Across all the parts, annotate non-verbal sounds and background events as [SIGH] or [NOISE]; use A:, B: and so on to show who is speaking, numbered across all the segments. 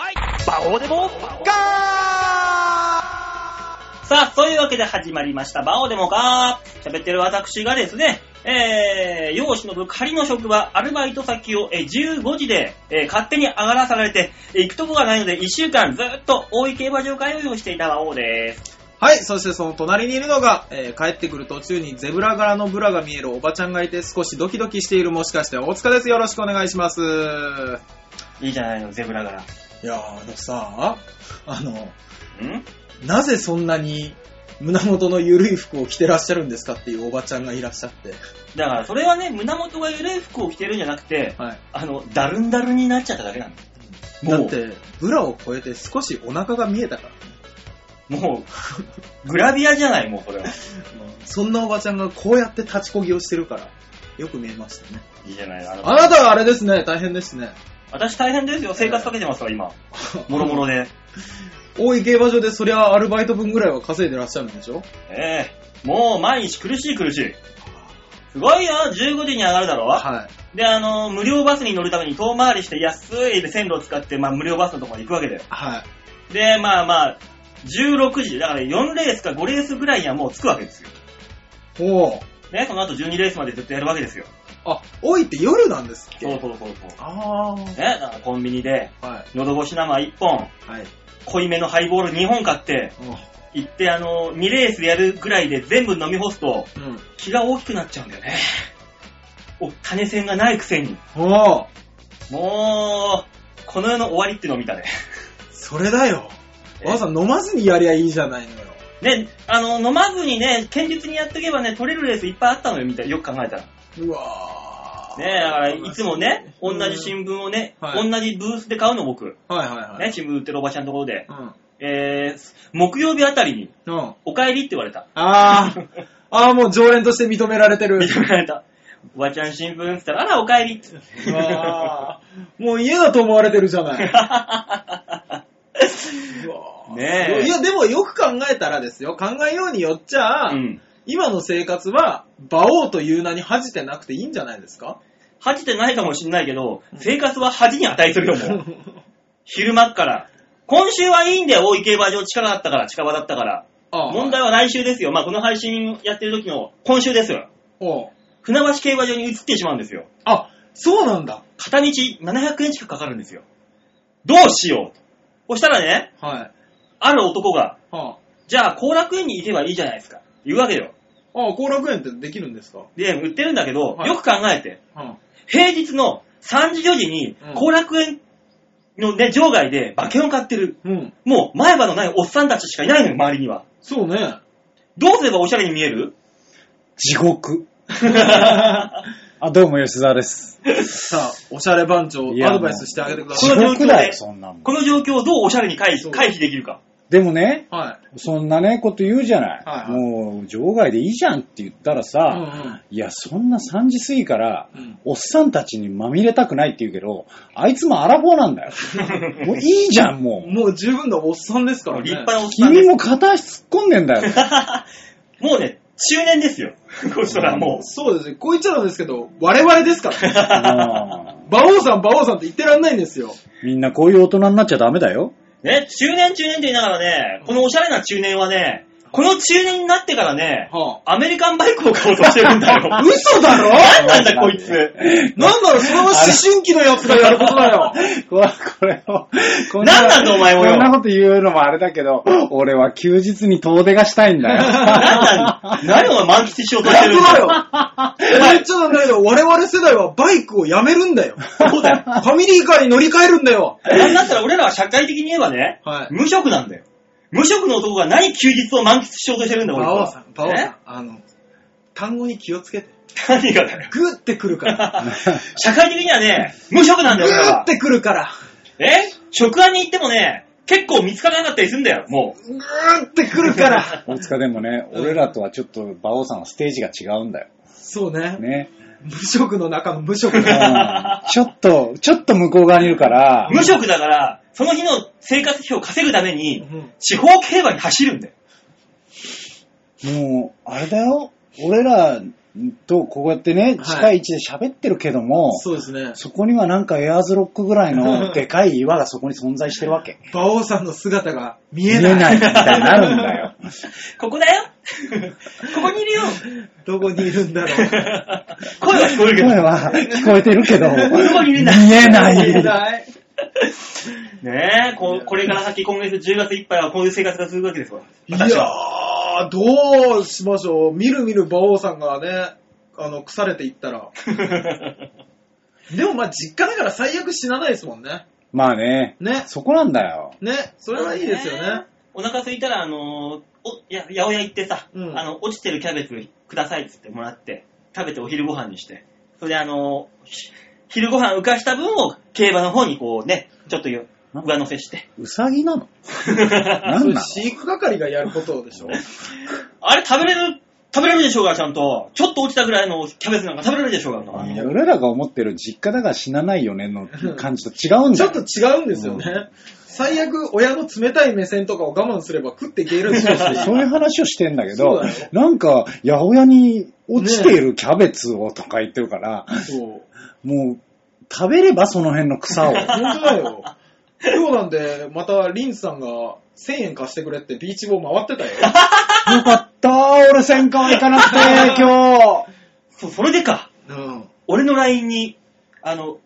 A: ここでもガーさあ、というわけで始まりました。バオでもガー喋ってる私がですね、えー、世を忍ぶ仮の職場、アルバイト先を、えー15時で、えー勝手に上がらされて、えー行くとこがないので、1週間ずっと大井競馬場通いをしていた馬王です。
B: はい、そしてその隣にいるのが、えー帰ってくる途中にゼブラ柄のブラが見えるおばちゃんがいて少しドキドキしているもしかして大塚です。よろしくお願いします。
A: い
B: い
A: いじゃないの、ゼブラ柄。
B: やー、あのさ、あの、
A: ん
B: なぜそんなに胸元の緩い服を着てらっしゃるんですかっていうおばちゃんがいらっしゃって。
A: だから、それはね、胸元が緩い服を着てるんじゃなくて、
B: はい。
A: あの、だるんだるんになっちゃっただけなんだ
B: だ
A: もう
B: って、ブラを超えて少しお腹が見えたからね。
A: もう、グラビアじゃない、もうこれは。
B: そんなおばちゃんがこうやって立ちこぎをしてるから、よく見えましたね。
A: いいじゃない、あの、
B: あなたはあれですね、大変ですね。
A: 私大変ですよ、生活かけてますわ、 [LAUGHS] 今。もろもろで。
B: 大井競馬場でそりゃアルバイト分ぐらいは稼いでらっしゃるんでしょ
A: ええもう毎日苦しい苦しい。すごいよ、15時に上がるだろ、
B: は
A: で、あの、無料バスに乗るために遠回りして安い線路を使って、まあ無料バスのところに行くわけだよ
B: い。。はい。
A: で、まあまあ、16時、だから4レースか5レースぐらいにはもう着くわけですよ。
B: ほう。
A: ね、その後12レースまでずっとやるわけですよ。
B: あ、大井って夜なんですっけ
A: そうそうそうそう。
B: あ
A: ね、だからコンビニで、
B: あ。はい。
A: 喉越し生1本、
B: はい。
A: 濃いめのハイボール2本買って、行って、あの、2レースやるぐらいで全部飲み干すと、
B: うん。
A: 気が大きくなっちゃうんだよね。お、種銭がないくせに。
B: ほう。
A: もう、この世の終わりってのを見たね。 [LAUGHS]
B: それだよ。
A: え
B: わざ飲まずにやりゃいいじゃないのよ。
A: ね、あの、飲まずにね、堅実にやっとけばね、取れるレースいっぱいあったのよ、みたいよく考えたら。ね
B: うわー
A: だから、いつもね、同じ
B: 聞。
A: 新聞をね、
B: はい
A: 同じブースで買うの、僕。
B: はいはいはい。
A: ね、新聞売ってるおばちゃんのところで。
B: うん。
A: えー、木曜日あたりに、
B: うん。
A: お帰りって言われた。
B: あー。
A: [LAUGHS]
B: あーもう常連として認められてる。
A: 認められた。おばちゃん新聞って言ったら、あら、お帰りって。
B: [LAUGHS] うわーもう家だと思われてるじゃ
A: [LAUGHS]
B: ない。うわー
A: ねえ
B: いや、でもよく考えたらですよ。考えようによっちゃ、
A: [LAUGHS] うん。
B: 今の生活は、馬王という名に恥じてなくていいんじゃないです
A: [LAUGHS]
B: か
A: 恥じてないかもしんないけど、生活は恥に値するよ、もう。昼間っから。今週はいいんだよ、大井競馬場近かったから、近場だったから。
B: ああ
A: 問題は来週ですよ。まあ、この配信やってる時の今週ですよ。
B: おう
A: 船橋競馬場に移ってしまうんですよ。
B: あ、そうなんだ。
A: 片道700円近くかかるんですよ。どうしようと。そしたらね、
B: はい。
A: ある男が、
B: はあ、
A: じゃあ後楽園に行けばいいじゃないですか。言うわけよ。
B: ああ、後楽園ってできるんですか、は
A: で、売ってるんだけど、
B: はい
A: よく考えて、
B: あ、
A: 平日の3時4時に
B: うん
A: 後楽園のね、場外で馬券を買ってる。
B: うん。
A: もう前歯のないおっさんたちしかいないのよ、周りには。
B: そうね。
A: どうすればおしゃれに見える
C: 地
B: [LAUGHS]
C: 獄。あ、どうも吉沢です。
B: さあ、おしゃれ番長、
C: いや
B: アドバイスしてあげてくだ
C: 地
B: さ
A: こ
B: い。
A: の状況で
C: 獄だよ、そんなもん
A: こ。の状況をどうおしゃれに回
B: そ
A: 避
B: う
A: 回避できるか。
C: でもね、
B: はい。
C: そんなね、こと言うじゃない。
B: はいはい
C: もう、場外でいいじゃんって言ったら
B: うん
C: さ、
B: うん
C: いや、そんな3時過ぎから、
B: うん
C: おっさんたちにまみれたくないって言うけど、あいつもアラフォーなん
B: [LAUGHS]
C: だよ。もういいじゃん、もう。
B: もう十分なおっさんですからね。
A: 立派なおっさんで
C: 君
A: す。
C: も片足突っ込んでんだよ。
B: [LAUGHS]
A: もうね、中年ですよ。こいつらも
B: そうですね。こう言っちゃうんですけど、我々ですから、ね。
A: [LAUGHS]
C: うん
B: 馬王さん、馬王さんって言ってらんないんですよ。
C: みんなこういう大人になっちゃダメだよ。
A: う。ね、中年中年って言いながらね、このおしゃれな中年はね、この中年になってからね、
B: は
A: アメリカンバイクを買おうとしてるんだ
B: [LAUGHS]
A: よ。
B: あ、嘘だろ
A: 何なんだこ
B: [LAUGHS]
A: いつ。
B: なんだろう、それは思春期のやつがやることだよ。
C: これ、これを、こ
A: 何なんだお前もよ
C: こんなこと言うのもあれだ
A: [LAUGHS]
C: けど、俺は休日に遠出がしたいんだよ。
A: 何なん何を満喫しようとして
B: 本
A: るん
B: 当
A: だ [LAUGHS]
B: だよ。俺言っちゃなんだけど、我々世代はバイクをやめるんだよ。
A: そうだよ。
B: ファミリーカーに乗り換えるんだよ。
A: なんだったら俺らは社会的に言えばね、
B: はい
A: 無職なんだよ。無職の男が何休日を満喫しようとしてるんだよ、
B: 馬
A: 俺
B: 王
A: と
B: さん、馬王
A: ね
B: さん、あの、単語に気をつけて。
A: 何が
B: [LAUGHS]
A: だよ。
B: グーってく
A: [LAUGHS]
B: るから。
A: 社会的にはね、無職なん
B: グ
A: だよ、俺
B: ー
A: は
B: っ。てくるから。
A: え職安に行ってもね、結構見つからなかったりするんだよ、もう。
B: グーってく
A: [LAUGHS]
B: るから。
C: 大塚でもね、俺らとはちょっと、馬王さんはステージが違うんだよ。
B: そうね。
A: [LAUGHS]
C: ね。
B: 無職の中の無職
C: うん
B: だ。
C: ちょっと、ちょっと向こう側にいるから、
A: 無職だから、その日の生活費を稼ぐため
B: う
A: に、
B: ん
A: 地方競馬に走るんだよ。
C: もう、あれだよ。俺ら、と、こうやってね、近い位置で喋ってるけども、
B: そうですね。
C: そこにはなんかエアーズロックぐら
A: [LAUGHS]
C: いのでかい岩がそこに存在してるわけ。
B: 馬王さんの姿が見えない。
C: みたいになるんだよ。
A: ここだよここにい [LAUGHS] るよ
B: [LAUGHS] どこにいるんだろう。
A: 声は聞こえるけど。
C: 声は聞こえてるけど、
A: こにい
C: 見
A: る
C: え
A: んだ
C: な
B: 見え
C: い。
B: ない。
A: ねえ、こうこれから先今月10月いっぱいはこういう生活が続くわけですわ。
B: いやー、どうしましょう。みるみる馬王さんがね、あの、腐れていったら。でもまあ実家だから最悪死なないですもんね。
C: まあね、
B: ね。
C: そこなんだよ。
B: ね。それはいいですよね。。
A: お腹空いたら、あのーおや、八百屋行ってさ、
B: うん
A: あの、落ちてるキャベツくださいっつってもらって、食べてお昼ご飯にして、それであのーひ昼ご飯浮かした分を競馬の方にこうね、ちょっとよ上乗せして。
C: うさぎなのなん
B: それ
C: な
B: 飼育係がやることでしょ。
A: あれ食べれる、食べれるでしょうが、ちゃんと。ちょっと落ちたぐらいのキャベツなんか食べれるでしょうが、あの
C: の俺らが思ってる実家だが死なないよねの感じと違うん
B: ち
C: だ
B: ょっ
C: よ
B: と。違うんですよね。最悪、親の冷たい目線とかを我慢すれば食っていけるんですよ。
C: そういう話をしてんだけど
B: そうだよ、
C: なんか、八百屋に落ちているキャベツをとか言ってるから、
B: そう。
C: もう、食べればその辺の [LAUGHS] 草を。
B: 本当だよ。今日なんで、また、リンさんが1000円貸してくれってビーチボー回ってたよ。
C: よかったー、俺戦艦行かなくて、今日。
A: そうそれでか、
B: うん。
A: 俺の LINE に、あの、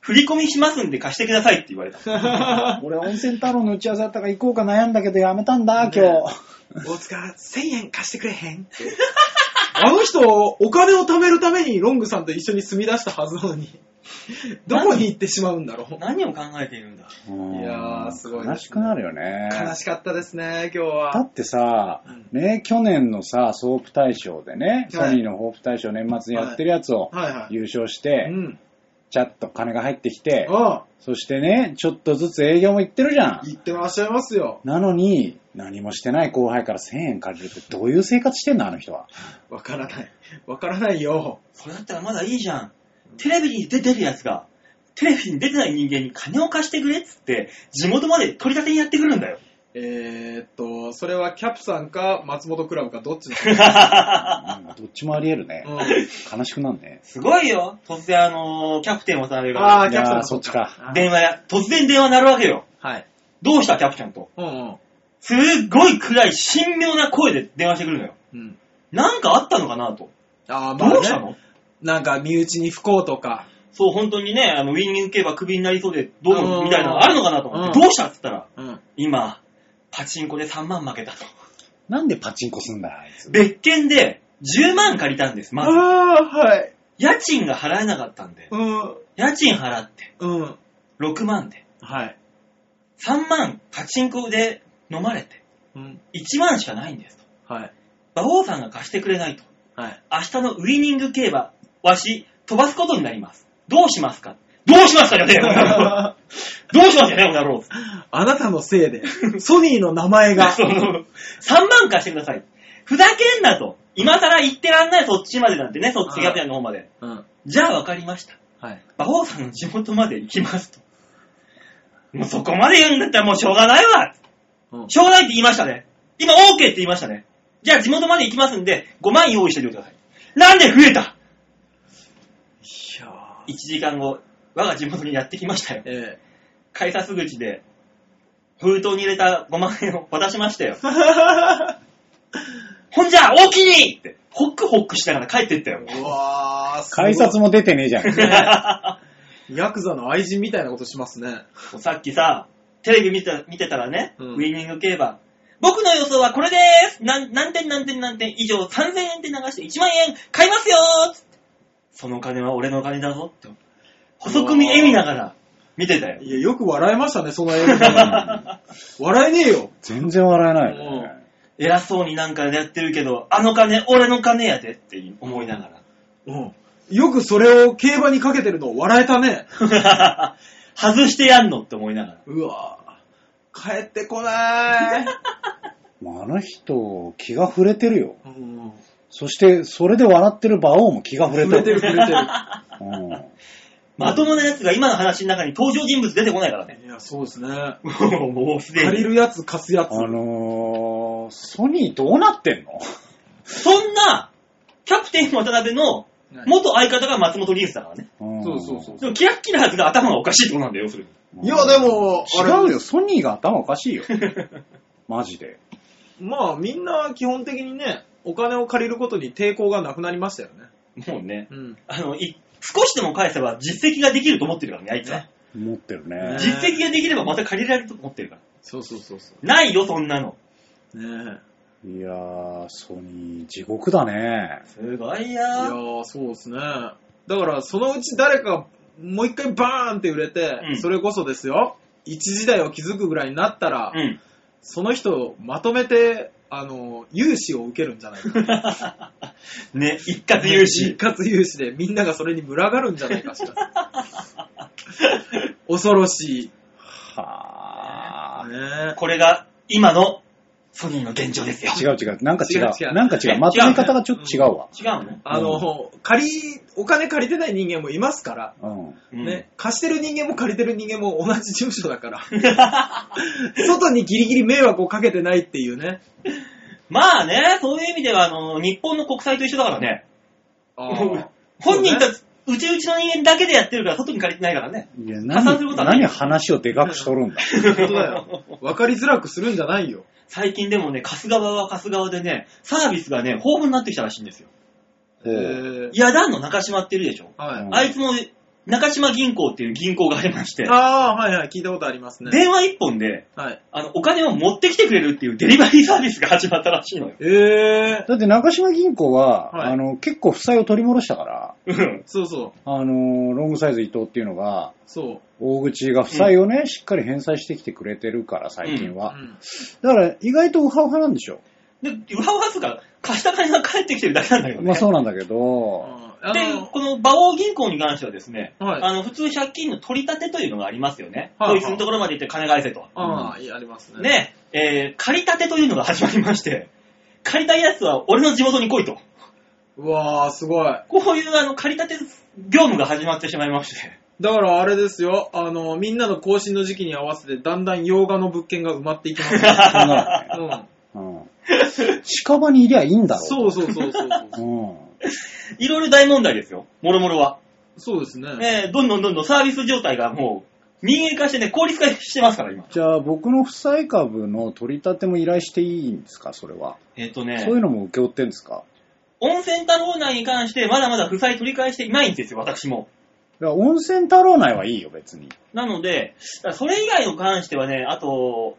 A: 振り込みしますんで貸してくださいって言われ
B: [LAUGHS]
A: た。
C: 俺温泉太郎の打ち合わせだったから行こうか悩んだけどやめたんだ、今日。
B: ね大塚、1000円貸してくれへんって。あの人、お金を貯めるためにロングさんと一緒に住み出したはずなのに、どこに行ってしまうんだろう。
A: 何を考えているんだ
C: い
B: いやーすごいですね
C: 悲しくなるよね。
B: 悲しかったですね、今日
C: だ
B: は。
C: ってさ、ね、去年のさ、ソープ大賞でね、ソ
B: はい
C: ニーのホープ大賞年末にやってるやつを
B: はいはい。
C: 優勝し
B: う
C: て、
B: ん。
C: ちゃっと金が入ってきて、
B: ああ、
C: そしてね、ちょっとずつ営業も行ってるじゃん。
B: 行ってらっしゃいますよ。
C: なのに、何もしてない後輩から1000円借りるってどういう生活してんのあの人は。
B: わからない。わからないよ。
A: それだったらまだいいじゃん。テレビに出てるやつが、テレビに出てない人間に金を貸してくれっつって、地元まで取り立てにやってくるんだよ。
B: えー、っと、それはキャプさんか松本クラブかどっちな
C: うんどっちもあり得るね。
B: の、うん
C: 悲しくなんね。
A: すごいよ。突然あのーキャプテン渡辺
B: あ
A: が、
B: ーキャプテン
C: いやーそっちか。
A: 電話や、突然電話鳴るわけよ。
B: はい。
A: どうしたキャプちゃんと。
B: うんうん。
A: すっごい暗い、神妙な声で電話してくるのよ。
B: うん。
A: なんかあったのかなと。
B: ああ、まあ、ね、
A: どうしたの
B: なんか、身内に不幸とか。
A: そう、本当にね、あの、ウィンウィン競馬クビになりそうで、どうの
B: うん
A: みたいなのがあるのかなと思って、
B: うん
A: どうしたっつったら、
B: うん。
A: 今、パチンコで3万負けたと。
C: なんでパチンコすんだ、あいつ。
A: 別件で10万借りたんです、
B: あ
A: まず。
B: あ、はい。
A: 家賃が払えなかったんで、
B: うん。
A: 家賃払って、
B: うん。
A: 6万で、
B: はい。
A: 3万パチンコで飲まれて、
B: うん。
A: 1万しかないんですと。
B: はい。
A: 馬王さんが貸してくれないと。
B: [LAUGHS] はい。
A: 明日のウィニング競馬、わし、飛ばすことになります。どうしますかどうしますかじゃねえよ [LAUGHS] どうしますよね、この野郎。
B: あなたのせいで、ソニーの名前 [LAUGHS]
A: [LAUGHS]
B: が。
A: その、3万貸してください。ふざけんなと。今更言ってらんない、そっちまでなんてね、そっちキャプテンの方まで。
B: うん。
A: じゃあ分かりました。
B: はい。
A: 馬王さんの地元まで行きますと。もうそこまで言うんだったらもうしょうがないわ
B: うん。
A: しょうがないって言いましたね。今 OK って言いましたね。じゃあ地元まで行きますんで、5万用意しておいてください。なんで増えた
B: いやー
A: ?1 時間後、我が地元にやってきましたよ。
B: え
A: 改札口で、封筒に入れた5万円を渡しましたよ。
B: えう
A: ほんじゃ、大きにって、ホックホックしながら帰ってったよ。
B: わー、すごい
C: 改札も出てねえじゃ
B: [LAUGHS]
C: ん。
B: ヤクザの愛人みたいなことしますね。
A: さっきさ、テレビ見て見てたらね、
B: うん
A: ウィニング競馬。僕の予想はこれでーすなん何点何点何点以上3000円で流して1万円買いますよーつってその金は俺のお金だぞって。細く見笑みながら見てたよ。
B: いや、よく笑いましたね、その映 [LAUGHS] 画。笑えねえよ。
C: 全然笑えないよね。
A: 偉そうになんかやってるけど、あの金俺の金やでって思いなが
B: うん。よくそれを競馬にかけてるの笑えたね。
A: ら。 [LAUGHS] 外してやんのって思いながら。
B: うわぁ。帰ってこない。
C: もうあの人、気が触れてるよ。
B: うん。
C: そして、それで笑ってる馬王も気が触れ
B: 触
C: て
B: れて
C: る。
B: る、触れてる。
C: うん
A: まともな奴が今の話の中に登場人物出てこないからね。
B: いや、そうですね。
A: [LAUGHS] もうもうすでに
B: 借りるやつ、貸すやつ。
C: あのー、ソニーどうなってんの
A: そんな、キャプテン渡辺の元相方が松本リンスだからね。
C: ん
B: そうそうそう
A: そのキラッキラはずが頭がおかしいってことなんだよ、要するに。
B: いやでもあれ
C: 違うよ、ソニーが頭おかしいよ。マジで。
B: まあみんな基本的にね、お金を借りることに抵抗がなくなりましたよね。
A: もうね、
B: うん。
A: あの、い少しでも返せば実績ができると思ってるからね、あいつは。
C: 持ってる
B: ね
C: ね。
A: 実績ができればまた借りられると思ってるから。
B: そうそうそうそ
A: ないよ、そんなの。
B: う。ねえ。
C: いやー、ソニー、地獄だね。
A: すごい
B: いや
A: やー。
B: ー、そうですね。だからそのうち誰かがもう一回バーンって売れて、
A: うん
B: それこそですよ、一時代を築くぐらいになったら、
A: うん。
B: その人をまとめて、あの、融資を受けるんじゃないか。
A: ね、一括融資
B: 一。括融資でみんながそれに群がるんじゃないかしら。恐ろしい。
C: は
B: ね
A: これが今のソニーの現状ですよ。
C: ー。違う違う、なんか違
B: 違う
C: う
B: 違う。
C: なんか違
A: え
C: う。まとめ方がちょっと違うわ。
A: 違うの
B: あの、借り、お金借りてない人間もいますから、
C: うん。
A: うん
B: ね、貸してる人間も借りてる人間も同じ事務所だから、外にギリギリ迷惑をかけてないっていうね。
A: まあね、そういう意味では、あの、日本の国債と一緒だからね。
B: あ
A: [LAUGHS] 本人たち、うちうちの人間だけでやってるから、外に借りてないからね。
C: いや、
A: 加算するこ
C: 何、
A: とはない
C: 何話をでかくしとるんだ。
B: ー本当だよ。分かりづらくするんじゃないよ。
A: 最近でもね、貸す側は貸す側でね、サービスがね、豊富になってきたらしいんですよ。
C: ほう
B: えー
A: ヤダンの中島っているでしょ
B: はい。
C: うん
A: あいつの中島銀行っていう銀行がありまして、
B: ああ、はいはい、聞いたことありますね。
A: 電話一本で、
B: はい。
A: あの、お金を持ってきてくれるっていうデリバリーサービスが始まったらしいのよ。
B: えー、
C: だって中島銀行は、
B: はい
C: あの、結構負債を取り戻したから、
A: うん。
B: そうそう、
C: あの、ロングサイズ伊藤っていうのが、
B: そう。
C: 大口が負債をね、しっかり返済してきてくれてるから、最近は。
B: うん
C: だから、意外とウハウハなんでしょ。
A: で、ウハウハすか、貸した金が返ってきてるだけなんだけどね。
C: まあそうなんだけど、
B: あーあ
A: で
B: の、
A: この馬王銀行に関してはですね、
B: はい
A: あの普通借金の取り立てというのがありますよね。
B: はいはい
A: こいつのところまで行って金返せと。
B: ああ、いやありますね。
A: ね、えー、借り立てというのが始まりまして、借りたいやつは俺の地元に来いと。
B: うわー、すごい。
A: こういうあの借り立て業務が始まってしまいまして。
B: だからあれですよ、あの、みんなの更新の時期に合わせて、だんだん洋画の物件が埋まっていきますよ、
C: そんなのね
B: [LAUGHS] うん。
C: うん近場にいりゃいいんだろ
B: そうそうそうそうそう。
C: うん。
A: いろいろ大問題ですよ、もろもろは。
B: そうですね。
A: えー、どんどんどんどんサービス状態がもう民営化してね、効率化してますから、今。
C: じゃあ、僕の負債株の取り立ても依頼していいんですか、それは。
A: えっ、とね
C: そうい、うのも請け負ってんですか。
A: 温泉太郎内に関してまだまだ負債取り返していないんですよ、私も。
C: だから温泉太郎内はいいよ、別に。
A: なので、だからそれ以外の関してはね、あと、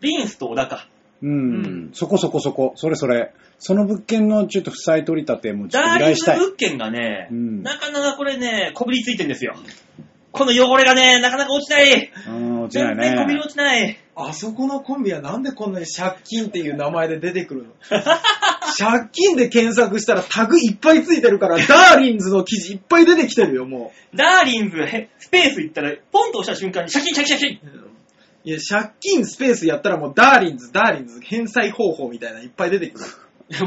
A: リンスと小高。
C: うん、
B: うん
C: そこそこそこ、それそれ。その物件のちょっと負債取り立てもちょっと
A: ダ
C: 依
A: ーリン
C: 頼し
A: ズ
C: たい。
A: 物件がね、
C: うん
A: なかなかこれね、こびりついてんですよ。この汚れがね、なかなか落ちない。
C: うん、落ちな
A: 全
C: い
A: 然こびり
C: ね。
A: 落ちない。
B: あそこのコンビはなんでこんなに借金っていう名前で出てくる [LAUGHS] の借金で検索したらタグいっぱいついてるから、ダーリンズの記事いっぱい出てきてるよ、も
A: ダーリンズへスペース行ったら、ポンと押した瞬間にシャキンシャキシャキン。
B: う。いや、借金スペースやったらもう、ダーリンズ、ダーリンズ、返済方法みたいないっぱい出てく る。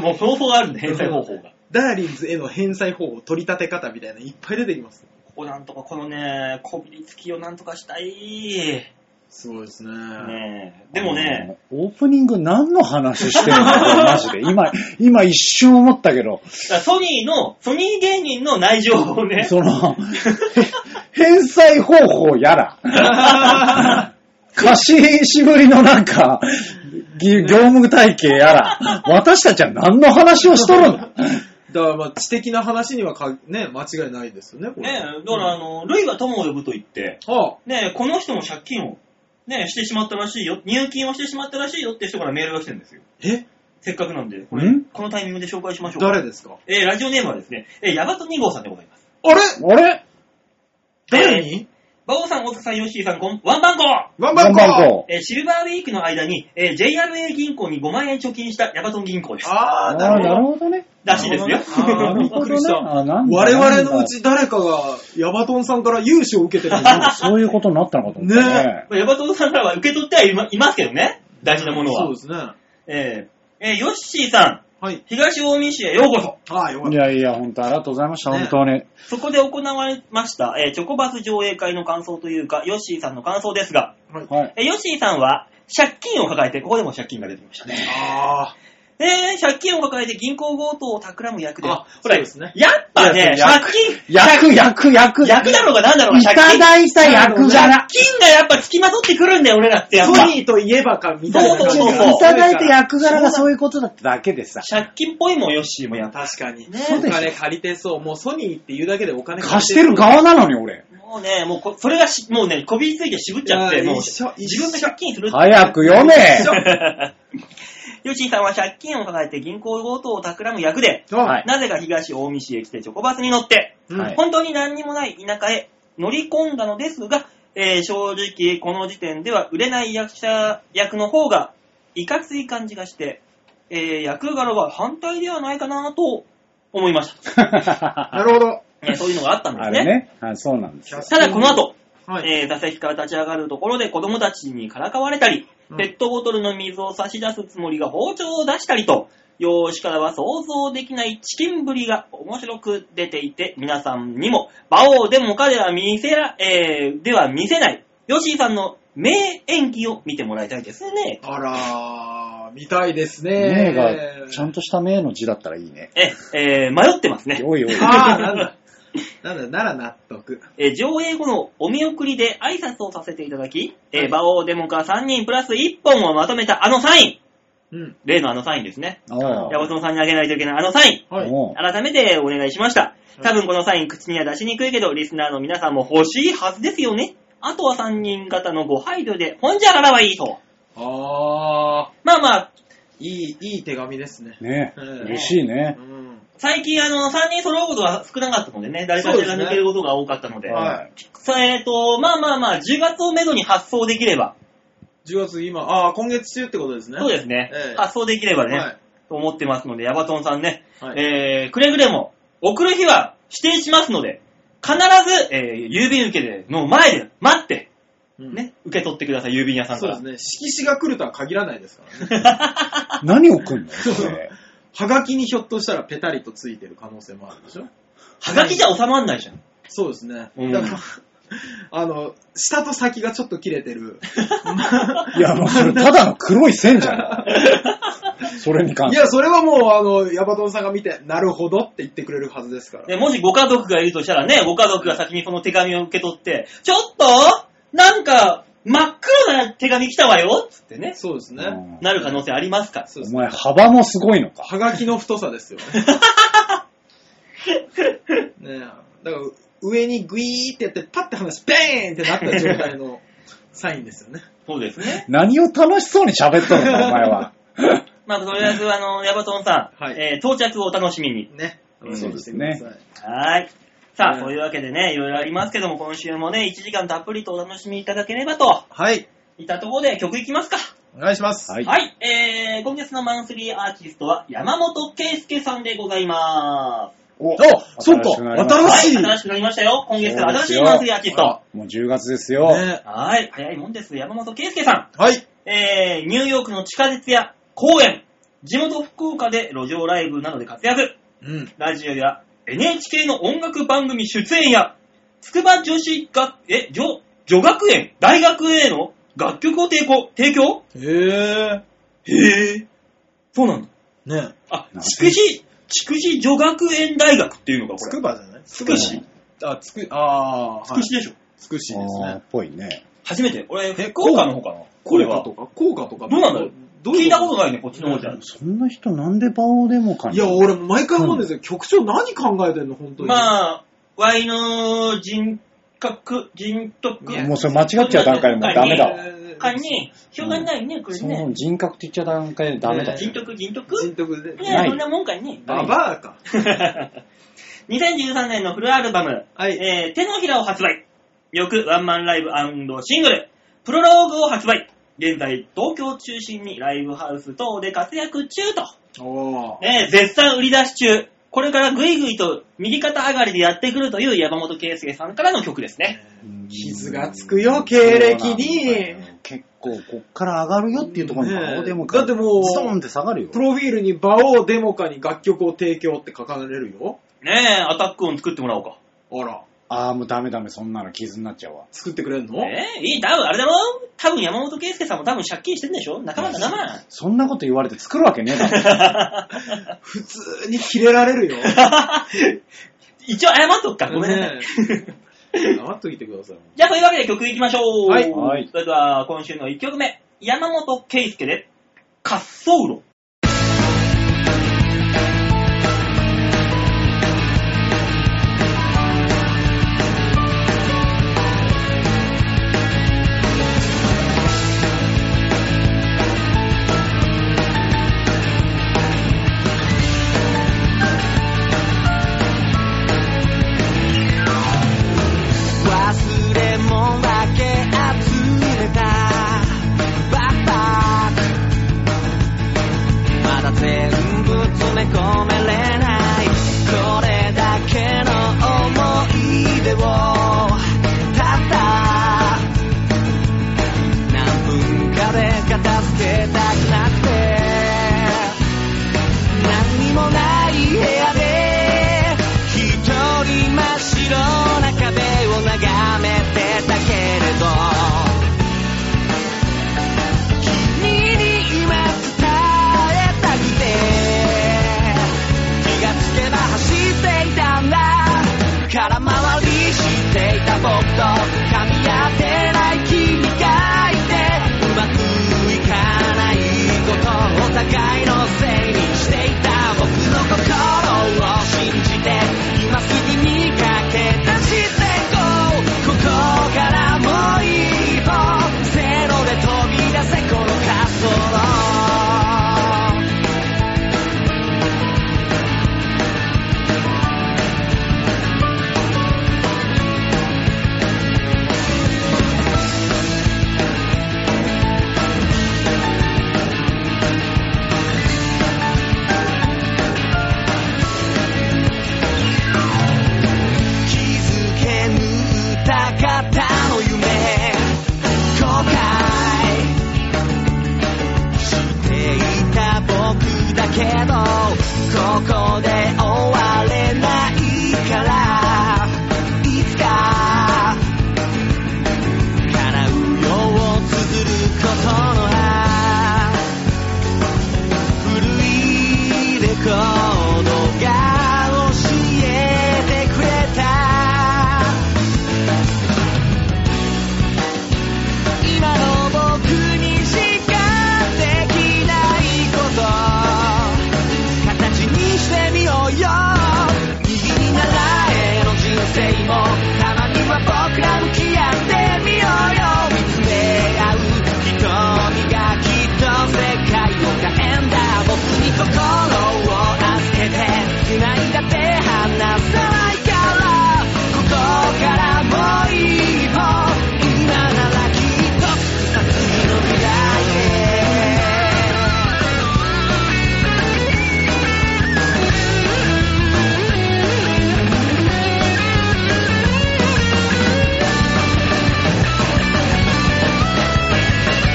A: [LAUGHS] もう方法があるんで、返済方法が。
B: ダーリンズへの返済方法、取り立て方みたいないっぱい出てきます。
A: ここなんとか、このね、こびりつきをなんとかしたい。
B: すごいですね。
A: ねえでもね、
C: あの、オープニング何の話し
B: [LAUGHS]
C: てるのマジで。今、今一瞬思ったけど、
A: だからソニーの、ソニー芸人の内情をね、
C: その、へ返済方法やら、
B: [LAUGHS]
C: 貸ししぶりのなんか、ぎ業務体系やら、私たちは何の話をしとるんだ
B: だからまあ知的な話にはか、ね、間違いないですよね、これ。
A: ねえ、だからあの、ルイは友を呼ぶと言って、
B: は
A: ねえ、この人も借金を、ねえ、してしまったらしいよ、入金をしてしまったらしいよって人からメールが来てるんですよ。
B: あ、え
A: せっかくなんで、これ
C: ん、
A: このタイミングで紹介しましょうか。
B: 誰ですか
A: えー、ラジオネームはですね、えー、ヤバト2号さんでございます。
B: あれ
C: あれ
B: 誰に
A: バオさん、大塚さん、ヨッシーさん、こん、ワンバンコ
B: ワンバンコ
C: ワンバンコ
A: えー、シルバーウィークの間に、えー、JRA 銀行に5万円貯金したヤバトン銀行です。
B: あ
C: あ
B: あ、
C: あ、
B: なる
C: な
B: ほど。
C: るほどね。
A: らしいですよ。
B: あ
A: [LAUGHS]
B: ー
C: なるほ
B: びっくり
C: ど
B: し
C: ね。
B: た
C: あなんだ
B: 我々のうち誰かがヤバトンさんから融資を受けてるん
C: なんだ
B: だ
C: そういうことになったのかと思ったね。
A: まあヤバトンさんからは受け取ってはいまいますけどね、大事な [LAUGHS] もの
B: そう
A: は
B: で。すね。は
A: えー、えー、ヨッシーさん、
B: い。
A: 東近江市へようこそ。
B: ああ、よかっ
C: い
B: た。
C: やいや、本当ありがとうございました、
B: ね
C: 本当に。
A: そこで行われました、えーチョコバス上映会の感想というか、ヨッシーさんの感想ですが、
B: はい。
C: はい。
A: えーヨッシーさんは借金を抱えて、ここでも借金が出てきましたね。
B: ああ、
A: えー、借金を抱えて銀行強盗を企む役で。
B: あ
A: ほら、
B: そうですね
A: やっぱね、
C: いや
A: 借金、
C: 役、役、役。
A: 役役だろうが何だろう
C: い
A: が
C: た
A: 借金。
C: だいた役柄。
A: 借金がやっぱ付きまとってくるんだよ、俺らってやっぱ。
B: ソ
A: 借
B: ニーといえばか、みたいな感じ
A: そうそうそう
C: いただいた役柄がそういうことだっただけでさ。
A: 金っぽいもん、ヨッシーもやっぱ。
B: 確かに。
A: ね
B: お金借りてそう。もうソニーって言うだけでお金
C: 貸してる側なのに俺。
A: もうね、もうこ、それがし、もうね、こびりついて渋っちゃって、
B: いや
A: もう、
B: 一緒一
A: 自
B: 緒
A: 分で借金するっていう
C: 早く読
B: 一緒
C: め。
A: ヨッシーさんは借金を抱えて銀行強盗を企む役で、
B: そう。
A: [LAUGHS]
C: はい
A: なぜか東近江市へ来てチョコバスに乗って、
B: うん
C: はい
A: 本当に何にもない田舎へ乗り込んだのですが、えー正直この時点では売れない役者役の方がいかつい感じがして、えー役柄は反対ではないかなと思いました。
B: なるほど。
A: ねそういうのがあったんです
C: [LAUGHS] あ
A: ね。
C: れね。はいそうなんですよ。
A: ただこの後、
B: はい。
A: えー座席から立ち上がるところで子供たちにからかわれたり、
B: うん
A: ペットボトルの水を差し出すつもりが包丁を出したりと、容姿からは想像できないチキンぶりが面白く出ていて、皆さんにも、馬王でもかでは見せら、えーでは見せない、ヨシーさんの名演技を見てもらいたいですね。
B: あらー、見たいですね。
C: 名が、ちゃんとした名の字だったらいいね。
A: え、えー迷ってますね。
C: おいおい。
B: あー、なんだ。なんだ、なら納得。
A: えー上映後のお見送りで挨拶をさせていただき、えー
B: はい
A: 馬王デモカ3人プラス1本をまとめたあのサイン、
B: うん。
A: 例のあのサインですね。
C: おいおい
A: ヤバトンさんにあげないといけないあのサイン、
B: はい。
C: おう
A: 改めてお願いしました。多分このサイン口には出しにくいけど、リスナーの皆さんも欲しいはずですよね。あとは3人型のご配慮で、ほんじゃからはいいと。
B: あ
A: まあまあ、
B: ー、いい、いい手紙ですね。
C: ね
B: うん
C: 嬉しいうね。
B: ん。
A: 最近あの、3人揃うことが少なかったのでね、誰かしらが抜けることが多かったので。
B: はい
A: さえっ、と、まあまあまあ、10月をめどに発送できれば、
B: 10月今、あー、今月中ってことですね。
A: そうですね、
B: ええ
A: 発送できればね、
B: はい。
A: と思ってますので、ヤバトンさんね、
B: はい
A: えー、くれぐれも、送る日は指定しますので、必ず、えー、郵便受けでの前で待って、
B: うん
A: ね、受け取ってください、郵便屋さんか
B: そう
A: ら。
B: ですね。色紙が来るとは限らないですからね。
C: 何送んの
B: そう
C: それ
B: はがきにひょっとしたらペタリとついてる可能性もあるでしょ
A: はがきじゃ収まんないじゃん。
B: そうですね。
A: うん
B: だから、 [LAUGHS] あの、下と先がちょっと切れてる。
C: いや、もうそれただの黒い線じゃん。それに関
B: い
C: して。
B: や、それはもう、あの、ヤバトンさんが見て、なるほどって言ってくれるはずですから。
A: で、もしご家族がいるとしたらね、ご家族が先にその手紙を受け取って、ちょっとなんか、真っ黒な手紙来たわよつってね、
B: そうですね。
C: うん
A: なる可能性ありますから。
B: そうで
C: お
B: すね。
C: 前、幅もすごいのか。
B: はがきの太さですよね。 [LAUGHS] ねえ。だから、上にグイーってやって、パッて話、ベーンってなった状態のサインですよね。
A: そうですね。
C: 何を楽しそうに喋っとるの、お前は。
A: [LAUGHS] まあ、とりあえず、あの、ヤバトンさん、
B: はい
A: えー到着をお楽しみに。
B: ね。
A: うん
B: 楽しみにしてください。
A: はーい。さあ、
B: うん
A: というわけでね、いろいろありますけども、今週もね、1時間たっぷりとお楽しみいただければと、
B: はい。
A: いったところで曲いきますか。
B: お願いします。
C: は
A: はいい、。えー、今月のマンスリーアーティストは山本圭介さんでございま
C: お
B: あ、そうか。
A: す。
B: 新
C: 新
B: しい。
A: はい、新しくなりましたよ。今月
C: そうで
A: 新
C: す
A: しい
C: よ
A: マンスリーアーティスト。
C: もう10月ですよ。
B: ね
A: はい、早いもんです。山本圭介さ
B: はい。
A: ん。えー、ニューヨークの地下鉄や公園、地元福岡で路上ライブなどで活躍。
B: うん。
A: ラジオや NHK の音楽番組出演や、筑波女子学、え、女、女学園、大学への楽曲を提供、提供
B: へえ。
A: へぇそうなんだ。
B: ね
A: あ
C: な、んて
A: 筑紫、筑紫女学園大学っていうのか、
B: つ
A: これ
B: く。ばじゃない
A: 筑紫
B: あ、つく、あー、
A: 筑紫でしょ。
B: つくしです
C: あー
B: ね
C: っ。ぽいね。
A: 初めて。俺、
B: え
A: 福岡の方かなこれ
B: 効果
A: は。
B: とか効果とか
A: どうなんだろう
B: どう
A: 聞いたこと
B: い
A: ないね、こっちの方じゃ。
C: そんな人なんでバオデモか
B: う
C: に。
B: いや、俺、毎回思うんですよ。局長何考えてんの本当に。あ、
A: まあ、ワイの人格、人徳
B: いや
C: もうそれ間違っちゃう段階でもうダメだわ。
A: 感に、しょうがないね、これ
C: そ
A: ね
C: の。人格って言っちゃ段階でダメだ
B: ね
C: よ。
A: 人徳、人徳
B: 人徳で。
A: い
C: な
A: や、
C: い
A: そんなもんかいね。
B: ババアか。
A: [LAUGHS] 2013年のフルアルバム、
B: はい
A: えー手のひらを発売。翌ワンマンライブシングル、プロローグを発売。現在、東京を中心にライブハウス等で活躍中と。
B: おー。
A: ね、絶賛売り出し中。これからぐいぐいと右肩上がりでやってくるという山本圭介さんからの曲ですね。
C: うん
B: 傷がつくよ経歴に
C: そうなんだよ結構、こっから上がるよっていうところにバオデモか。
B: ねえだってもう
C: ストーンって下がるよ。
B: プロフィールに馬王デモカに楽曲を提供って書かれるよ。
A: ねえ、アタック音作ってもらおうか。
B: あら。
C: ああ、もうダメダメ、そんなの傷になっちゃうわ。
B: 作ってくれるの
A: えーいい、多分あれだろ多分山本圭介さんも多分借金してんでしょ仲間だ仲間。
C: そんなこと言われて作るわけねえだろ。
B: 普通にキレられる [LAUGHS] よ。
A: 一応謝っとくか。ごめんなさい。
B: ねえ黙っといてください。
A: じゃあ、というわけで曲いきましょう。
B: はい
C: はい
A: それでは、今週の1曲目。山本圭介で、滑走路。
D: 忘れ物だけ集めたバックパックまだ全部詰め込めれないこれだけの思い出をたった何分かで片付けたくなって何にもない部屋で一人真っ白な壁を眺めてたけれど君に今伝えたくて気がつけば走っていたんだ空回りしていた僕と噛み合ってない君がいてうまくいかないことお互いのせいにしていた僕の心を信じて今すぐに駆け出していこうここからもう一歩せーので飛び出せこの滑走路気づけぬ歌方の夢後悔していた僕だけどここで終われないからいつか叶うよう綴ることのある古いレコードが教えてくれた今の僕にしかできないこと形にしてみようよ右に習えの人生もたまには僕ら向き合ってみようよ見つめ合う瞳がきっと世界を変えんだ僕に心を預けて繋いだって離さないからここからもう一歩今ならきっと二つの未来へ空回りしてい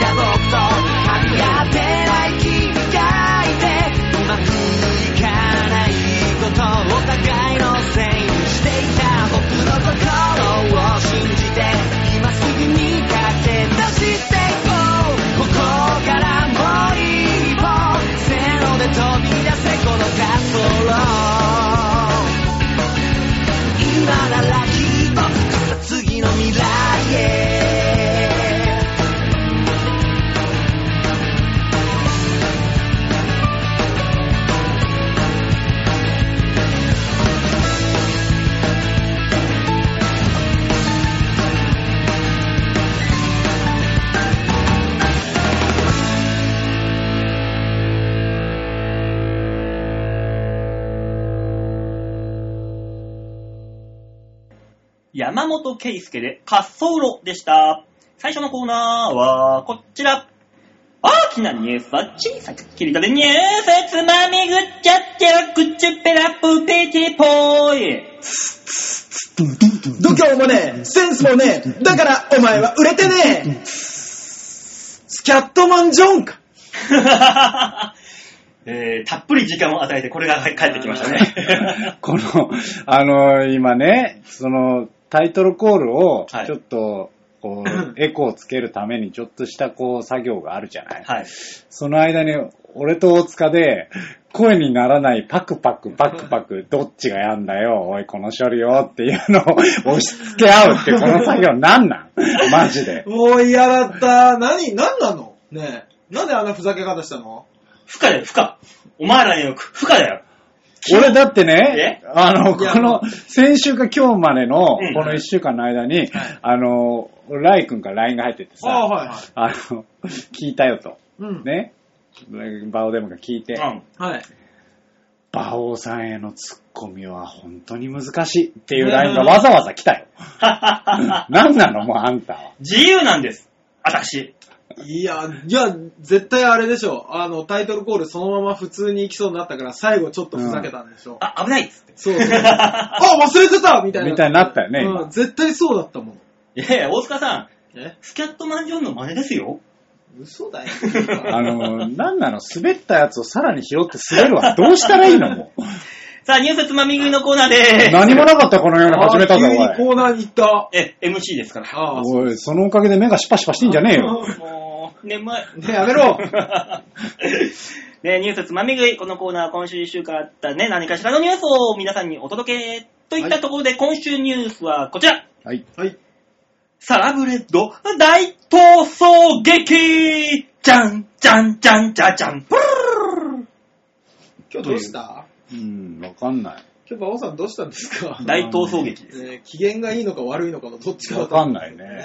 D: た僕と噛み合ってない君がいてうまくいかないことお互いのせいにしていた僕の心を信じて今すぐに駆け出していこうここからもう一歩せーので飛び出せこの滑走路今ならきっと次の未来へ
A: 山本圭介で、滑走路でした。最初のコーナーは、こちら。大きなニュースは小さく切り取るニュースつまみぐっちゃっちゃぐちゅぺらぷぺちぽい。
B: 度胸もねえ、センスもねえ、だからお前は売れてねえ。スキャットマンジョンか。
A: [LAUGHS] えーたっぷり時間を与えて、これが帰ってきました
C: [LAUGHS]
A: ね。
C: この、あの、今ね、その、タイトルコールを
A: はい、
C: ちょっと、
B: [COUGHS]
C: こう、エコーをつけるために、ちょっとした、こう、作業があるじゃない、
A: はい。
C: その間に、俺と大塚で、声にならないパクパクパクパク、どっちがやんだよ、おい、この処理をっていうのを押し付け合うって、この作業なんなんマジで。
B: もう嫌だった。何、何なのねえ。なんであんなふざけ方したの
A: 負荷だよ、負荷。お前らによく、負荷だよ。
C: 俺だってね
A: え、
C: あの、
B: いや
C: この、先週か今日までの、こ
A: うん
C: の一週間の間に、あの、ライ君から LINE が入ってて
B: ああ、
C: さ、
B: はいはい。
C: [LAUGHS] あの、聞いたよと。
B: うん。
C: ね。バオデモが聞いて、
A: うん。
B: はい。
C: 馬王さんへのツッコミは本当に難しいっていう LINE がわざわざ来たよ。なんなのもうあんたは。
A: 自由なんです。私。
B: いや、いや、絶対あれでしょ。あの、タイトルコールそのまま普通に行きそうになったから、最後ちょっとふざけたんでしょ。
A: あ、危ないっつって。
B: そう [LAUGHS] そう。あ、忘れてたみたいな。
C: みたいになったよね、
B: うん、絶対そうだったもん。
A: いやいや、大塚さん、
B: え
A: スキャットマンジョンの真似ですよ。
B: 嘘だよ。
C: 今。あの、なんなの滑ったやつをさらに拾って滑るわ。どうしたらいいのもう。
A: さあ、ニュースつまみ食いのコーナーでーす。
C: 何もなかったこの世に始めたぞ、
B: あー急に
C: おい。
B: コーナーに行った。
A: え、MC ですから。
B: ああ、そう
C: おい、そのおかげで目がシパシパしてんじゃねえよ。
A: もう、眠い。
B: ね、やめ
C: [LAUGHS]
B: ろ。
A: [LAUGHS] ね、ニュースつまみ食い。このコーナーは今週一週間あったね、何かしらのニュースを皆さんにお届け。といったところで、今週ニュースはこちら。
C: はい。
B: はい。
A: サラブレッド大逃走劇じゃんじゃんじゃんじゃじゃん。プルルルル
B: 今日どうした
C: うん、わかんない。
B: 今日、馬王さんどうしたんです
C: [LAUGHS]
B: か
C: ん
A: 大逃走劇です。
B: ね機嫌がいいのか悪いのかのどっちか
C: わ
B: わ
C: か
B: か
C: ん
B: ん
C: ない
B: な
C: ね。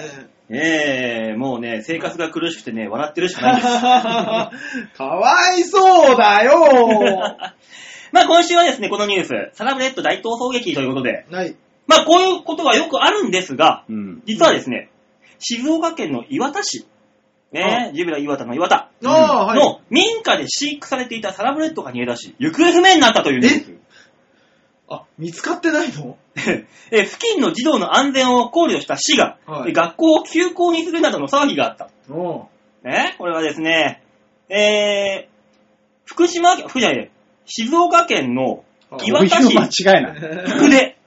A: ええもうね、生活が苦しくてね、笑ってるしかないん
B: [LAUGHS]
A: です。
B: かわいそうだ
C: [LAUGHS]
B: よ
A: まあ今週はですね、このニュース、サラブレッド大逃走劇ということで、
B: ない。
A: まあこういうことがよくあるんですが、
C: うん。
A: 実はですね、静岡県の磐田市、ね、ジュビラ磐田の磐田
B: ああ、はい。
A: の民家で飼育されていたサラブレッドが逃げ出し、行方不明になったというニュース。
B: あ、見つかってないの
A: [LAUGHS] え付近の児童の安全を考慮した市が、
B: はい
A: え学校を休校にするなどの騒ぎがあった。
B: お
A: ね、これはですね、えー、福島県、福じゃない静岡県の
B: はい [LAUGHS]
A: 磐
C: [LAUGHS]
A: 田市
C: 間違いない。
A: 福出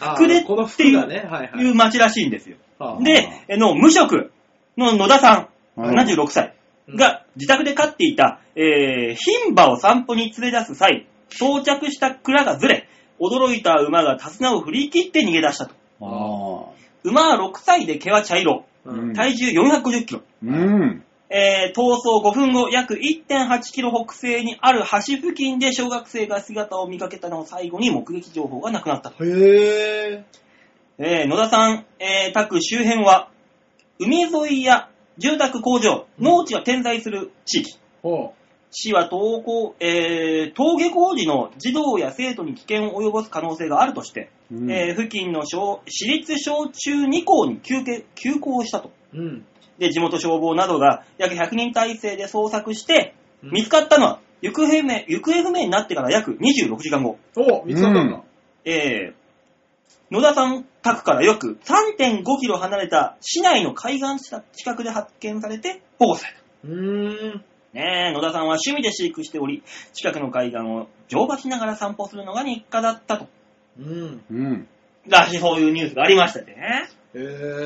B: あ
A: くれっていう
B: この服がね、はい
A: い
B: は
A: う町らしいんですよ。
B: い。
C: ん
B: で、
A: で、えの無職の野田さん、
C: うん
A: 76歳が自宅で飼っていた、えー、牝馬を散歩に連れ出す際、装着した鞍がずれ、驚いた馬が手綱を振り切って逃げ出したと。
C: ああ。
A: 馬は6歳で毛は茶色、
B: うん
A: 体重450キロ。
C: うん。
A: えー逃走5分後、約1.8キロ北西にある橋付近で小学生が姿を見かけたのを最後に目撃情報がなくなったと。
B: へぇ
A: えー野田さん、えー宅周辺は、海沿いや住宅工場、農地が点在する地域。
B: ー。お
A: 市は登校、えー登下校時の児童や生徒に危険を及ぼす可能性があるとして、
C: うん
A: えー付近の小私立小中2校に休憩休校をしたと。
B: うん。
A: で、地元消防などが約100人体制で捜索して、
B: うん
A: 見つかったのは、行方不明、行方不明になってから約26時間後。
B: お見つかったんだ。
A: えー、野田さん宅から約3.5キロ離れた市内の海岸近くで発見されて保護された。
B: うーん。
A: ねえ、野田さんは趣味で飼育しており、近くの海岸を乗馬しながら散歩するのが日課だったと。
B: うん。
C: うん。
A: らしい、そういうニュースがありましたね。
B: へ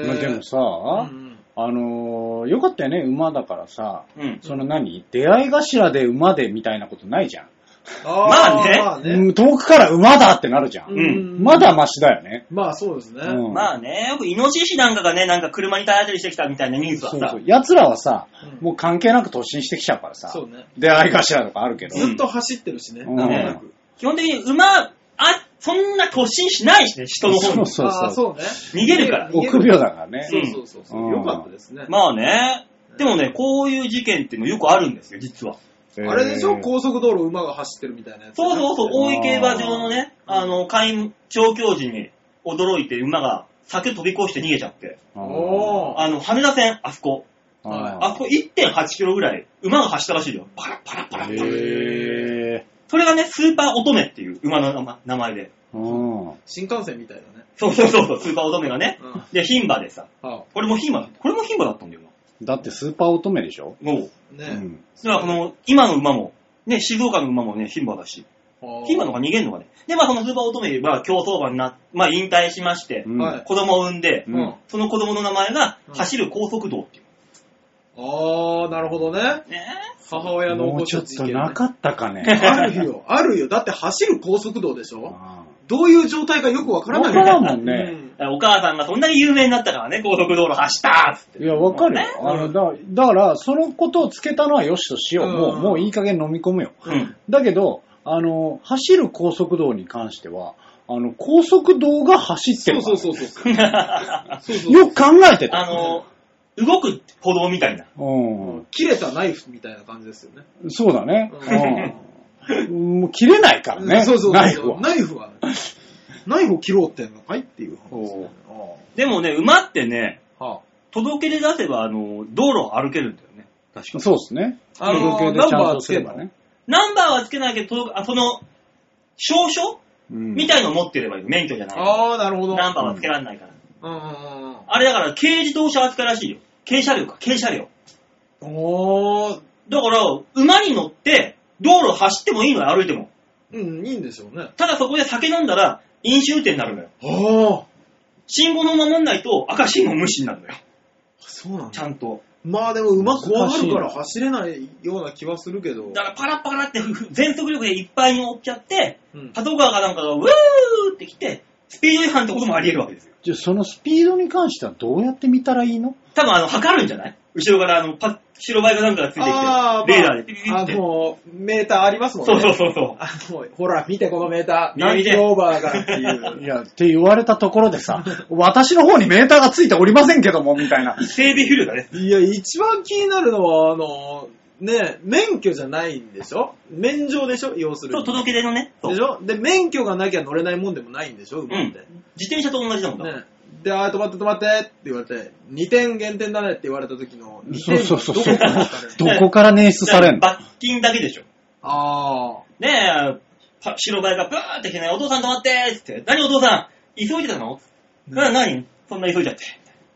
C: まあ
B: ぇ
C: でもさ、
B: うん
C: あのーよかったよね、馬だからさ、
A: うん。
C: その何、出会い頭で馬でみたいなことないじゃん。
A: まあね
B: まあ
C: う
B: ね。
C: ん遠くから馬だってなるじゃん。
A: ん
C: まだマシだよね。
B: まあそうですね。
C: うん
A: まあね、よくイノシシなんかがね、なんか車に体当たりしてきたみたいなニュースは
C: そ
A: さ、
C: うそう。奴らはさ、
B: うん
C: もう関係なく突進してきちゃうからさ、
B: そうね。
C: 出会い頭とかあるけど。
B: ずっと走ってるしね。
C: うん
B: なんとなく。
A: 基本的に馬、あ、そんな突進しないしね、人の方
C: そう
A: に。
C: そう
B: ああ、
C: そう。
B: そうね。
A: 逃げるから
B: 逃げ
C: 臆病だからね。
B: そうそうそうそうう。
C: ん
B: よかったですね。
A: まあね、でもね、こういう事件っていうのよくあるんですよ、実は。
C: へー
B: あれでしょ高速道路馬が走ってるみたいなやつ。
A: そうそうそう、
C: お
A: 大井競馬場のね、あの、会調教時に驚いて馬が酒飛び越して逃げちゃって、
C: あー
B: おー
A: あの、羽田線、あそこ、あ
C: あ
A: そこ1.8キロぐらい馬が走ったらしいよ。パラパラパラパ
C: ー
A: ラ。
C: へえ。
A: それがね、スーパー乙女っていう馬の名前名前で。
C: うん。
B: 新幹線みたいだね。
A: そうそうそうそう、スーパー乙女がね。
B: うん。
A: で、牝馬でさ、
B: あ
A: これも牝馬だこれも牝馬だったんだよな。
C: だってスーパー乙女でしょ、
A: もう。
C: う
B: ね。
A: だ
C: ん、
A: からこの、今の馬も、ね、静岡の馬もね、牝馬だし、牝馬の方が逃げんのがね。で、まあそのスーパー乙女は競走馬にな、まあ引退しまして
C: う、ん
B: はい
A: 子供を産んで、
C: う
B: うんん。あ
A: その子供の名前が
B: うん
A: 走る高速道ってい
B: ー、なるほどね。
A: う。ね
B: 母親の起
C: もう
B: こ
C: ちょっ
B: した事
C: と
B: 件ね
C: なかったかね。
B: あるよ、あるよ。だって走る高速道でしょ
C: ああ
B: どういう状態かよくわからない
C: わからんもん
B: う
C: ね。
B: ん
A: だからお母さんがそんなに有名になったからね、高速道路走ったーっつ
C: [LAUGHS]
A: って。
C: いや、わかるよ
A: ね。
C: あのだだから、そのことをつけたのはよしとしよう。
B: うん
C: もう、もういい加減飲み込むよ。
A: うん。
C: だけど、あの、走る高速道に関しては、あの、高速道が走って
B: そう
C: るか
B: そ
C: ら。
B: うそ
A: [LAUGHS]
B: うそう。そうそうそう
C: よく考えてた。
A: あの、動く歩道みたいな。
C: うん。
B: 切れたナイフみたいな感じですよね。
C: そうだね。うん。もう切れないから
B: う
C: ね。
B: んそうそうそう
C: ナイフは。
B: ナイフは。ナイフを切ろうってんのかいっていう話ですよね。
A: でもね、馬ってね、
B: あーは
A: 届け出出せば、あの、道路を歩けるんだよね。確かに。
C: そうですね。
B: あのー
C: 届け出ちゃんとすればね。
A: ナンバーはつけないけど、届くあその、証書み
C: みい
A: たいのを持ってればいい。免許じゃないから。
B: ああー、なるほど。
A: ナンバーはつけられないから。
B: うんうんうんうん。
A: あれだから、軽自動車扱いらしいよ。軽車両か、軽車両。
B: おー、
A: だから、馬に乗って、道路走ってもいいのよ、歩いても。
B: うん、いいんでしょうね。
A: ただそこで酒飲んだら、飲酒運転になるのよ。
B: ああ、
A: 信号の守んないと、赤信号無視になるのよ。
B: そうなん
A: ち
B: だ。
A: ゃんと。
B: まあでも馬怖がるから
C: 難しいな
B: 走れないような気はするけど。
A: だから、パラッパラって、ふふ全速力でいっぱいに追っちゃって、
B: うん
A: パトカーかなんかが、ウーって来て、スピード違反ってこともあり得るわけですよ。
C: じゃあそのスピードに関してはどうやって見たらいいの
A: 多分、あの、測るんじゃない後ろから、あの、パ白バイかなんかがついてきて、
B: あー
A: レー
B: ま
A: ダ
B: あ
A: ーでピピピって
B: あ。の、メーターありますもんね。
A: そうそうそうそう。
B: [LAUGHS] あの、ほら、見てこのメーター。
A: 見て見
B: 何
A: て
B: キロオーバーだからっていう。
C: いや、って言われたところでさ、私の方にメーターがついておりませんけども、みたいな。
A: 整備フィルがね。
B: いや、一番気になるのは、あの、ね、免許じゃないんでしょ免状でしょ要する
A: そう、
B: に。
A: 届け出のね。そう
B: でしょで、免許がなきゃ乗れないもんでもないんでしょ
A: う
B: 馬っ
A: ん
B: て。。
A: 自転車と同じだもんだ。
B: ね。で、あー、止まって止まってって言われて、2点減点だねって言われた時の、2
C: そう
B: 点
C: そうそうそう
B: どこから引かれる
C: どこから捻出されんの
A: 罰金だけでしょ。
B: あ
A: ねえ、パ白バイがブーって来てね、お父さん止まってーっつって、何お父さん急いでたの、な何そんな急いじゃって。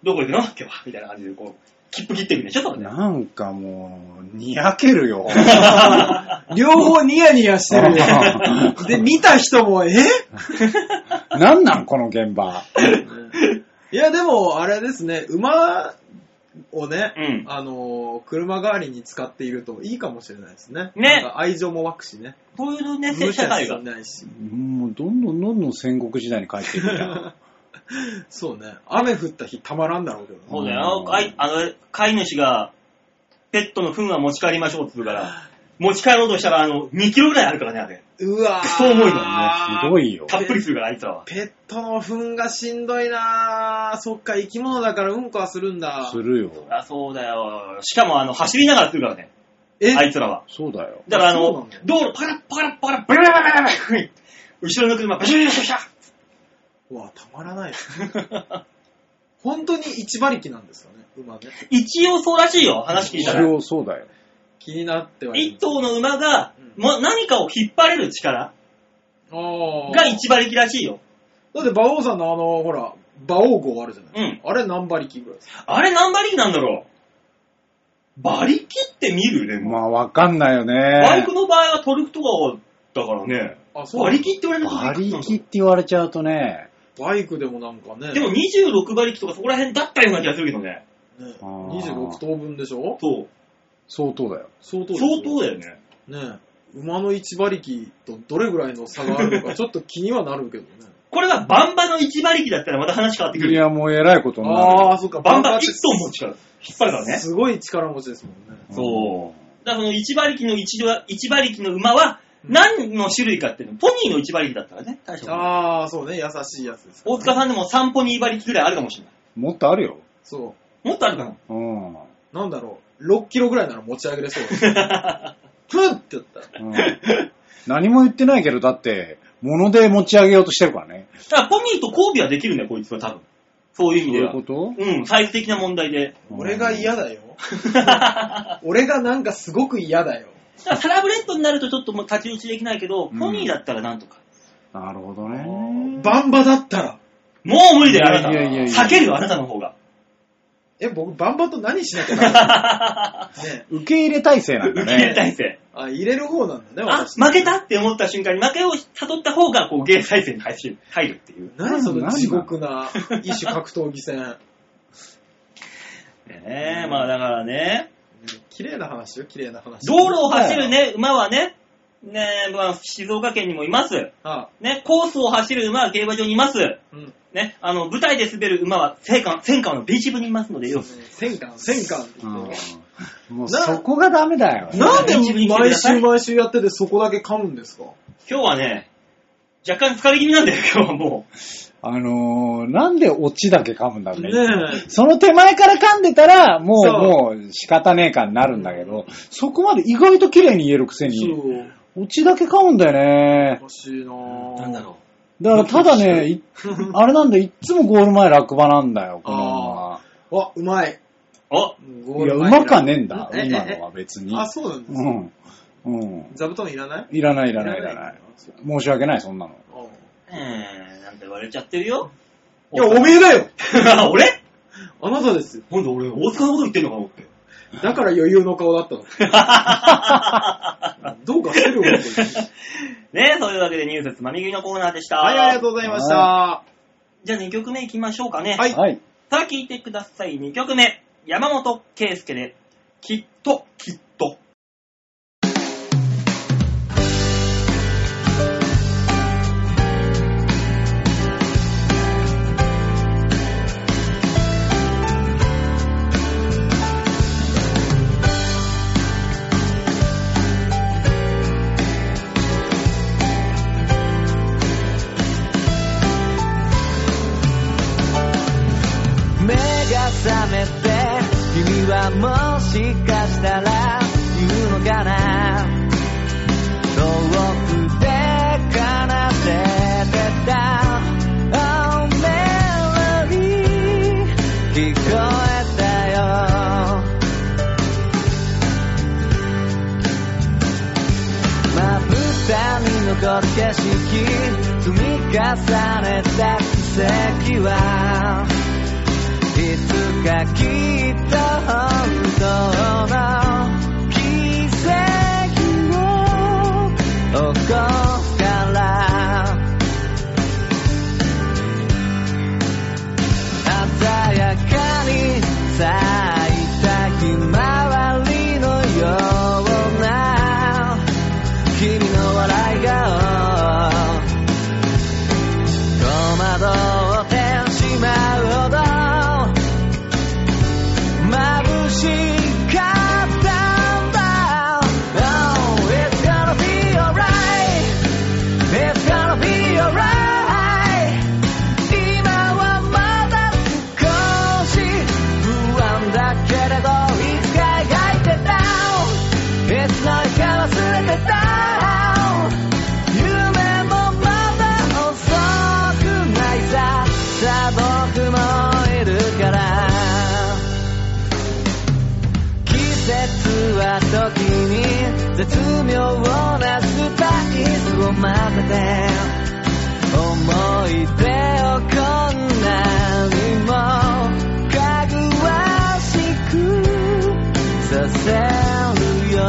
A: どこ行くの今日は。みたいな感じで、こう、切符切ってみるでしょ、多分ね。
C: なんかもう、にやけるよ。
B: あ。両方ニヤニヤしてるよ。で、見た人も、え
C: [LAUGHS] なんなん、この現場。
B: いや、でも、あれですね、馬をね、
A: うん
B: あのー車代わりに使っているといいかもしれないですね。
A: ね
B: なんか愛情も湧くしね。
A: こういうね、
B: 無
A: 社
B: 茶
A: 会
B: し
A: が。
B: ないし。
C: もう、どんどんどんどん戦国時代に帰っていくじゃん。
B: そうね。雨降った日たまらんだろうけどね。
A: そうだよ。
C: うん
A: あいあの、飼い主が、ペットの糞は持ち帰りましょうって言うから、持ち帰ろうとしたら、あの、2キロぐらいあるからね、あれ。
B: うわー。
A: クソ重いの
C: ひどいよ。
A: たっぷりするから、あいつらは。
B: ペットの糞がしんどいなーそっか、生き物だからうんこはするんだ
C: す。るよ。
A: あそうだよ。しかも、あの、走りながらするからね、
B: え
A: あいつらは。
C: そうだよ。
A: だからあ
B: そうな
A: の
B: んだ、
A: 道路パラッパラッパラッブラブラブラブラブラ後ろの車バシャバシャバシャ
B: うわ、たまらないですね。本当に一馬力なんですかね、馬ね。
A: 一応そうらしいよ、話聞い
C: 一
A: たら。
C: 応そうだよ。
B: 気になってはい
A: 一
B: る。
A: 頭の馬が、
B: うん
A: もう何かを引っ張れる力
B: あー
A: が一馬力らしいよ。
B: だって馬王さんのあの、ほら、馬王号あるじゃない、
A: うん
B: あれ何馬力ぐらいですか
A: あれ何馬力なんだろう馬力って見るね、もう
C: まあ、わかんないよ
A: バイ
C: ね
A: ク。の場合はトルクとかだからね、
B: あ、そう
A: 馬
B: 馬
A: 力って
B: 力
A: 言われると
C: 馬
A: びっくり
C: 力っ
A: す
C: て言われちゃうとね、
B: バイクでもなんかね。
A: るでも26馬力とかそこら辺だったような気がするけどね。
B: ね
C: あー
B: 26等分でしょ
A: そう。
C: 相当だよ。
B: 相当ですよ
A: 相当だよね。
B: ね馬の一馬力とどれぐらいの差があるのか、ちょっと気にはなるけ
A: [LAUGHS]
B: どね。
A: これがバンバの一馬力だったらまた話変わってく
C: い
A: るよ。
C: や、もうえらいことになるよ。
B: ああ、そっか、
A: バン
B: バ
A: バ
B: ン
A: 一頭持ちから引っ張るからね。
B: すごい力持ちですもんね。
A: そう。だからその一馬力の一度は一馬力の馬は何の種類かっていうの、ポニーの一馬力だったらね、確かに。
B: ああ、そうね、優しいやつです、
A: 大塚さんでも3ポニー馬力ぐらいあるかもしれない。
C: もっとあるよ。
B: そ
A: もっとあるかな。
C: うん。 [LAUGHS] うん
B: う。なんだろう、6キロぐらいなら持ち上げれ [LAUGHS] そうです。ふんって言ったら。
C: 何も言ってないけど、だって、物で持ち上げようとしてるからね。
A: だからポニーと交尾はできるんだよ、こいつは多分。そういう意
C: ど
A: 味で
C: ういう
A: は。
C: こと
A: うん、サイズ的な問題で。
B: 俺が嫌だ [LAUGHS] よ。俺がなんかすごく嫌だよ。
A: だからサラブレッドになるとちょっともう太刀打ちできないけど、
C: うん
A: ポニーだったらなんとか。
C: なるほどね。
B: バンバだったら。
A: もう無理だよ、あなた。
C: いやいやいやいや
A: 避けるよ、あなたの方が。
B: え、僕、バンバンと何しなきゃな [LAUGHS] らないね
C: 受け入れ体制なんだ
A: 受
C: ね。
A: け入れ体制。
B: あ、入れる方なんだね、
A: あ、
B: 私。
A: 負けたって思った瞬間に負けを悟った方が、こう、ゲー体制に入る入るっていう。
B: 何そ
C: 何
B: の
C: 何
B: 地獄な異種格闘技戦。 [LAUGHS]
A: ねえ、まあだからね、
B: 綺麗な話よ、綺麗な話。
A: 道路を走るね、馬はね、ねえ、まあ、静岡県にもいます。
B: あ
A: ね、コースを走る馬は競馬場にいます。
B: うん。
A: ね、あの、舞台で滑る馬は、戦艦、戦艦のビーチ部にいますのでよ。
B: 戦艦、戦艦って言って
C: うんもうそこがダメだよ。
B: なんで
A: 一日に来てく
B: 毎
A: ださい
B: 週毎週やっててそこだけ噛むんですか
A: 今日はね、若干疲れ気味なんだよ、 [LAUGHS] 今日はもう。
C: あのー、なんでオチだけ噛むんだろう
B: ね
C: ね。
B: え。
C: その手前から噛んでたら、も
B: そう
C: う、もう仕方ねえかになるんだけど、そこまで意外と綺麗に言えるくせに、
B: そう。
C: オチだけ噛むんだよね
B: お。かしいなぁ。
A: ろ
C: だからただね、いあれなんだよ、いっつもゴール前落馬なんだよ、この
B: う。あ、うまい。
A: う。お
C: 馬。
B: い
C: いや、馬かねえんだ、今のは別に。
B: あ、そうなんですか、
C: うん。うん。
B: 座布団いらない
C: いらない、いらない、いらない。申し訳ない、そんなの。
B: あ
A: うーん、なんて言われちゃってるよ。
B: いや、おめえだよ
A: [LAUGHS] 俺
B: あなたですよ。
A: なんで俺、大塚のこと言ってんのか思って。
B: だから余裕の顔だった
C: [LAUGHS]
B: の。どうかしてるわ、本
A: ねそういうわけでニュースつまみ食いのコーナーでした。
B: 当にはい、ありがとうございました。
A: じゃあ2曲目いきましょうかね。
B: はい
C: はい。
A: さあ聞いてください。2曲目。山本圭介で、きっと、きっと。
D: 目が覚めて君はもしかしたら言うのかな遠くで奏でてた Oh melody 聞こえたよまぶたに残る景色積み重ねた奇跡はいつかきっと本当の奇跡を起こすから鮮やかに咲いたひまわりのような君の笑いが戸惑ってしまうほど眩しかったんだ Oh, it's gonna be alright It's gonna be alright 今はまだ少し不安だけれどいつか描いてたいつの日か忘れてた夢もまだ遅くないささあ僕もいるから季節は時に絶妙なスパイスを混ぜて思い出をこんなにもかぐわしくさせるよ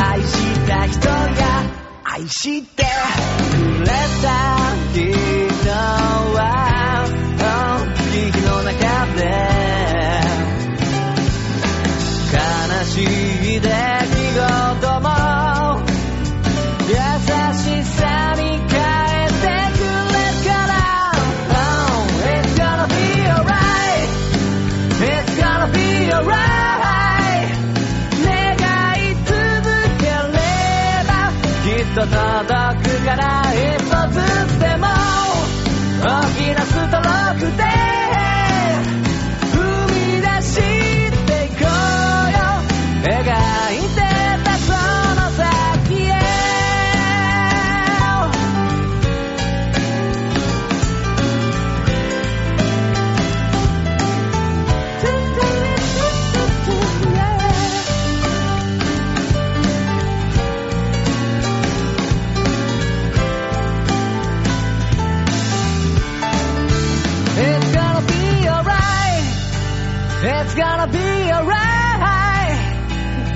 D: 愛した人が愛してくれた人は Oh, 悲劇の中で悲しい出来事も優しさに変えてくれるから Oh, it's gonna be alright It's gonna be alright 願い続ければきっと届くから一歩ずつでも大きなストロークで踏み出していこうよ描いてたその先へ「 It's gonna be alright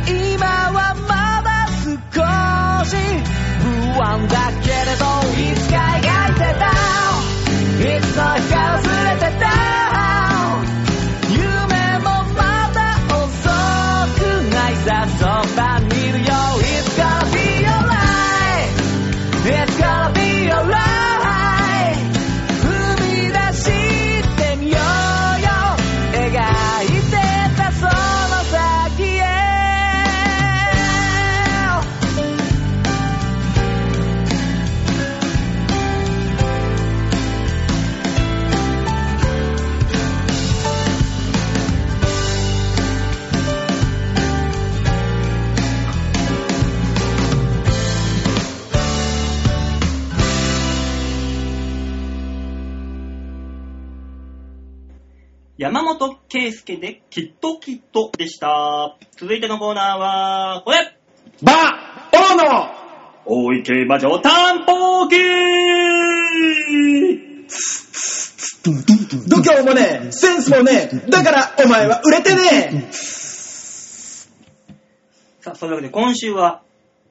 D: 今はまだ少し不安だけれどいつか描いてたいつの日か忘れてた夢もまだ遅くないさそばにいるよ It's gonna be alright It's gonna be alright 踏み出してみようよ描いてたその先へ
A: 山本圭介できっときっとでした。続いてのコーナーは、これ
C: バオの
A: 大井競馬場担保金
B: 度胸もねえ、センスもねえ、だからお前は売れてね
A: さあ、そういうわけで今週は、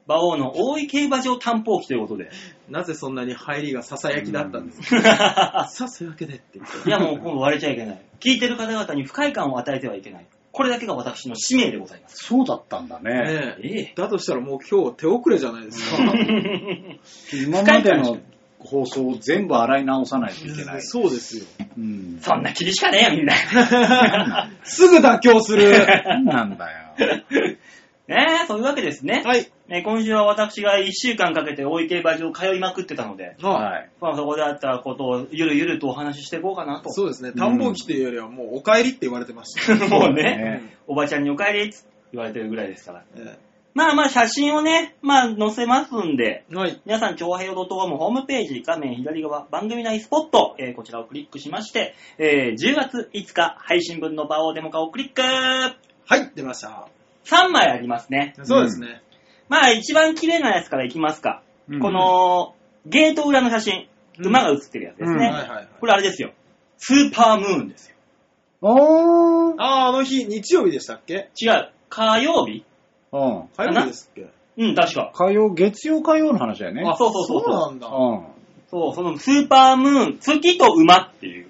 A: 馬王の大井競馬場担保機ということで。
B: えなぜそんなに入りがささやきだったんですかさすわけでって言って。
A: いやもう今度割れちゃいけない。聞いてる方々に不快感を与えてはいけない。これだけが私の使命でございます。
C: そうだったんだね。
B: ね
A: え
B: え
A: [LAUGHS] え。
B: だとしたらもう今日手遅れじゃないですか。
C: 今までの放送を全部洗い直さないといけない。
B: そうですよ。
C: うん。
A: そんな厳しかねえよ、みんな。
C: [LAUGHS]
B: すぐ妥協する。
C: なんなんだよ。
A: ねえ、そういうわけですね。
B: [LAUGHS] はい。
A: ね今週は私が1週間かけて大井競馬場通いまくってたので、
B: はい。
C: はい。
A: まあ、そこであったことをゆるゆるとお話ししていこうかなと。
B: そうですね。探訪機っていうよりはもうお帰りって言われてました。
A: [LAUGHS] もう
C: そうだ
A: ね、
C: ね
A: おばちゃんにお帰りっつって言われてるぐらいですから。
B: え
A: まあまあ写真をね、まあ載せますんで、
B: えはい。
A: 皆さん、超平洋 .com ホームページ、画面左側、番組内スポット、えーこちらをクリックしまして、えー10月5日配信分の場をデモ化をクリック !3
B: はい、出ました。
A: 枚ありますね。
B: そうですね。
A: まあ一番綺麗なやつからいきますか。
C: うん
A: この、ゲート裏の写真、
B: うん
A: 馬が写ってるやつです
C: うん
A: ね。
B: はいはいはい。
A: これあれですよ。スーパームーンですよ。
C: おー。
B: ああ、あの日、日曜日でしたっけ
A: 違う。火曜日
C: うん。
B: 火曜日ですっけ
A: うん、確か。
C: 火曜、月曜火曜の話だよね。
A: あそうそうそうそう
B: なんだ。
C: う
A: そう、そのスーパームーン、月と馬っていう、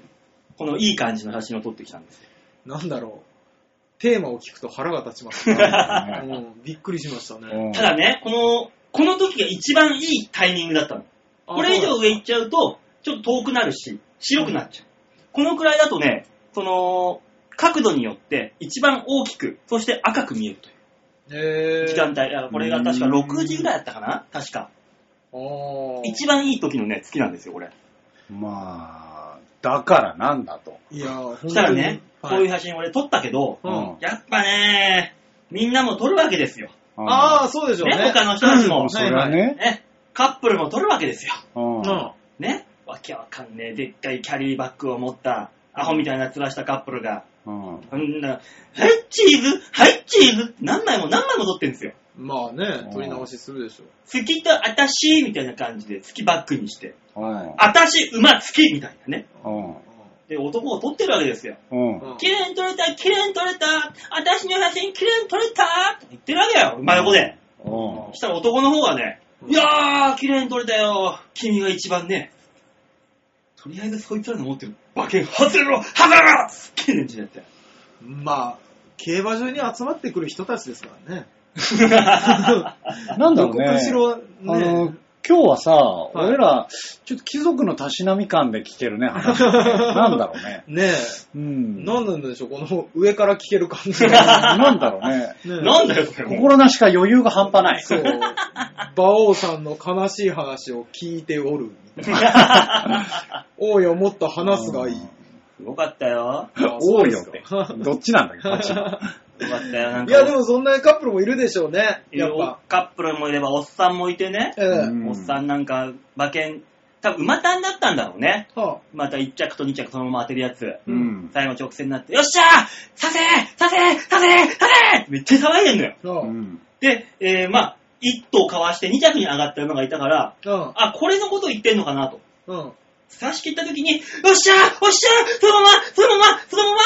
A: このいい感じの写真を撮ってきたんですよ。
B: なんだろう。テーマを聞くと腹が立ちます、
C: ん。
B: うん、びっくりしました
C: う
B: ね。
C: ん
A: ただね、この、この時が一番いいタイミングだったの。これ以上上行っちゃうと、ちょっと遠くなるし、白くなっちゃう。このくらいだとね、その、角度によって一番大きく、そして赤く見えるとい
B: え
A: う
B: ー、
A: 時間帯。あこれが確か6時ぐらいだったかな確か。
B: あー
A: 一番いい時のね、月なんですよ、これ。
C: まあ、だからなんだと。
B: いやー、
A: そしたらね、こういう
B: う。
A: 写真俺撮ったけど、
B: う
C: うんん。
A: やっぱね、みんなも撮るわけですよ。
B: ああ、そうでしょうね。
A: ね他の人たちも
B: うん
C: それは。ね。
A: ね、カップルも撮るわけですよ。
C: うん。
B: うん
A: ね、わけわかんねえ、でっかいキャリーバッグを持った、アホみたいな面したカップルが、
C: うん。
A: そんな、はい、チーズはい、チーズ何枚も何枚も撮ってんですよ。
B: まあね、撮り直しするでしょう。
A: 月とあたしみたいな感じで、月バッグにして、
C: うん。
A: あたし、馬、月みたいなね。
C: うん。
A: で、男を撮ってるわけですよ。
C: うん。
B: うん
A: 綺麗に撮れた、綺麗に撮れた、あたしの写真綺麗に撮れたって言ってるわけよ、馬横で。
C: うん
A: そしたら男の方がね、
B: うん
A: いやー、綺麗に撮れたよ。君が一番ね。とりあえずそいつらの持ってる馬券外れろ外れろすっげえ連中だ [LAUGHS] ったよ。
B: まあ、競馬場に集まってくる人たちですからね。
C: なんだろうね。
B: どこかしらね
C: あの、今日はさ、
B: い
C: 俺ら、ちょっと貴族のたしなみ感で聞けるね、話がねなんだろうね。
B: ね
C: うん。
B: え、なんなんでしょう、この上から聞ける感じが。
C: なんだろうね。
B: ねえ
A: なんだよ、それもう。
C: 心なしか余裕が半端ない。
B: そう、馬王さんの悲しい話を聞いておるみたいな。おいよ、もっと話すがいい。
A: すごかったよ。
B: あ
C: 多いよって
B: そうですか。
C: どっちなんだけど、どっち
A: よかったよ、なんか。
B: いや、でもそんなカップルもいるでしょうね。
A: いろ
B: や
A: い
B: っ
A: ろ
B: ぱ。
A: カップルもいれば、おっさんもいてね。
B: ええ。
C: うん
A: おっさんなんか、馬券、多分馬単だったんだろうね。
B: は
A: また1着と2着そのまま当てるやつ。
C: うん。
A: 最後直線になって、よっしゃーさせさせさせさせめっちゃ騒いでんのよ。
B: あ。
C: う
B: はあ。うん。
C: ん。
A: で、えー、まあ、一頭かわして二着に上がった馬がいたから、あ、これのこと言ってんのかなと。
B: うん。
A: 差し切った時に、よっしゃーおっしゃーそのままそのままそのまま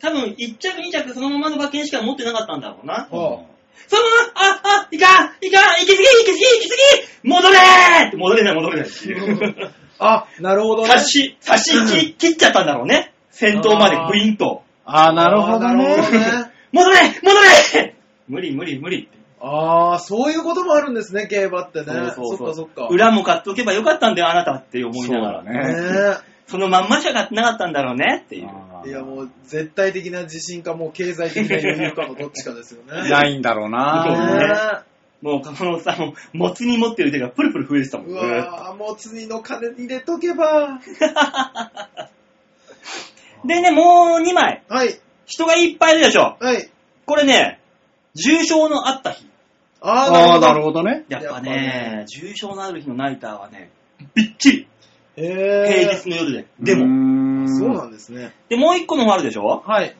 A: 多分、1着2着そのままの馬券しか持ってなかったんだろうな。
B: は
A: そのまま、あ、あ、いかん、いかん、行き過ぎ、行き過ぎ、行き過ぎ、戻れーって戻れない、戻れないって
C: [LAUGHS]
A: いう。
B: あ、あ、なるほどね。
A: 差し、差し切切っちゃったんだろうね。先頭までブインと。
C: ああ、なるほど
B: あーなるほど
C: ね。
B: ね。
A: 戻れ戻れ無理無理無理って。
B: あー、そういうこともあるんですね、競馬ってね。
A: そうそうそ
B: そっ
A: う
B: かそっか。
A: 裏も買っておけばよかったんだよ、あなたって思いながら。
C: そうだ
A: ね、
C: ね
B: ね
A: そのまんましか買ってなかったんだろうねっていう。
C: あ
B: えい
C: ー
B: や、もう、絶対的な自信か、もう経済的な余裕かのどっちかですよね。
C: ないんだろう
A: そう
C: な。
A: ね
B: ね
A: もう、このさ、もう、もつに持ってる手がプルプル増えてたもん
B: う
A: ね。
B: わぁ、もつにの金入れとけば。
A: [LAUGHS] でね、もう2枚。
B: はい、
A: 人がいっぱいいるでしょ。
B: はい。
A: これね、重症のあった日。
B: あー、
C: ああ、な
B: なる
C: る
B: ほど。
C: ほどね。
A: やっぱね、
B: やっぱ
A: 重症のある日のナイターはね、びっちり。
B: へ
A: 平
B: ぇ
A: 日の夜で。でも、
C: も
B: そうな
C: の
B: んですね。
A: で、もう1個の方あるでしょ。
B: はい。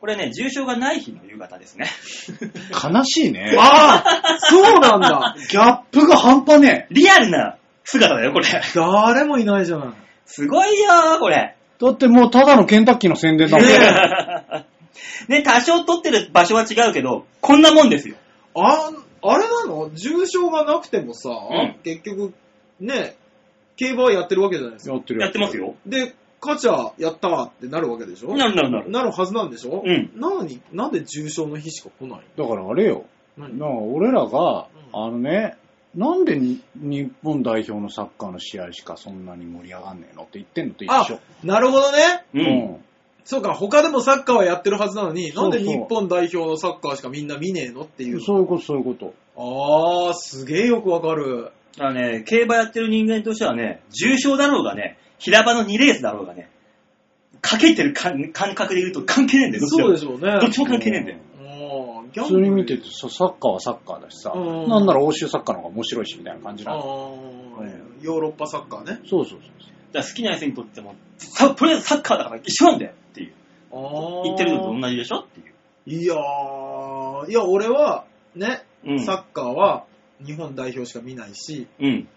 A: これね、重症がない日の夕方ですね。 [LAUGHS]
C: 悲しいね。
B: ああそうなんだ
C: ギャップが半端ねえ。
A: リアルな姿だよ、これ。
B: 誰もいないじゃない。
A: すごいよー、これ。
C: だってもうただのケンタッキーの宣伝だもん。
A: ね、多少撮ってる場所は違うけど、こんなもんですよ。
B: あ、あれなの重症がなくてもさ、
A: ん
B: 結局、ね、競馬はやってるわけじゃないですか。
C: やってる。
A: やってますよ。
B: で、カチャやったわってなるわけでしょ
A: なるなるなる。
B: なるはずなんでしょ
A: うん
B: なのに、なんで重症の日しか来ない
C: だからあれよ。
B: 何
C: なあ俺
B: う
C: らが、
B: ん
C: あのね、なんでに日本代表のサッカーの試合しかそんなに盛り上がんねえのって言ってんのと一
B: あ
C: 緒。、
B: なるほどね。
A: うん。
B: そうか、他でもサッカーはやってるはずなのに、
C: そうそう
B: なんで日本代表のサッカーしかみんな見ねえのっていうう。
C: そういうこと、そういうこと。
B: あー、すげえよくわかる。
A: だからね、競馬やってる人間としてはね、重症だろうがね、平場の2レースだろうがね、かけてる感感覚で言うと関係ねえんだよ、どっち
B: そうで
A: し
B: しょうね。
A: どっちも関係ねえんだよ。
B: もうギャンブル
C: 普通に見ててさ、サッカーはサッカーだしさ、
B: うん
C: なんなら欧州サッカーの方が面白いしみたいな感じな
B: あ
C: の。
B: ーヨーロッパサッカーね。
C: そうそうそうそう。
A: だから好きな人にとっても、さとりあえずサッカーだから一緒なんだよっていう。
B: あー
A: 言ってるのと同じでしょっていう。
B: いやー、いや、俺は、ね、
A: うん
B: サッカーは日本代表しか見ないし、
A: うん。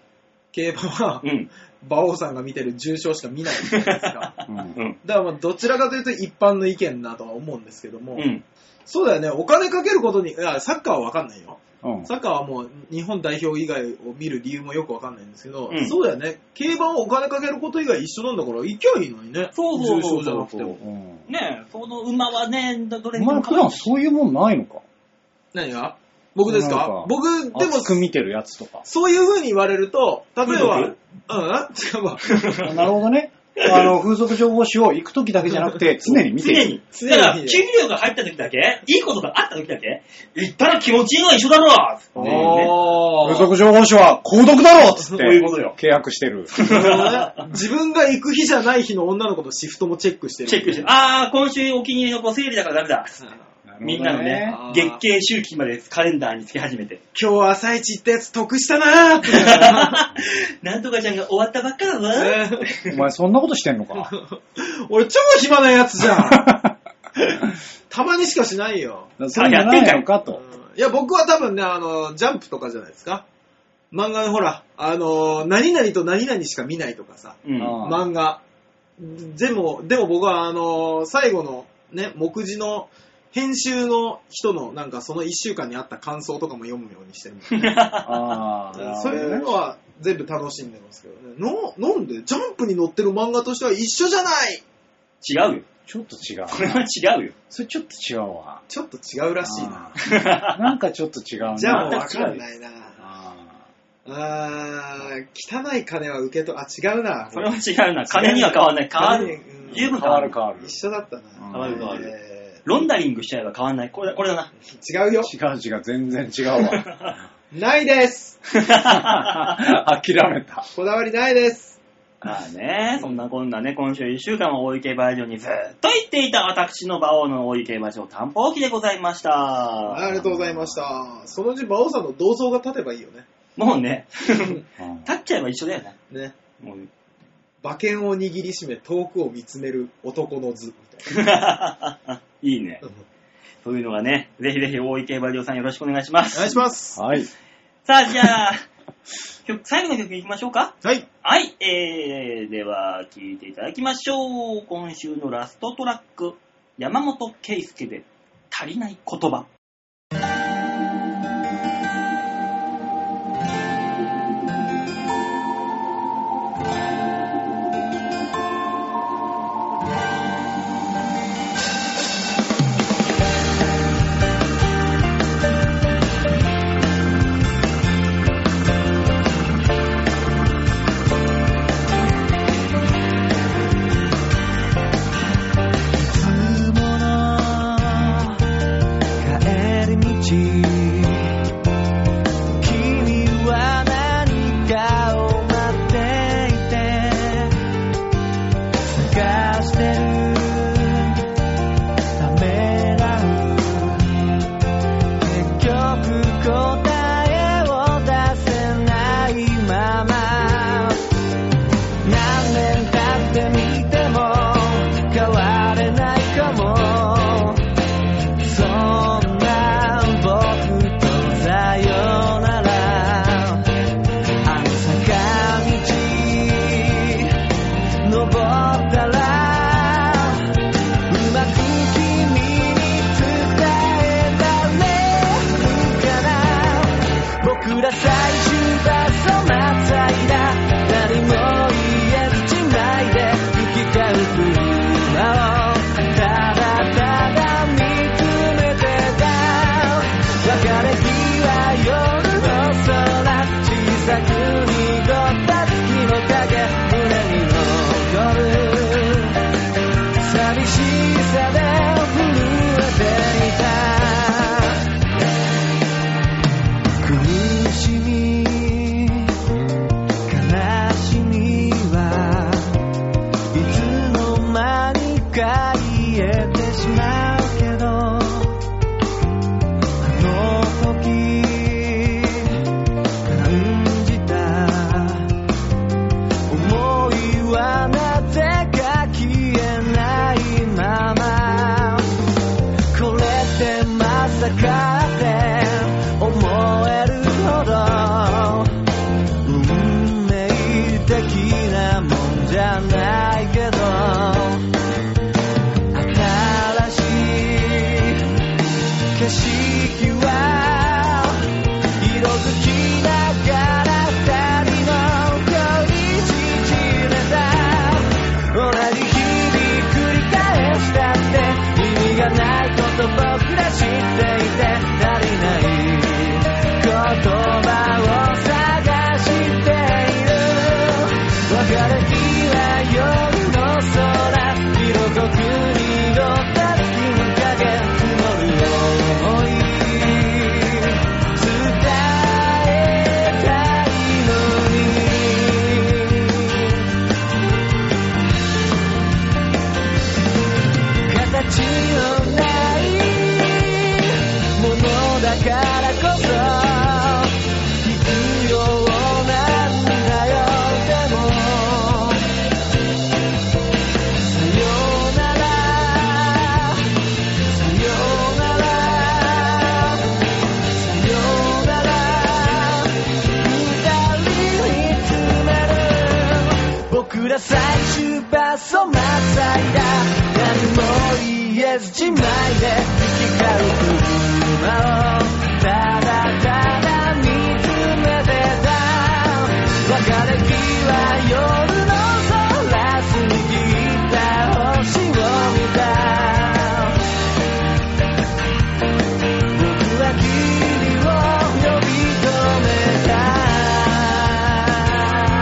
B: 競馬は
A: う、ん。
B: 馬王さんが見てる重賞しか見ないじゃないですか。
C: うん
A: うん。
B: だからまあどちらかというと一般の意見だとは思うんですけども、
A: うん。
B: そうだよね、お金かけることに、いや、サッカーはわかんないよ。
C: うん
B: サッカーはもう日本代表以外を見る理由もよくわかんないんですけど、
A: うん
B: そうだよね、競馬はお金かけること以外一緒なんだから、行きゃいいのにね。
A: そうそうそう
B: 重賞じゃなくても。
C: うん
A: ねえ、その馬はね、どれにで
C: お前
A: も
C: 普
A: 構わ
C: 段
A: ない
C: そういうもんないのか
B: 何が僕です
C: なん
B: か
C: か
B: 僕、でも、。
C: 熱く見てるやつとか
B: そういう風に言われると、例えば、
A: 風
B: う
A: 俗
B: ん、
A: [LAUGHS]
B: 違うわ。
C: あなるほどね。あの、風俗情報誌を行くときだけじゃなくて、常に見
A: 常
C: てる。
A: に。
B: 常に
A: だから、給料が入った時だけ、いいことがあった時だけ、行ったら気持ちいいのは一緒だろっていうね
B: あ
C: 風俗情報誌は購読だろっつ
A: そ
C: って。
A: ういうことよ
C: 契約してる。
B: ー自分が行く日じゃない日の女の子のシフトもチェックしてる。
A: チェックして、あー、今週お気に入りのご整理だからダメだ。
B: うん
A: みんなのね
B: あ、ー
A: 月経周期までカレンダーにつけ始めて。
B: 今日朝一行ったやつ得したなーって言いながら
A: なんとかちゃんが終わったばっかだぞ。 [LAUGHS]
C: お前そんなことしてんのか。
B: 俺超暇なやつじゃ
A: [LAUGHS]
B: ん。たまにしかしないよ。
C: [LAUGHS] そうじゃないのか
B: うん
C: と。
B: いや、僕は多分ね、あの、ジャンプとかじゃないですか。漫画のほら、あの、何々と何々しか見ないとかさ。
A: うん
C: あー
B: 漫画。でも、でも僕はあのー最後のね、目次の編集の人のなんかその一週間にあった感想とかも読むようにしてるんで、
C: ああ、
B: そういうのは全部楽しんでますけどね。の、なんでジャンプに載ってる漫画としては一緒じゃない
A: 違うよ。
C: ちょっと違
A: これ
C: う
A: は
C: な。
A: 違うよ。
C: それちょっと違うわ。
B: ちょっと違うらしいな
C: あ。ーなんかちょっと違うな。
B: じゃあもう
A: 全
B: わ
A: く違う
B: かんないな。
C: あ
B: あー、汚い金は受けと、あ、違うな。
A: それは違うな。金には変わんない。変わる。
B: 金に
A: 十
B: うん
A: 分変
C: ー変
A: わ
C: わ
A: る
C: る変わる。
B: 一緒だったな。
C: 変
A: わる変わる
B: え
A: ロンダリングしちゃえば変わんない。これだこれだな。
B: ー違うよ。
C: 違う違う、全然違うわ。
B: ないです。
C: [LAUGHS] 諦めた。
B: こだわりないです。
A: まあね、そんなこんなね、今週1週間は大池バージョンにずっと行っていた私の馬王の大池バージョン担保機でございました。
B: ありがとうございました。そのうち馬王さんの銅像が立てばいいよね。
A: もうね、 [LAUGHS]
C: うん
A: 立っちゃえば一緒だよね。
B: ね。
A: もう [LAUGHS]
B: 馬券を握りしめ遠くを見つめる男の図みたい
A: いいね
B: な。。
A: そういうのがね、ぜひぜひ大池バリオさんよろしくお願いしま
B: お願い
A: す。
B: します。
C: はい。
A: さあ、じゃあ、曲最後の曲いきましょうか。
B: はい。
A: はい、えー、では、聴いていただきましょう。今週のラストトラック、山本圭介で足りない言葉。
D: いつもの帰り道君は何かを待っていて探してるためらう結局答えを出せないまま何年経ってみても変われないかもそんな僕とさよならあの坂道登ったらうまく君に伝えられるかな僕ら最終バスのまたいだ何も言えずじまいで吹き交う車をただただ見つめてた別れ際夜の空小さく濁った月の影胸に残る寂しさで震えていた苦しみ悲しみはいつの間にか言えてしまうけどあの時感じた思いはなぜか消えないままこれってまさかって思えるほど運命的なもんじゃないけど新しい景色は色づきながら二人の恋縮れた同じ日々繰り返したって意味がないこと僕ら知っていて足りない言葉を探している別れ際夜の空色濃く濁った月の影積もる想い伝えたいのに形のないものだからこそ必要なんだよでもさよならさよならさよなら二人見つめる僕ら最終バスをまたいだ何も言えずじまいで行き交う車をただただ見つめてた別れ際夜の空過ぎた星を見た僕は君を呼び止めた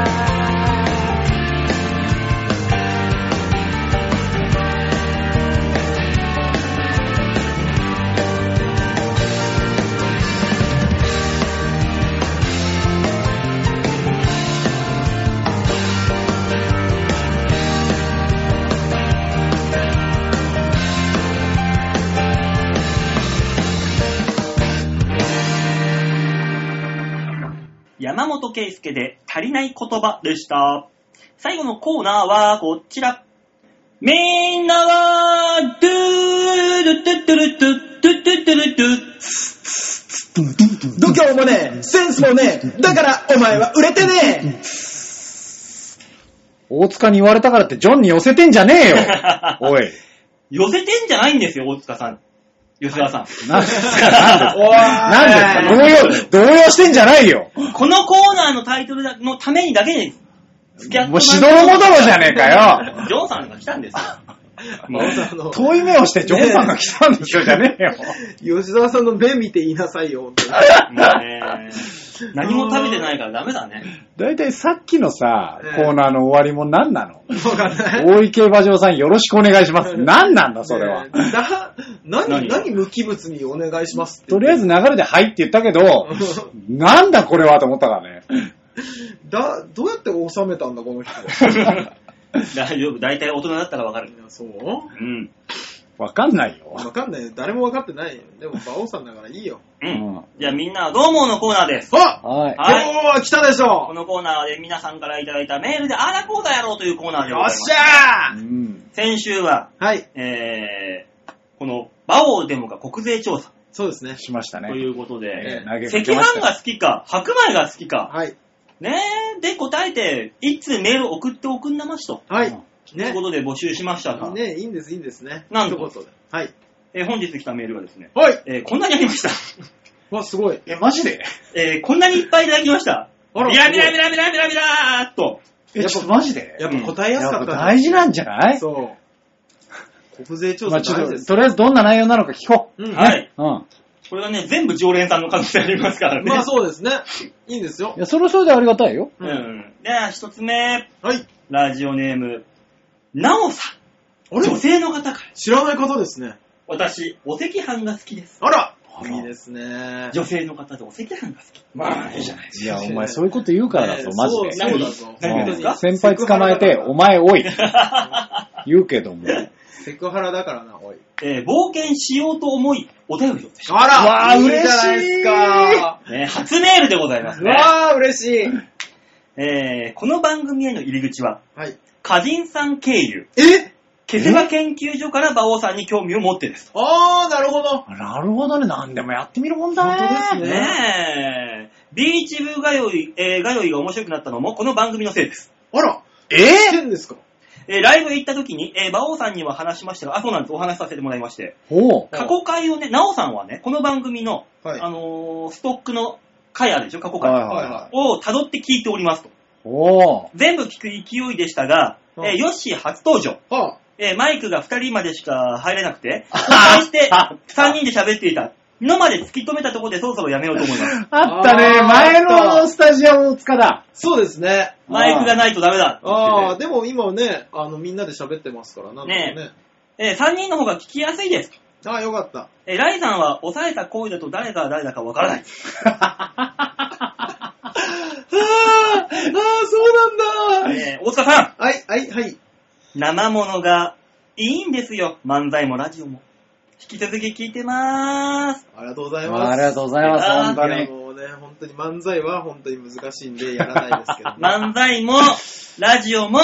A: 山本圭介で足りない言葉でした。最後のコーナーはこちら。みんなは、ドゥールドゥドゥルドゥドゥドゥドゥルドゥ
B: 度胸もねえ、センスもねえ、だからお前は売れてね
C: 大塚に言われたからってジョンに寄せてんじゃねえよおい。
A: [LAUGHS] 寄せてんじゃないんですよ、大塚さん。吉沢さん。
C: なんですか、なんですか。
B: おー
C: なんですか動揺、動揺してんじゃないよ。
A: このコーナーのタイトルだのためにだけに、付き合って
C: もうしどろもどろじゃねえかよ。
A: ジョーさんが来たんです
C: [LAUGHS]
A: よ。
B: 馬王さんの、
C: 遠い目をしてジョンさんが来たんですよ、じゃねえ [LAUGHS] よ。
B: 吉沢さんの目見て言いなさいよ、本当に。
A: もうね、何も食べてないからダメだ
C: [LAUGHS]
A: ね。
C: だいたいさっきのさ
B: え、え
C: コーナーの終わりも何なの
B: わかんない。
C: 大井競馬場さんよろしくお願いします。何なんだ、それは
B: ね。えだ何、
A: 何
B: 何無機物にお願いしますって。
C: とりあえず流れではいって言ったけど、なんだこれはと思ったからね。
B: [LAUGHS] だ、どうやって収めたんだ、この人は。
A: 大丈夫、大体大人だったらわかる。
B: そう
A: うん。
C: わかんないよ。
B: わかんないよ。誰もわかってないよ。でも、馬王さんだからいいよ。
A: う
C: うん
A: ん。じゃあみんなはどうものコーナーです。
B: あ
C: はい。
A: はい
B: おー、来たでし
A: こ
B: ょ
A: のコーナーで皆さんからいただいたメールであーだこーだやろうというコーナーでご
B: よ
A: ざいま
B: っ
A: す
B: し。ゃー
C: うん。
A: 先週は、
B: はい、
A: えー、この、バオデモが国税調査
B: そうですね。
C: しました
A: と
C: ね。
A: いうことで、
C: ええ投げか
A: 赤
C: けまし
A: 飯
C: た。
A: が好きか、白米が好きか、
B: はい。
A: ねえ、で答えて、いつメール送っておくんなましと、
B: はい。
A: という
B: ね
A: こ。とで募集しましたが、
B: ねいいんです、いいんですね。
A: なん
B: 一
A: と
B: 言で。はい。
A: えー本日来たメールがですね、
B: はい。
A: えーこんなにありました。
B: わ、すごい。
C: え、マジで
A: えーこんなにいっぱいいただきました。
B: あら
A: ビラ
B: すご
A: ビ
B: い
A: ラビラビラビラビラーっと。
C: え、ちょっとマジで
B: やっぱ答えやすかったんだ
C: 大事なんじゃない
B: そう。国税調
C: ま
B: 査
C: あちょ
B: 大事で
C: っと、
B: す。
C: とりあえずどんな内容なのか聞こ
B: うん
A: は
B: は
A: い。
B: い。
C: う。うん。
A: これがね、全部常連さんの可能性ありますからね。
B: まあそうですね。いいんですよ
C: い。や、それはそれでありがたいよ。
A: う。ん。では、一つ目、
B: はい。
A: ラジオネーム、なおさん。
B: あれ
A: 女性の方から。
B: 知らない方ですね。
A: 私、お赤飯が好きです。
B: あら
C: あら
B: いいですね。
A: 女性の方でお赤飯が好き。まあ、いいじゃない。
C: いや、お前そういうこと言うからだ
B: ね、
C: ぞマジで。
B: そうそうだぞ。
A: 何
B: 本
A: がで
B: 当に
A: すか
C: 先輩捕まえて、お前 [LAUGHS] おい。言うけども。
B: セクハラだからな、おい。
A: えー冒険しようと思い、お便りをでした。
B: あら
C: わあ
B: いいじゃないですか。
A: ね、初メールでございますね。
B: わあ、嬉しい。
A: えーこの番組への入り口は、
B: はい。
A: 歌人さん経由、
B: え
A: ケセバ研究所から馬王さんに興味を持ってです。
B: あー、なるほど。
C: なるほどね、なんでもやってみるもんだね。
B: 本当です
A: ねえ。ビーチ部がよい、えー、がよいが面白くなったのも、この番組のせいです。
B: あら、知っ
C: え
B: てんですか
A: えーライブへ行った時に、えー、馬王さんには話しましたが、あ、そうなんです。お話しさせてもらいまして。
C: ほう。
A: 過去回をね、なおさんはね、この番組の、
B: はい
A: あのーストックの回あるでしょ、過去
C: はい
A: 回。
C: はい
B: は
C: はいい。
A: を辿って聞いておりますと。
C: おう。
A: 全部聞く勢いでしたが、
B: うん
A: えーヨッシー初登場。
B: は
A: えーマイクが2人までしか入れなく
B: [LAUGHS]
A: て、対して3人で喋っていたのまで突き止めたところでそろそろやめようと思います。
C: あったね、
B: [LAUGHS] あー
C: 前
B: あった
C: のスタジオ大塚だ。
B: そうですね。
A: マイクがないとダメだって言
B: あ
A: っ
B: ー、でも今ね、あの、みんなで喋ってますから、なんだろうね。
A: てて、え3人の方が聞きやすいです。
B: あー、よかった。
A: えーライさんは抑えた行為だと誰が誰だかわから
B: [LAUGHS]
A: ない。
B: あー、あー、そうなんだ。
A: えー大塚さ
B: はい、はい、はい。
A: ん、生ものがいいんですよ。漫才もラジオも。引き続き聞いてまーす。
B: ありがとうございます。
C: ありがとうございます、
A: あー
C: 本当
B: いや
C: に。
B: もうね、本当に漫才は本当に難しいんでやらないです
C: [LAUGHS]
B: けどね。
A: 漫才も、ラジオも、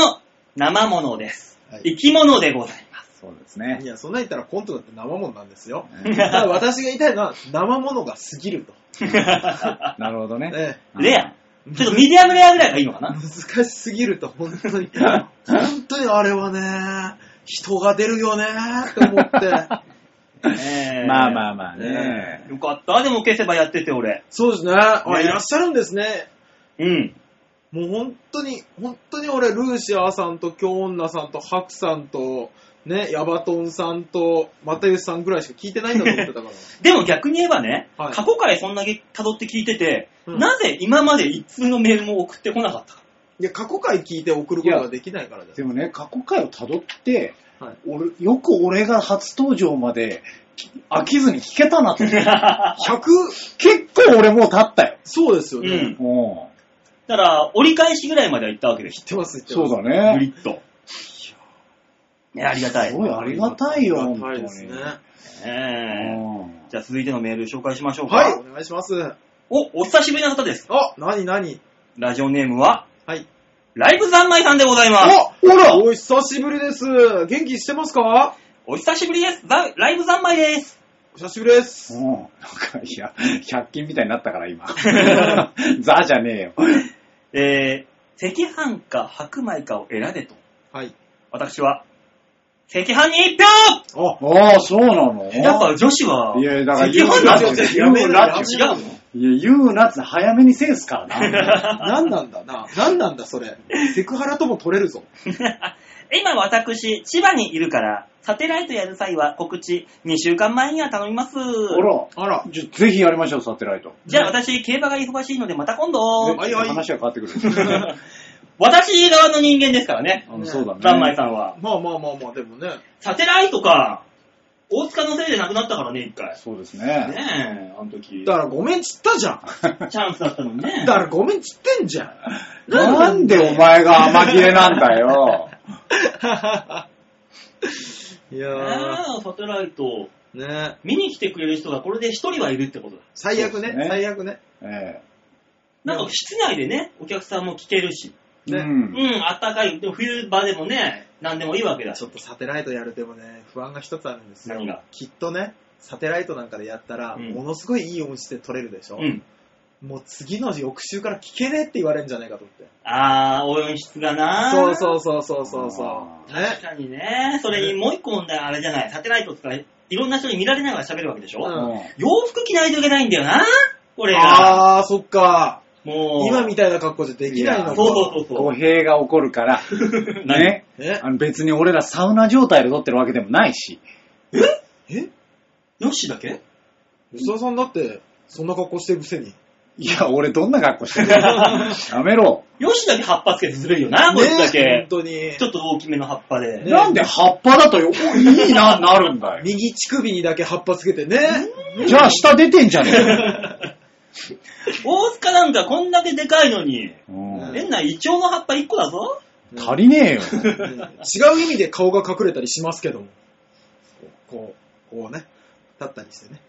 A: 生ものです。
B: はい
A: 生き物でございま
C: そうですね
B: い。や、そんなん言ったらコントだって生もんなんですよ。ただ私が言いたいのは生ものが過ぎると。
C: なるほどね。
B: ね、
A: す。レア。ちょっとミディアムレアぐらいがいいのか
B: [LAUGHS]
A: な
B: 難しすぎると、本当に。本当にあれはね、人が出るよねって思って。
C: [LAUGHS] まあま
A: あ。
C: あまあ
B: ね
C: ね。
A: よかった。でも消せばやってて、俺。
B: そうですね。あ、
A: ね
B: いらっしゃるんですね。
A: うん。
B: もう本当に、本当に俺、ルーシアさんと京女さんとハクさんと、ね、ヤバトンさんと、又吉さんぐらいしか聞いてないんだと思ってたから。
A: でも逆に言えばね、
B: はい
A: 過去回そんだけ辿って聞いてて、
B: うん
A: なぜ今まで一通のメールも送ってこなかったか。
B: いや、過去回聞いて送ることができないからだよ
C: でもね、過去回をたどって
B: はい、
C: 俺よく俺が初登場までき飽きずに聞けたなと。
A: [LAUGHS]
B: 100、
C: 結構俺もう経ったよ。
B: そうですよ
A: う
B: ね。
A: ん。
C: うん。
A: だから、折り返しぐらいまでは行ったわけです
B: 言ってます、言って
C: そ
B: ま
C: う
B: す。
C: だ
A: よ。ぐ
C: ね。
A: りっと。ね、ありがたい。
C: すごいありがたい
B: あ
C: よ、
B: り
C: 本
B: が
C: 当
B: たい
C: に。
B: ですね。
A: ええ
C: うん
A: じゃあ続いてのメール紹介しましょうか。
B: はい、お願いします。
A: お、お久しぶりな方です。
B: あ、なになに
A: ラジオネームは、
B: はい。
A: ライブ三昧さんでございます。
B: あ、ほらお久しぶりです。元気してますか
A: お久しぶりです。ザライブ三昧です。
B: お久しぶりです。
C: うん。なんか、いや、100均みたいになったから今。ザじゃねえよ。
A: えー、赤飯か白米かを選べと。
B: はい。
A: 私は、赤飯に一票
B: あ、
C: ああ、そうなの
A: やっぱ女子はい
C: やだから
A: 赤飯なん
C: 言う
A: で
C: な
A: す
B: や
A: よ。
B: め
A: 言う
B: ろ
A: な
B: や
A: って違
B: めろ
A: うの。
C: いや、言うなっつ早めにせえすからな。
B: [LAUGHS] 何なんだな。何なんだそれ。セクハラとも取れるぞ。
A: [LAUGHS] 今私、千葉にいるから、サテライトやる際は告知2週間前には頼みます。
C: ほら、
B: あら。
C: じゃぜひやりましょう、サテライト。
A: じゃあ私、競馬が忙しいのでまた今度。
B: はいはい
C: 話は変わってくる。
A: 私側の人間ですからね。
C: うんそうだね。
A: ざんまいさんは。
B: まあまあまあまあ、でもね。
A: サテライトか。大塚のせいで亡くなったからね、一回。
C: そうですね。
A: ねえ、あの時
B: [LAUGHS] だ。からごめんちったじゃん。
A: チャンスだったのにね
B: [LAUGHS] だ。からごめんちってんじゃん。
C: なんでお前が甘切れなん
A: [LAUGHS]
C: だよ。
B: [LAUGHS] いやー、
A: ああ、サテライト。
B: ね
A: 見に来てくれる人がこれで一人はいるってことだ。
B: 最悪ね
C: そうですね
B: 最悪ね。
C: え
A: なんか室内でね、お客さんも来てるし。
C: え
B: ね
C: うん。
A: うん、あったかい。でも冬場でもね、何でもいいわけだ
B: ち。ょっとサテライトやるでもね、不安が一つあるんですよ
A: 何が。
B: きっとね、サテライトなんかでやったら、
A: うん
B: ものすごいいい音質で撮れるでしょ。
A: うん。
B: もう次の翌週から聞けねえって言われるんじゃないかと思って。
A: あー、音質がな
B: そうそうそうそうそう
C: あ
B: そう。
A: 確
B: ね。
A: かにね。それにもう一個問題あれじゃない。サテライト使い、いろんな人に見られながら喋るわけでしょ、
B: うん
A: 洋服着ないといけないんだよな。これが。
B: あー、そっか。
A: もう。
B: 今みたいな格好じゃできないの
C: いや
B: か。
A: そうそうそうそ
C: 語
A: う。
C: 弊が起こ
A: [LAUGHS]
C: るから、ね。
B: え
C: あの別に俺らサウナ状態で撮ってるわけでもないし。
B: え
A: ヨッシーだけ
B: 吉田さんだって、そんな格好してるくせに。
C: いや、俺どんな格好
A: [LAUGHS]
C: してるのやめろ。
A: ヨッシーだけ葉っぱつけてずるいよな、こいつだ
B: ね
A: け
B: 本。当に
A: ち。ょっと大きめの葉っぱで。
B: ね
C: なんで葉っぱだとよ、おいいな、なるんだよ。
B: 右乳首にだけ葉っぱつけてね。
C: じゃあ下出てんじゃねえか
A: 大塚なんかこんだけでかいのに、 [LAUGHS]
C: うん
A: 変なイチョウの葉っぱ1個だぞ。
C: 足り
A: [LAUGHS]
C: ねえよ。
B: ね違う意味で顔が隠れたりしますけども。こう、こうね。立ったりしてね。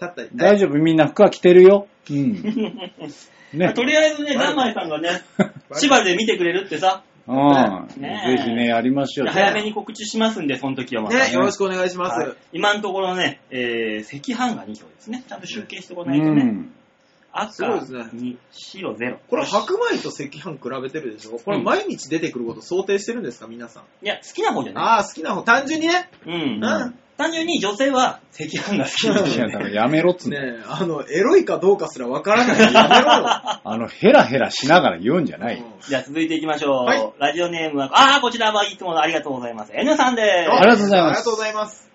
B: 立ったり。
C: 大丈夫、みんな服は着てるよ。
A: [LAUGHS]
C: うん。ね。
A: とりあえずね、
B: はい
A: ザンマイさんがね、
B: 夫
A: 千葉で見てくれるってさ、
C: うん。ぜ
A: ねえ
C: ひね、やりましょう。
A: 早めに告知しますんで、その時はまた。
B: ね、よろしくお願いします。
A: はい今のところね、えー、赤飯が2票ですね。ちゃんと集計してこ
C: う
A: ないとね。
C: ん。
A: 赤
B: そうですね
A: 2、白0。
B: これ白米と赤飯比べてるでしょこれ毎日出てくること想定してるんですか皆さん。
A: いや、好きな方じゃない。
B: ああ、好きな方、単純にね。
A: うん
B: う。
C: うん
B: ん。
A: 単純に女性は赤飯が好きなん
C: い
A: で。
C: や、だからやめろっつうの
B: ねえ、あの、エロいかどうかすらわからない。や
C: あの、ヘラヘラしながら言うんじゃな
B: めろ
C: い
B: よ。。
A: [LAUGHS] じゃあ続いていきましょう。
B: はい
A: ラジオネームは、あー、こちらはいつもありがとうございます。N さんで
C: ありがとうございま
B: あり
C: す
B: がとうございます。
A: す。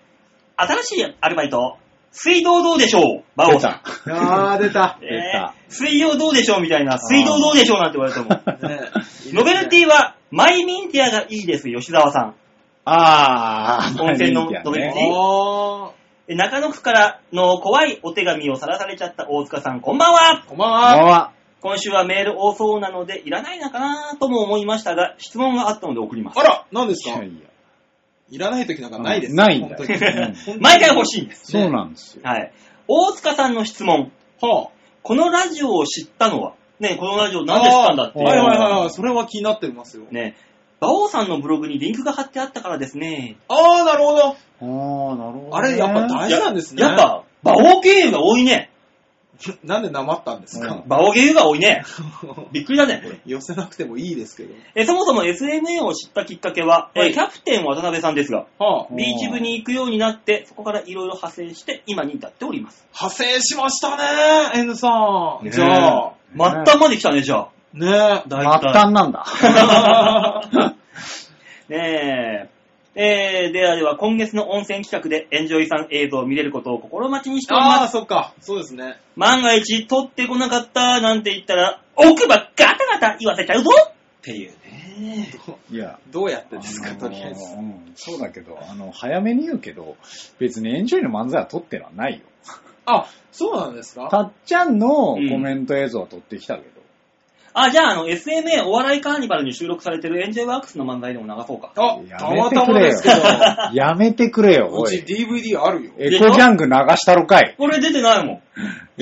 A: 新しいアルバイト、水道どうでしょうバオ
C: 出
A: さ
C: た。
B: ああ、出 [LAUGHS]
A: ん。
B: た。
C: 出た
A: えー水曜どうでしょうみたいな、水道どうでしょうなんて言われて [LAUGHS] も。
B: ね
A: ノベルティは、マイミンティアがいいです、吉沢さん。
C: あー、
A: 温泉の
C: まあ
A: 飲み
C: ね
A: 水
B: あ
A: え中野区からの怖いお手紙をさらされちゃった大塚さん、こんばんは
B: ー、こんばん
C: こんばん
B: は。
C: は。
A: 今週はメール多そうなので、いらないのかなとも思いましたが、質問があったので送ります
B: あ。ら、何です
C: い
B: か
C: やいや
B: いらない時なんかないです。
C: うんないんだよ
B: 本当に
C: うん
B: 本当に
A: 毎回欲しいんです。
C: そうなんですよ。
A: はい。大塚さんの質問。
B: は
A: このラジオを知ったのは、ね、このラジオなんで知ったんだっ
B: あ、
A: てい。
B: はいはいうはいはい、それは気になってますよ。
A: ね、馬王さんのブログにリンクが貼ってあったからですね。
B: ああ、なるほど。 [LAUGHS]
C: あー、なるほどね。
B: あれ、やっぱ大事なんですね。
A: やっ、ぱ、馬王経由が多いね。
B: なんでなまったんですか、
A: 馬王経由が多いね。びっくりだね、これ。
B: [LAUGHS] 寄せなくてもいいですけど。
A: えそもそも SMA を知ったきっかけは、え
B: はい
A: キャプテン渡辺さんですが、
B: はあ、
C: うん
A: ビーチ部に行くようになって、そこからいろいろ派生して、今に至っております。
B: 派生しましたね、N さん。
C: ね
B: じゃあ、
A: 末端まで来たね、じゃあ。
B: ね
A: 大
C: 末端なんだ。
A: [LAUGHS] ねえ。えー、ではでは今月の温泉企画でエンジョイさん映像を見れることを心待ちにしており
B: あ
A: ま
B: あ、
A: す。
B: そっか。そうですね。 [LAUGHS]
A: 万が一取ってこなかったなんて言ったら、奥歯ガタガタ言わせちゃうぞっていうね。
B: ど
C: いや。
B: どうやって [LAUGHS]
C: あ
B: ですか、
C: のー
B: とりあえず。
C: うんそうだけど、あの、早めに言うけど、別にエンジョイの漫才は撮ってのはないよ。
B: あ、そうなんですか
C: たっちゃんのコ
A: うん
C: メント映像は撮ってきたけど。
A: あ、じゃああの SMA お笑いカーニバルに収録されてるエンジョイワークスの漫才でも流そうか。
B: あ、
C: や
B: た
C: め
B: ま
C: て
B: た
C: く
B: ま
C: れ
B: で
C: よ
B: すけど、
C: やめてく
B: [LAUGHS]
C: れよ、 [LAUGHS] お
B: うち
C: い。
B: DVD あるよ。
C: エコギャング流したろかい。
A: これ出てないもん。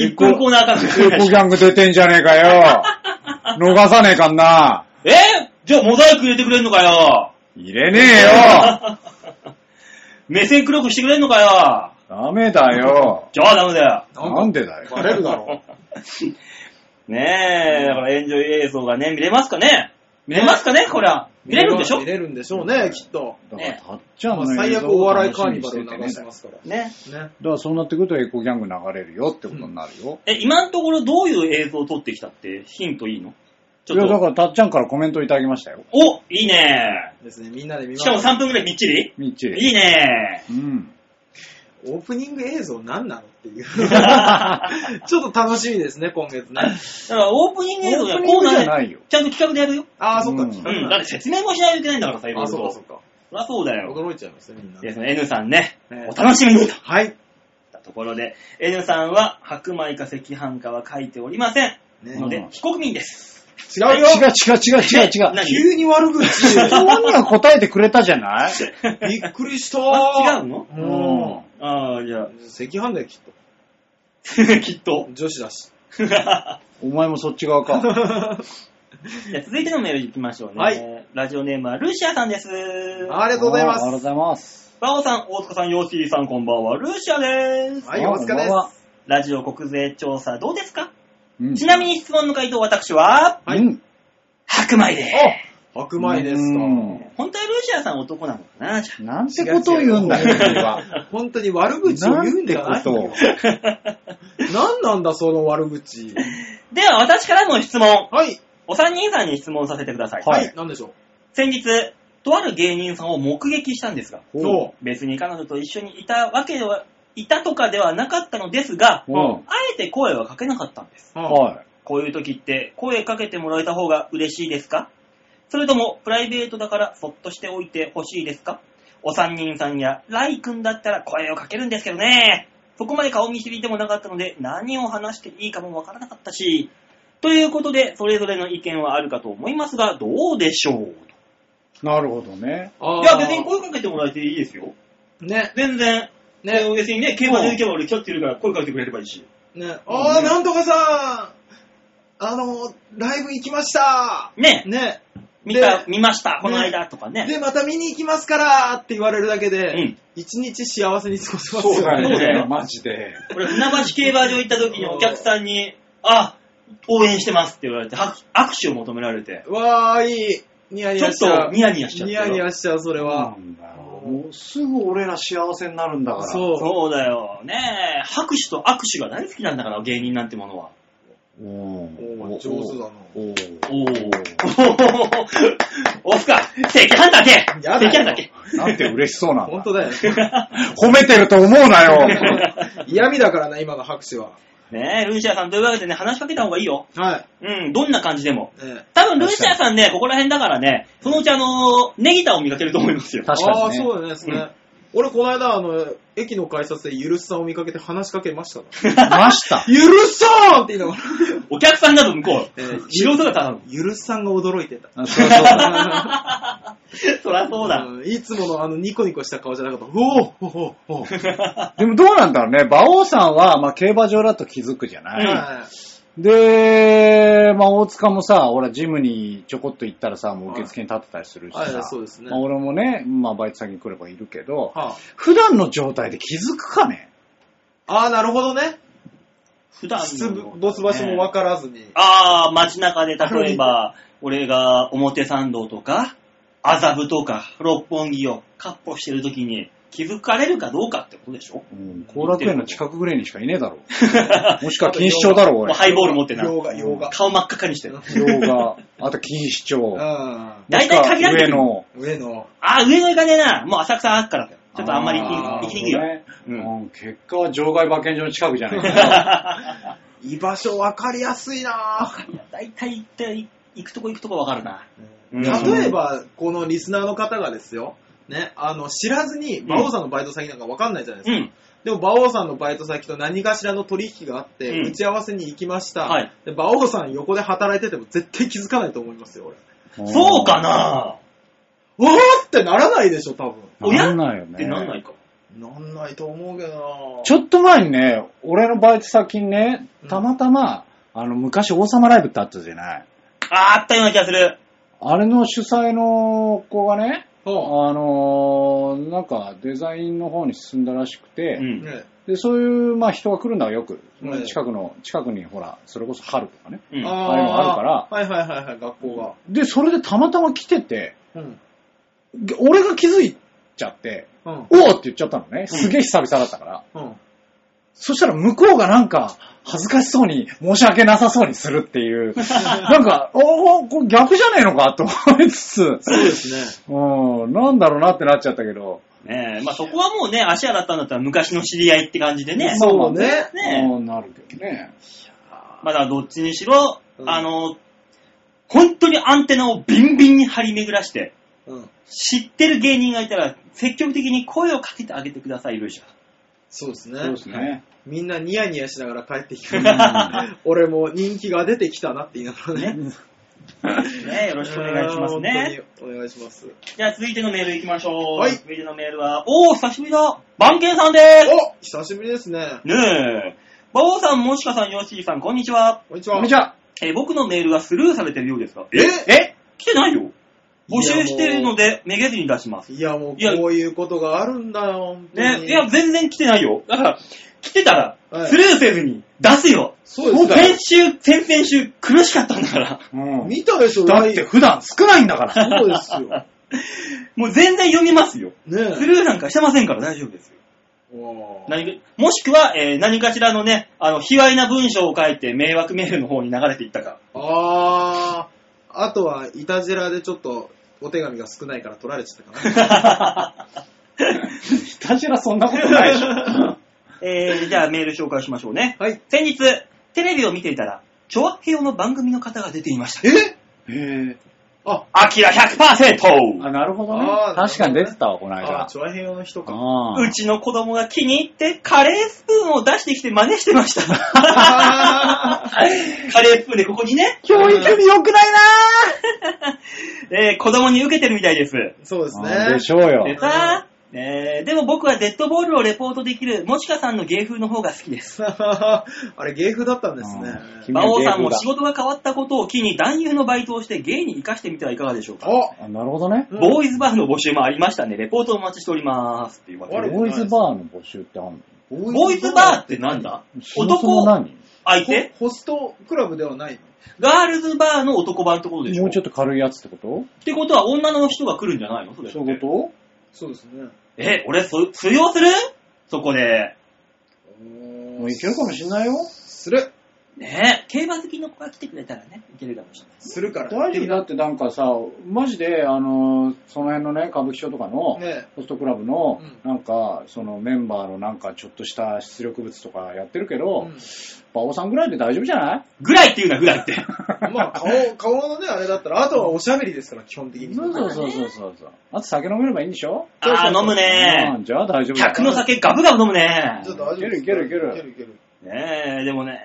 C: エ
A: 一
C: コ
A: 分コーナーかな
C: エ
A: く
C: コギ
A: て。
C: ャング出てんじゃねえかよ。逃さねえかんな。
A: えじゃあモザイク入れてくれんのかよ。
C: 入れねえよ。
A: 目線黒くしてくれんのかよ。
C: ダメだよ。
A: じゃあダメだよ。
B: なん
C: な
B: か
C: んでだ
B: バ
C: よ。
B: レるだろう。
A: ねえ、だからエンジョイ映像がね、見れますかね見れますかねこれは。 [LAUGHS] 見れるんでしょ
B: 見れるんでしょうね、きっと。
C: だから、
A: ね
C: たっちゃん
B: まあ
C: の
B: 最悪お笑いカーニバル流して
C: だか
B: ますから。
A: ね。
B: ね。
C: ら、そうなってくるとエコギャング流れるよってことになるよ。
A: え、今のところどういう映像を撮ってきたってヒントいいのち
C: い
A: ょ
C: や、
A: っ
C: だ
A: と。
C: から、たっちゃんからコメントいただきましたよ。
A: おいいね
B: ですね、みんなで見ま
A: しかも
B: す。
A: 3分くらいみっちり
C: みっちり。
A: いいね
C: うん。
B: オープニング映像何なのっていう。ちょっと楽しみですね、今月ね。
A: だからオープニング映像
C: オープニン
A: コー
C: グじ
A: ナ
C: ゃ
A: ー
C: な
A: で
C: いよ
A: ちゃんと企画でやるよ。
B: ああ、そっか、
C: うん
B: 企画
A: うん。だ
B: な
A: っ
B: ん
A: て
B: だ
A: 説明もしないといけないんだからさ、いろい
B: あ、
A: ろ
B: そっかそ
A: と
B: っ。か。
A: そりゃそうだよ。
B: 驚いちゃいますね、みんな。
A: ですね、N さんね、
B: ね
A: お楽しみにと。
B: はい。
A: ところで、N さんは白米か赤飯かは書いておりません。
B: ね
A: ので
C: う、ん
A: 非国民です。
B: 違
C: 違う
B: うよ
C: 違う違う違う違う。
A: 何
B: 急に悪口。
C: [LAUGHS] 本人は答えてくれたじゃ [LAUGHS] ない
B: びっくりした
A: あ違うの
B: うん。
A: ああ、じ [LAUGHS] ゃあ、
B: 赤飯だよ、きっと。
A: きっと。
B: 女子だし。
A: [LAUGHS] じゃあ
C: お前もそっち側か。
A: 続いてのメールいきましょうね。
B: はい
A: ラジオネームはルシアさんです。
B: ありがとうございま
C: ありがとうご
B: す。
C: ざいます。
A: バオさん、大塚さん、ヨッシーさん、こんばんは。ルシアです。
B: はい、大塚です。
A: ラジオ国税調査どうですか、
C: うん
A: ちなみに質問の回答、私は、
B: はい
C: うん
A: 白米です。
B: お白米です
C: う
B: か。
C: ん
A: 本当はルシアさん男なのかなじゃ
C: なんてことを言うんだよ、君は。
B: 本当に悪口を言うんじゃないよ。何なんだ、その悪口。
A: あでは、私からの質問。
B: はい。
A: お三人さんに質問させてください。
C: はい
B: はい、何でしょ
A: 先日、とある芸人さんを目撃したんですが、
B: う。
C: お
B: そ
A: 別に彼女と一緒にいたわけでは、いたとかではなかったのですが、
C: う
A: あ
C: ん
A: えて声はかけなかったんです。
B: う。は
C: は
A: こういう時って声かけてもらえた方が嬉しいですかそれともプライベートだからそっとしておいてほしいですかお三人さんやライ君だったら声をかけるんですけどね。そこまで顔見知りでもなかったので何を話していいかもわからなかったし。ということで、それぞれの意見はあるかと思いますが、どうでしょう
C: い。なるほどね。
B: あー
A: いや、別に声かけてもらえていいですよ。
B: ね、
A: 全然。
B: ね、
A: 別にね、競馬で行けば俺、キャッチるから声かけてくれればいいし。
B: ね。あー、なんとかさん、あの、ライブ行きました。
A: ね、
B: ね。
A: 見た
B: で、
A: 見ました、この間とかね。
B: で、また見に行きますからって言われるだけ
A: う
B: で
A: ん、
B: 一日幸せに過ごせます
C: そうだ
A: そうだよ
C: ね、マジで。
A: 俺、船橋競馬場行った時にお客さんに、あ、応援してますって言われて、は握手を求められて、
B: わー、いい。ニヤニ
A: ちょ
B: ヤ
A: っ
B: しちゃ
A: と
B: う。
A: ニヤニヤしちゃっ
B: ニ
A: た
B: ヤ
A: よ。
B: ニヤしちゃう、それは。
C: もうすぐ俺ら幸せになるんだから。
B: そう
A: そうだよ。ねえ、拍手と握手が大好きなんだから、芸人なんてものは。
C: う。ん
B: おー上手だな
C: おー
A: おー。オフか赤飯だけ
B: や
A: 赤
B: だよ
A: 飯だけ
C: なんて嬉しそうなん
B: 本
C: だ
B: 当。だよ。
C: 褒めてると思うなよ。
B: 嫌味だからな、今の拍手は。
A: ねえ、ルーシアさんというわけでね、話しかけた方がいいよ。
B: は
A: うん、どんな感じでも。
B: い。ね、
A: 多分、ルーシアさんね、ここら辺だからね、そのうちあのー、ネギタを見かけると思いますよ。
C: 確か
B: ああ、
C: にね。
B: そうですね。
A: うん
B: 俺、この間、あの、駅の改札でゆるすさんを見かけて話しかけましたから。
C: ました。
B: ゆるすさんって言いながら。
A: お客さんだと向こう
B: えー。
A: 素人が頼む。
B: ゆるすさんが驚いてた。
C: あそうそうだ。
A: そりゃそう [LAUGHS] だ。
B: んいつものあの、ニコニコした顔じゃなかった。おおおおおお
C: でもどうなんだろうね。馬王さんは、まあ、競馬場だと気づくじゃない、
B: は
C: で、まあ、大塚もさ、俺はジムにちょこっと行ったらさ、もう受付に立ってたりするしさ。
B: はいはいそうですね
C: まあ、俺もね、まあ、バイト先に来ればいるけど、
B: あ、は
C: 普段の状態で気づくかね
B: あ、あーなるほどね。
A: 普段の
B: 出没場所も分からずに。
A: ああ、街中で例えば、俺が表参道とか、麻布とか、六本木をカッポしてる時に気づかれるかどうかってことでしょ
C: うん後楽園の近くぐらいにしかいねえだろ。
A: [LAUGHS]
C: もしくは錦糸町だろ、
A: もう
C: 俺。
A: ハイボール持ってな。
B: 洋画、洋画。
A: 顔真っ赤っかにしてる。
C: 洋画。あと錦糸町。
B: うん
A: 大体限られて
C: 上
A: る
C: の。
B: 上の。
A: ああ、上野行かねえな。もう浅草あっからだよ。ちょっとあんまり行
C: ー
A: き行きにくいわ。
C: ねうん結果は場外馬券場の近くじゃないかな。
B: 居場所分かりやすいなぁ。
A: 大体行って、行くとこ行くとこわかるな。うん
B: 例えば、このリスナーの方がですよ、ね、あの、知らずに、馬王さんのバイト先なんか分かんないじゃないです
A: う
B: か。
A: ん。
B: でも、馬王さんのバイト先と何かしらの取引があって、
A: うん
B: 打ち合わせに行きました。
A: はい
B: で、馬王さん横で働いてても絶対気づかないと思いますよ、俺。
A: [LAUGHS] そうかな
B: おーってならないでしょ、多分。
C: なんないよ
A: って
C: ね。
A: なんないか。
B: なんないと思うけどなぁ
C: ちょっと前にね、俺のバイト先にね、たまたま、あの、昔王様ライブってあったじゃない。
A: あーあったような気がする。
C: あれの主催の子がね、
B: は
C: あのーなんかデザインの方に進んだらしく
A: う
C: て、
B: あ
A: ん。
B: ね
C: で、そういう、まあ人が来るのはよく
B: う、ん
C: 近くの、近くにほら、それこそ春とかね。
A: うん
B: あ
C: あれもあるから
B: はいはいはいはい、学校
C: で、それでたまたま来てて、
B: が。うん。
C: 俺が気づいちゃって、
B: うん。
C: おおって言っちゃったのね。すげえ久々だったから。
B: うん。
C: そしたら向こうがなんか、恥ずかしそうに、申し訳なさそうにするっていう。なんか、おお、これ逆じゃねえのかと思いつつ、
B: そうですね。
C: うん、なんだろうなってなっちゃったけど。
A: ねえ、まあそこはもうね、足洗ったんだったら昔の知り合いって感じでね。
C: まあまあ
B: ね
A: ね
C: うんなるけどね。
A: まあだからどっちにしろ、
B: うん
A: あの、本当にアンテナをビンビンに張り巡らして、
B: うん。
A: 知ってる芸人がいたら積極的に声をかけてあげてください、ルー
B: [LAUGHS]
A: シャ。
B: そうです
C: そう
B: ね
C: で。すね。
B: みんなニヤニヤしながら帰ってきて
C: う、
B: [LAUGHS] 俺も人気が出てきたなって言いながらね。
A: ね、よろしくお願いしますね。。
B: 本当にお願いします。
A: じゃあ続いてのメールいきましょう。
B: はい
A: 続いてのメールは、おー、久しぶりだ番犬さんです
B: お久しぶりですね。
A: ねえ。馬王さん、もしかさん、ヨッシーさん、こんにちは。
B: こんにちは。
C: こんにちは。
A: えー僕のメールがスルーされてるようですが、
B: え
C: え
A: 来てないよ。募集してるので、めげずに出します。
B: いやもう
A: いや
B: こういうことがあるんだよ、本当
A: ね、
B: に。
A: いや、全然来てないよ。だから、来てたら、
B: はい
A: スルーせずに出すよ。
B: そう
A: もう
B: です
A: 先週、先々週苦しかったんだから。 [LAUGHS]
C: うん
B: 見たでしょ、
C: だって普段少ないんだから。
B: ラインそうです
A: [LAUGHS]
B: よ。
A: もう全然読みますよ。ス
B: ね
A: ルーなんかしてませんから大丈夫ですよ。
B: え。おー
A: 何かもしくは、えー何かしらのね、あの、卑猥な文章を書いて迷惑メールの方に流れていった
B: [LAUGHS]
A: か。
B: あー、あとは、いたじらでちょっと、お手紙が少ないから取られちゃったかな。 [LAUGHS]
C: ひたじらそんなことないでしょ。
A: えー、じゃあメール紹介しましょうね。
B: はい。
A: 先日、テレビを見ていたら、チョアヘヨの番組の方が出ていました。
B: え
C: へえ。
B: あ、
A: アキラ 100%!
C: あ、なるほどね
B: あ。ー
C: 確かに出てたわ、この間。
B: あー、チョアヘヨの人か。
C: あ
A: うちの子供が気に入って、カレースプーンを出してきて真似してました。
B: あ
A: カレースプーンでここにね、
C: 教育に良くない
A: [LAUGHS]
C: な
A: えー、子供に受けてるみたいです。
B: ーそうです
C: あー
B: ね。
C: でしょうよ。
A: でさ、えー、でも僕はデッドボールをレポートできる、もちかさんの芸風の方が好きです。
B: [LAUGHS] あれ、芸風だったんですね。
C: うん
A: 馬王さんも
C: 芸風だ
A: 仕事が変わったことを機に、男優のバイトをして芸に活かしてみてはいかがでしょうか。
B: あ、
C: あなるほどね。
B: うん
A: ボーイズバーの募集もありましたんで、レポートお待ちしております。っていうわけ
B: あれ
A: で。
C: ボーイズバーの募集ってあんの
A: ボーイズバーってなんだ
C: 仕事の
A: 男
C: 何
A: 相手
B: ホホストクラブではない
A: ガールズバーの男版ってことでしょ
C: もうちょっ
A: っ
C: と軽いやつってこと
A: てことは女の人が来るんじゃないのそれって
C: そういうこ
B: そうですね。
A: え、俺そ、通用するそこで。
C: と
B: も
C: もういけるかもしんないよ。
B: する。
A: ね競馬好きの子が来てくれたらね、いけるかもしれない。
B: するから。
C: 大丈夫だってなんかさ、マジで、あの、その辺のね、歌舞伎町とかの、
B: ね
C: ホストクラブの
B: うん、
C: なんか、そのメンバーのなんかちょっとした出力物とかやってるけど、馬王さんぐらいで大丈夫じゃない
A: ぐらいっていうな、ぐら [LAUGHS] いって。
B: うん [LAUGHS] まあ、顔、顔のね、あれだったら、あとはおしゃべりですから、基本的に。
C: そうそうそうそうそうそう。あと酒飲めればいいんでしょ
B: そうそう
A: あー、飲むね
C: うんじゃあ大丈夫だ
A: 100の酒ガブガブ飲むね
B: ちょっと大丈夫です
C: いけるいけるいける
B: いける。
A: ねえ、でもね、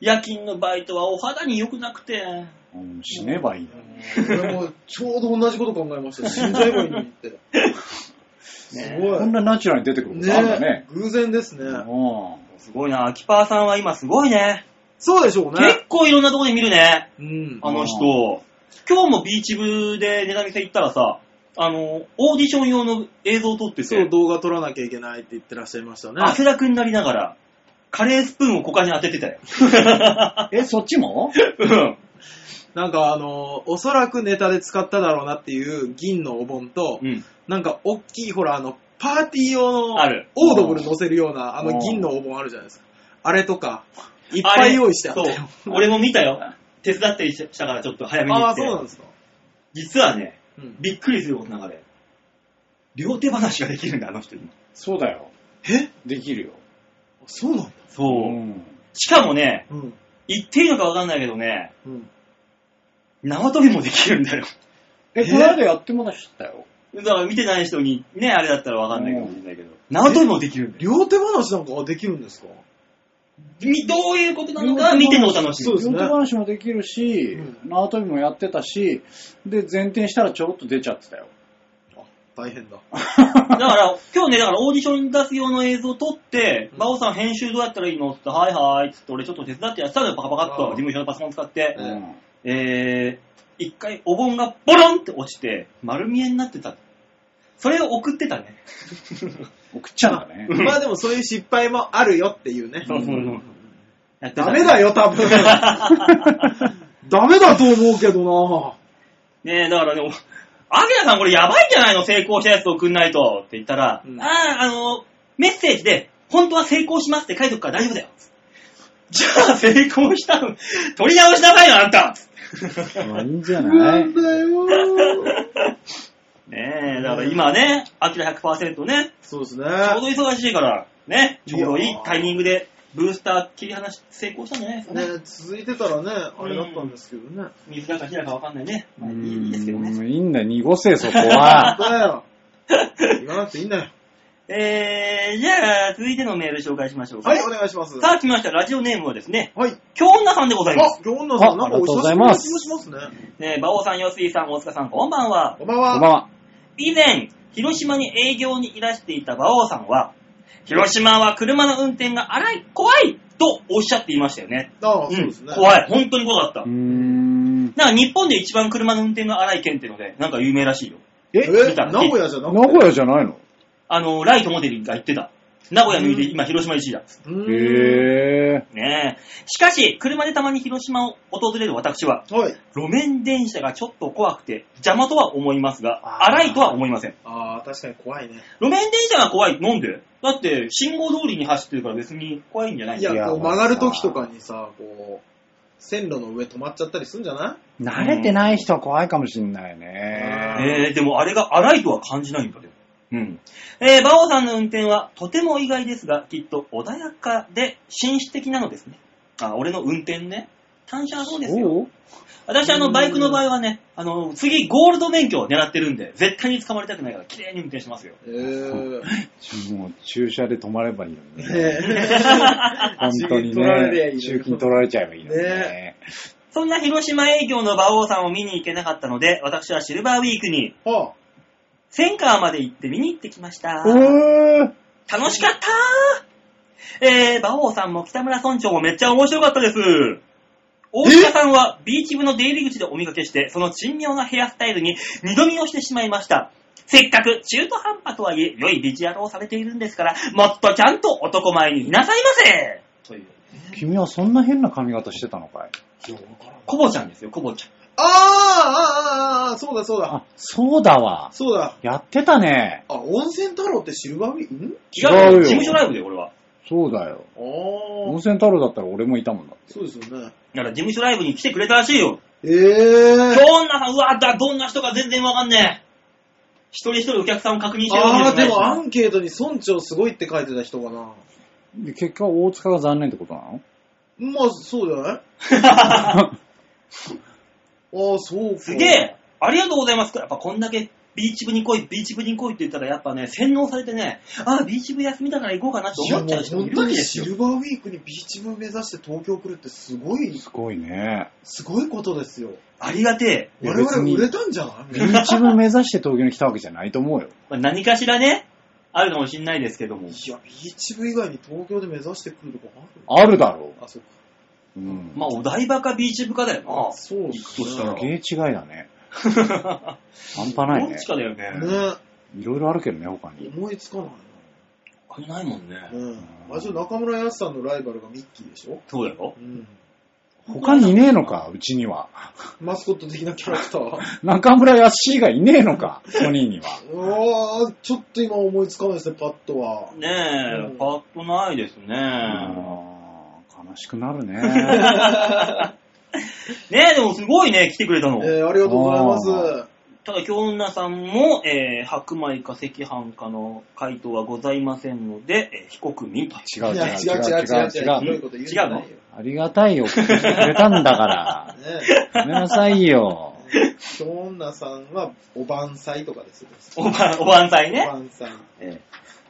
A: 夜勤のバイトはお肌に良くなくて。
C: うん死ねばいいんだよ
B: 俺もちょうど同じこと考えました。死んじゃえばいいのにっ
C: [LAUGHS]
B: て。す
A: ね
B: ご
C: こ
B: い
C: ん。なナチュラルに出てくることあるんだ
B: ね
C: ね。
B: 偶然ですね。
C: う
A: すごいな、アキパーさんは今すごいね。
B: そうでしょうね
A: 結。構いろんなとこで見るね、
B: うん。
A: あの人。今日もビーチ部でネタ見せ行ったらさ、あの、オーディション用の映像を撮ってて、
B: そう、動画撮らなきゃいけないって言ってらっしゃいましたね。
A: 汗だくになりながら、カレースプーンを股間に当ててたよ。
C: ん。え、そっちも
A: うん
B: なんかあのーおそらくネタで使っただろうなっていう銀のお盆と、
A: うん。
B: なんか大きいほらあの、パーティー用の
A: ある
B: オードブル乗せるようなあ
C: うん
B: の銀のお盆あるじゃないですか。あれとか、 [LAUGHS] いっぱい用意してあったよ。
A: そう。俺も見たよ。手伝ったりしたからちょっと早めに
B: あ
A: 来
B: あ、
A: て。
B: そうなんですか。
A: 実はね、
B: うん
A: びっくりすることの中で、両手話ができるんだ、あの人に。
C: そうだよ。
B: え
C: できるよ。
B: そうなんだ。
A: そうう。
C: ん。
A: しかもね、
B: うん。
A: 言っていいのかわかんないけどね、
B: うん。
A: 縄跳びもできるんだよ。
C: え、この間やってもらったよ。
A: だから見てない人にね、あれだったらわかんないかもしれないけど、縄跳びもできるんだよ。
B: 両手話なんかできるんですか
A: みどういうことなのか見てのお楽しみ。
B: そうですね
C: 両手話もできるし
B: う、
C: 縄跳びもやってたし、で、前転したらちょろっと出ちゃってたよ。
B: 大変だ。
A: だから、今日ね、だからオーディションに出す用の映像を撮って、
B: うん
A: 馬王さん編集どうやったらいいのって言って、はいはい、つって俺ちょっと手伝ってやってたのよ、パカパカっと
B: ああ
A: 事務所のパソコン使って
B: う。ん
A: えー、一回お盆がボロンって落ちて、丸見えになってた。それを送ってたね。
C: 送っちゃうんだね。
B: まあでもそういう失敗もあるよっていうね。
A: そうそうそう。やってた
B: ダ
A: [LAUGHS]
B: メだよ、多分。ダメだと思うけど
A: ねえ、だからね、おアキラさんこれやばいんじゃないの成功したやつ送んないと。って言ったら、
B: うん
A: ああ、あの、メッセージで、本当は成功しますって書いとくから大丈夫だよ。じゃあ成功したの、取り直しなさいよ、あんた。
C: [LAUGHS] まあいいんじゃ
B: な。
C: ない
B: なんだよ。
A: ねえ、だから今ね、アキラ100%ね、
B: そうですね。
A: ちょうど忙しいから、ね、ちょうどいいタイミングで、ブースター切り離し、成功したんじゃないですかね。
B: ね、続いてたらね、あれだったんですけどね。
A: 水だか火だかわかんないね。
C: う
A: まあいいいいですけどね。
C: ん、いいんだよ、濁せ、そこは。
B: だよ。言わなくていいんだよ。
A: えー、じゃあ、続いてのメール紹介しましょうか。
B: はい、お願いします。
A: さ
B: は
A: あ、来ました。ラジオネームはですね、
B: い。
A: 京女さんでござ
B: あ、
A: います。
B: 今日女さん、なんかお久しぶりな気がしますね。
A: ね、馬王さん、吉井さん、大塚さん、こんばんは。
B: こんばん
C: [LAUGHS] こんばん
B: は。
C: は。
A: 以前、広島に営業にいらしていた馬王さんは、広島は車の運転が荒い、怖いとおっしゃっていましたよね。
B: ああ、そう
A: う
B: で
A: ん
B: すね。、
A: 怖い。本当に怖かった
C: うー。ん。
A: なんか日本で一番車の運転が荒い県っていうので、なんか有名らしいよ。
C: え
B: え、
A: 見た
B: 名古屋じゃなくて
C: 名古屋じゃないの
A: あの、ライトモデルが言ってた。名古屋抜いて今広島1位だ。
B: うーん
C: へえ。
A: ねえ。しかし、車でたまに広島を訪れる私は、
B: はい。
A: 路面電車がちょっと怖くて邪魔とは思いますが、
B: あー
A: 荒いとは思いません。
B: ああ、確かに怖いね。
A: 路面電車が怖い。なんでだって、信号通りに走ってるから別に怖いんじゃない
B: い
A: の
C: いや
B: や、こう曲がる時とかにさ、こう、線路の上止まっちゃったりすんじゃな
C: 慣れてない人は怖いかもしんないね。
A: えー、でもあれが荒いとは感じないんだけど。うん。えー、馬王さんの運転はとても意外ですが、きっと穏やかで紳士的なのですね。あ、俺の運転ね。単車はそうですよ。
C: そう
A: 私、あの、バイクの場合はね、あの、次、ゴールド免許を狙ってるんで、絶対に捕まりたくないから、綺麗に運転しますよ。
B: いえー。
C: ちょもう駐車で止まればいいの [LAUGHS] にね。
B: [LAUGHS]
C: 本当に
B: 駐金取られりゃいいの
C: ね、
B: に
C: 中金取られちゃえばいいのにね。
A: そんな広島営業の馬王さんを見に行けなかったので、私はシルバーウィークに、
B: は
A: センカーまで行って見に行ってきました。
C: うー
A: 楽しかったーえー、馬王さんも北村村長もめっちゃ面白かったです。大塚さんはビーチ部の出入り口でお見かけして、その珍妙なヘアスタイルに二度見をしてしまいました。せっかく中途半端とはいえ、良いビジュアルをされているんですから、もっとちゃんと男前にいなさいませという。
C: 君はそんな変な髪型してたのかい
A: コボちゃんですよ、コボちゃん。
B: あ、あーあー、あーあー、そうだそうだ。
C: あ、そうだわ。
B: そうだ。
C: やってたね。
B: あ、温泉太郎ってシルバーウィーん
A: 違う
C: 違う
A: よ、
C: よ
A: 事務所ライブで俺は。
C: そうだよ。
B: あ
C: 温
B: あ、
C: 泉太郎だったら俺もいたもんだ。
B: そうですよね。
A: だから事務所ライブに来てくれたらしいよ。
B: えー。
A: どんなさん、うわ、だ、どんな人か全然わかんねえ。一人一人お客さんを確認してるわけ
B: ああ、
A: じゃない
B: で
A: し
B: もアンケートに村長すごいって書いてた人かな。
C: で結果大塚が残念ってことなの
B: まあ、そうじゃない
A: [LAUGHS]
B: ああ、そうか。
A: すげえありがとうございますやっぱこんだけビーチ部に来い、ビーチ部に来いって言ったらやっぱね、洗脳されてね、ああ、ビーチ部休みだから行こうかなって
B: い
A: 思
B: や、
A: っ
B: も
A: ちゃう人
B: う
A: もい
B: 本
A: るわ
B: 当
A: け
B: に
A: です
B: シ
A: よ。
B: ルバーウィークにビーチ部目指して東京来るってすごい、
C: すごいね。
B: すごいことですよ。
A: ありがて
C: い
B: 我
C: や
B: 々
C: 別に
B: 売れたんじゃない
C: ビーチ部目指して東京に来たわけじゃないと思うよ
A: え。。まあ何かしらね、あるかもしんないですけども。
B: いや、ビーチ部以外に東京で目指してくるとこあ
C: あるだろ
B: るあ、そうか。
C: う。うん。
A: まあ、お台場かビーチ部かだよな。
B: そう
A: としたら
C: すげえ違いだ [LAUGHS] ね。半端ない
A: ど
C: ね
A: っち。かだよね。
B: ね。
C: いろいろあるけどね、他に。
B: 思いつかない
A: 他にないもんね。
B: な。ねあ、じゃあ中村康さんのライバルがミッキーでしょ
A: そうだよ。
B: うん。
C: 他にいねえのか、うちには。
B: マスコット的なキャラクター。
C: 中村康がいねえのか、ソニーに [LAUGHS] は。
B: うわー、ちょっと今思いつかないですね、パッとは。
A: ねえ、
B: うん
A: パッとないですね。
C: あー悲しくなる [LAUGHS] ね。
A: ねえ、でもすごいね、来てくれたの。
B: えー、ありがとうございます。
C: あ
A: ただ、京女さんも、えー白米か赤飯かの回答はございませんので、えー非国民と。
C: 違
B: いうや、
C: 違
B: 違
C: う
B: う違
C: 違
B: う
C: う
B: 違う
C: 違
B: 違う。
C: う
B: ひ
C: 違
B: ど
C: う。
B: いこと言うんじゃないよ。
C: ありがたいよ、送ってくれたんだから。
B: ね
C: ごめんなさいよ。
B: え。京女さんは、おばんさいとかですよ。
A: おば、おばんさい
B: お
A: ね。
B: ばんさい。
A: えー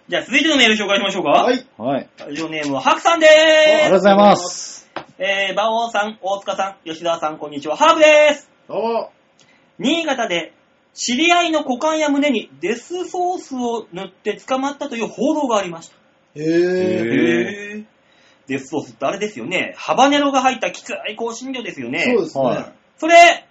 A: じゃあ、続いてのメール紹介しましょうか。
B: はい。
C: はい。
A: ラジオネームは、ハクさんで
C: あり
A: ー
C: がとうございます。
A: す。えー、馬王さん、大塚さん、吉沢さん、こんにちは。ハーブです。
B: あ
A: 新潟で、知り合いの股間や胸にデスソースを塗って捕まったという報道がありました。
B: へえ。
C: へ
A: へー。デスソースってあれですよね。ハバネロが入ったきつい香辛料ですよね。
B: そうですね。
C: は
A: それ、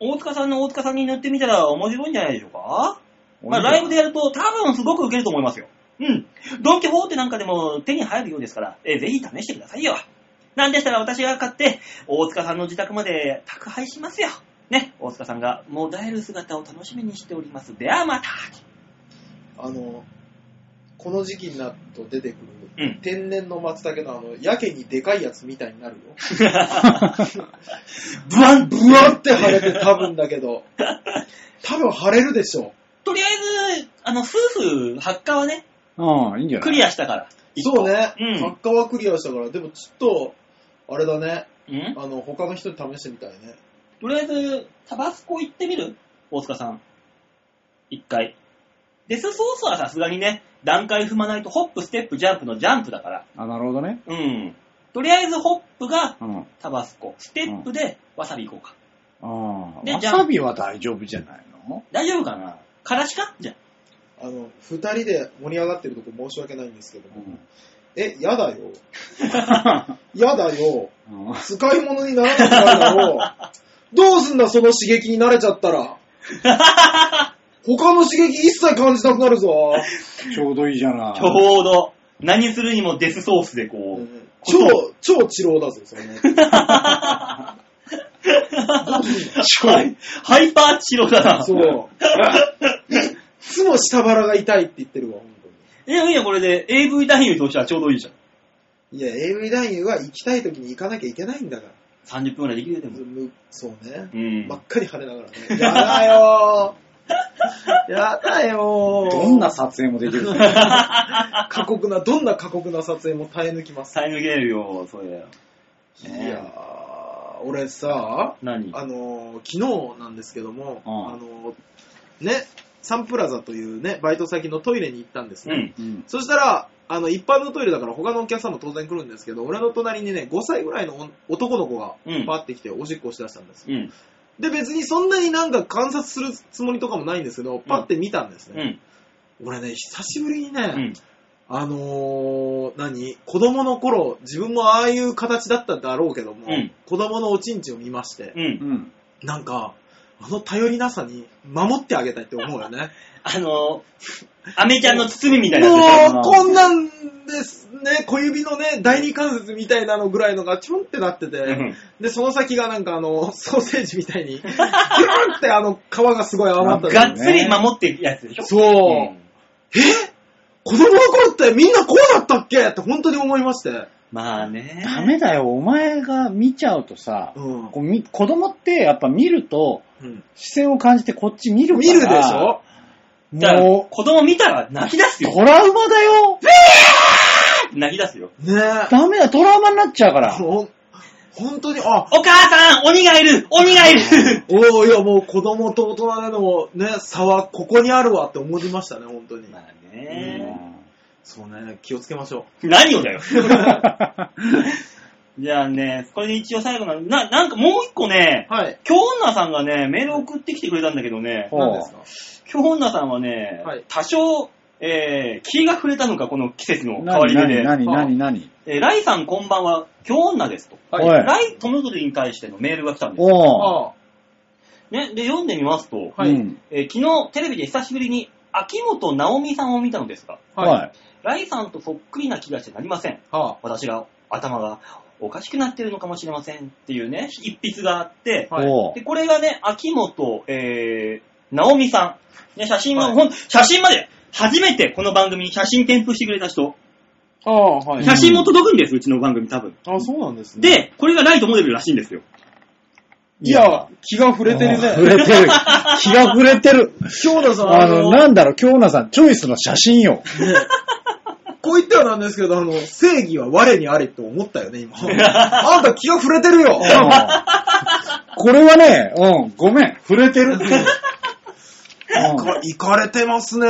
A: 大塚さんの大塚さんに塗ってみたら面白いんじゃないでしょうかまあ、ライブでやると多分すごくウケると思いますよ。うん。ドンキホーテなんかでも手に入るようですから、えーぜひ試してくださいよ。なんでしたら私が買って、大塚さんの自宅まで宅配しますよ。ね、大塚さんがもだえる姿を楽しみにしております。ではまた。
B: あの、この時期になると出てくる、
A: うん
B: 天然の松茸のあの、やけにでかいやつみたいになるよ。 [LAUGHS]
A: ブワン
B: ブワって腫れて多分だけど、多分腫れるでしょ
A: とりあえず、あの、夫婦発火はね、
C: うん、いいんじゃない
A: クリアしたから。
B: う。そうね
A: うん、
B: 発火はクリアしたから、でもちょっと、あれだね、
A: うん
B: あの、他の人に試してみたいね。
A: とりあえず、タバスコ行ってみる大塚さん。一回。デスソースはさすがにね、段階踏まないと、ホップ、ステップ、ジャンプのジャンプだから。
C: あ、なるほどね。
A: うん。とりあえず、ホップが
C: うん。あ
A: タバスコ、ステップでわさび行こうか。
C: あ。
A: で
C: わ
A: じゃあ
C: さびは大丈夫じゃないの
A: 大丈夫かなからしかじゃあ
B: あの、二人で盛り上がってるとこ申し訳ないんですけど
C: う
B: も、
C: ん。
B: え、やだよ。やだよ。
C: うん
B: 使い物にならなくなるだろう。 [LAUGHS] どうすんだ、その刺激に慣れちゃったら。他の刺激一切感じなくなるぞ。
C: ちょうどいいじゃない。
A: ちょうど、何するにもデスソースでこう。
B: 超、超治療だぞ、それね。
A: [LAUGHS] ハイハイパーチロだな。
B: そう。いつも下腹が痛いって言ってるわ、本
A: [LAUGHS]
B: 当
A: いやいや、これで AV 男優としてはちょうどいいじゃん。
B: に。いや、AV 男優は行きたい時に行かなきゃいけないんだから。
A: 30分くらいできるよ、でも。
B: むそうね
A: う。ん
B: ば。っかり腫れながらね。やだよ
A: [LAUGHS]
B: ー。やだよー。
C: どんな撮影もできるね。
B: 過酷な、どんな過酷な撮影も耐え抜きます。
A: 才能切れるよ、それ。
B: い
A: ね
B: やー、俺さ、
A: 何
B: あのー昨日なんですけども、
C: うん
B: あのーね、サンプラザというね、バイト先のトイレに行ったんです
A: う
B: ね。
A: ん。
C: うん。
B: そしたら、あの、一般のトイレだから他のお客さんも当然来るんですけど、俺の隣にね、5歳ぐらいのお男の子が
A: うん
B: パってきておしっこをしだしたんです。
A: うん。
B: で、別にそんなになんか観察するつもりとかもないんですけど、パって見たんです
A: う
B: ね。
A: ん。
B: 俺ね、久しぶりにね、
A: うん。
B: あのー、何子供の頃、自分もああいう形だっただろうけども、
A: うん
B: 子供のおちんちんを見まして、
A: うん。
C: うん。
B: なんか、あの頼りなさに守ってあげたいって思うよね。
A: あのー、アメちゃんの包み [LAUGHS] みたいなやつでし
B: もう、こんなんですね、小指のね、第二関節みたいなのぐらいのがちょんってなってて、
A: うん
B: で、その先がなんかあの、ソーセージみた
A: [LAUGHS]
B: いに、ギューンってあの、皮がすごい余った
A: ょ
B: の
A: がっつり守ってるやつでしょ
B: そう、
A: うん
B: え子供の頃ってみんなこうだったっけって本当に思いまして。
A: まあね。
C: ダメだよ、お前が見ちゃうとさ、
B: うん
C: こうみ子供ってやっぱ見ると、
B: うん
C: 視線を感じてこっち見るか
B: 見
C: ら。
B: るでしょ
A: だから
C: も
A: 子供見たら泣き出す
C: う、
A: よ。
C: トラウマだよ。
A: 泣き出すよ。
B: ねえ。
C: ダメだ、トラウマになっちゃうから。
B: ほん本当に、あ、
A: お母さん鬼がいる鬼がいる
B: おおいやもう子供と大人のね、差はここにあるわって思いましたね、本当に。
A: まあね。
B: そうね、気をつけましょ
A: 何をだよ。じゃあね、これで一応最後なの。な、なんかもう一個ね、
B: う。はい。
A: 京女さんがね、メール送ってきてくれたんだけどね、
C: ほう
B: 何ですか
A: 京女さんはね、
B: はい
A: 多少、えー、気が触れたのか、この季節の変わ
C: 何
A: り目で。
C: 何何何何
A: えー、ライさんこんばんは、京女ですと。
C: おい
B: はい。
A: ライ・トムズに対してのメールが来たんですよ。
C: おう
B: ああ
A: ね、で、読んでみますと、
B: はい
C: うん
A: えー昨日テレビで久しぶりに秋元直美さんを見たのですが、
B: はい。
C: い。
A: ライさんとそっくりな気がしてなりません。
B: は
A: 私が、頭がおかしくなってるのかもしれませんっていうね、一筆があって、
B: はい
C: おう
A: で、これがね、秋元、えー、直美さん。ね、写真は、
B: はい
A: ほん、写真まで、初めてこの番組に写真添付してくれた人。
B: あ。ああ、は
C: うん
A: 写真も届くんです、うちの番組多分。
B: あそうなんですね。
A: で、これがライトモデルらしいんですよ。
B: いや、気が触れてる
C: ああ
B: ね。
C: 触れてる。気が触れてる。
B: 京田さん、
C: あ
B: あ
C: の、
B: の、
C: なんだろう、京奈さん、チョイスの写真よ。
B: こう言ってはなんですけど、あの、正義は我にありと思ったよね、 [LAUGHS] 今。あんた気が触れてるよ。
C: うんこれはね、うん、ごめん、触れてる。うん
B: いかれてますね。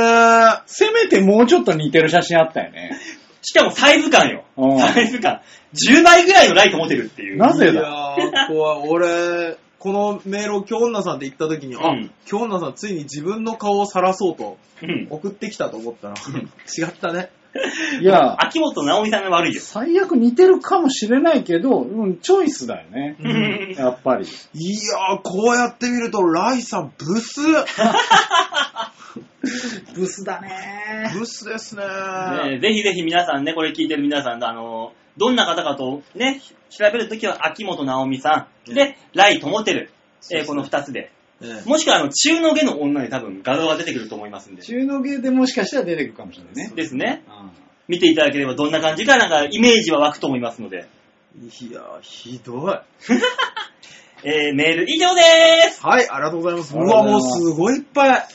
C: せめてもうちょっと似てる写真あったよね。
A: しかもサイズ感よ
C: う。ん
A: サイズ感。10倍ぐらいのライト持てるっていう。
C: なぜ
B: い
C: だ
B: やー、こわ俺、このメールを京女さんって言った時に、
A: う
B: あ
A: ん、
B: 京女さんついに自分の顔を晒そうと
A: うん。
B: 送ってきたと思ったら、違ったね。
C: いや、
A: 秋元直美さんが悪いよ。
C: 最悪似てるかもしれないけど、うん、チョイスだよね。
B: うん
A: うん
C: やっぱり。
B: いやー、こうやって見ると、ライさんブス。ブスだね。ブスですね。
A: ねえぜひぜひ皆さんね、これ聞いてる皆さん、あの、どんな方かとね、調べるときは秋元直美さん、で、ライトモテル、えーこの二つで。
B: ね
A: もしくは、あの、中の下の女で多分画像が出てくると思いますんで。
C: 中の芸でもしかしたら出てくるかもしれないね。
A: ですね。
C: うん
A: 見ていただければどんな感じか、なんかイメージは湧くと思いますので。
B: いやー、ひどい。
A: えー、メール以上でーす
B: はい、ありがとうございます。う
C: ありがと
B: わ、
C: う
B: も
C: ご
B: う
C: ざいます
B: すごいいっぱい。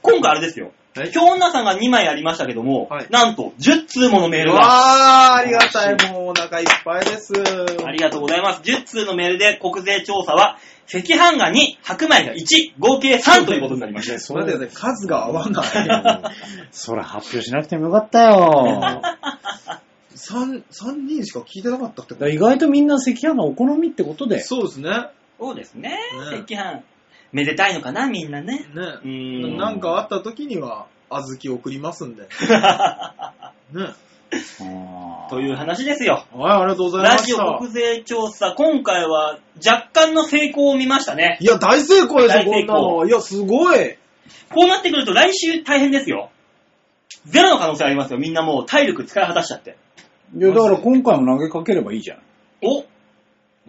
A: 今回あれですよ。
B: はい
A: 今日女さんが2枚ありましたけども、
B: はい
A: なんと10通ものメール
B: う
A: が。
B: わー、ありがたい。もうお腹いっぱいです。
A: ありがとうございます。10通のメールで国税調査は、赤飯が2、白米が1、合計3ということになりました。
C: そ
B: 待ってく
C: れ、
B: ださい、数が合わない。
C: [LAUGHS] それ発表しなくてもよかった [LAUGHS] よ。
B: 3、三人しか聞いてなかったってこ
C: だから意外とみんな赤飯のお好みってこと
B: と
C: で。
B: そうですね。
A: そうですね。赤飯。めでたいのかな、みんなね。う
B: ね。
A: ーん。
B: なんかあった時には、小豆送りますんで。ね。
C: あー
A: [LAUGHS] という話ですよ。
B: はい、ありがとうござい
A: ラ
B: ま
A: ジ
B: し
A: オ
B: た。
A: 国税調査、今回は若干の成功を見ましたね。
B: いや、大成功でし
A: 大
B: ょ、こ
A: 成
B: ん
A: 功
B: なの。いや、すごい。
A: こうなってくると来週大変ですよ。ゼロの可能性ありますよ。みんなもう体力使い果たしちゃって。
C: いや、だから今回も投げかければいいじゃん。
A: お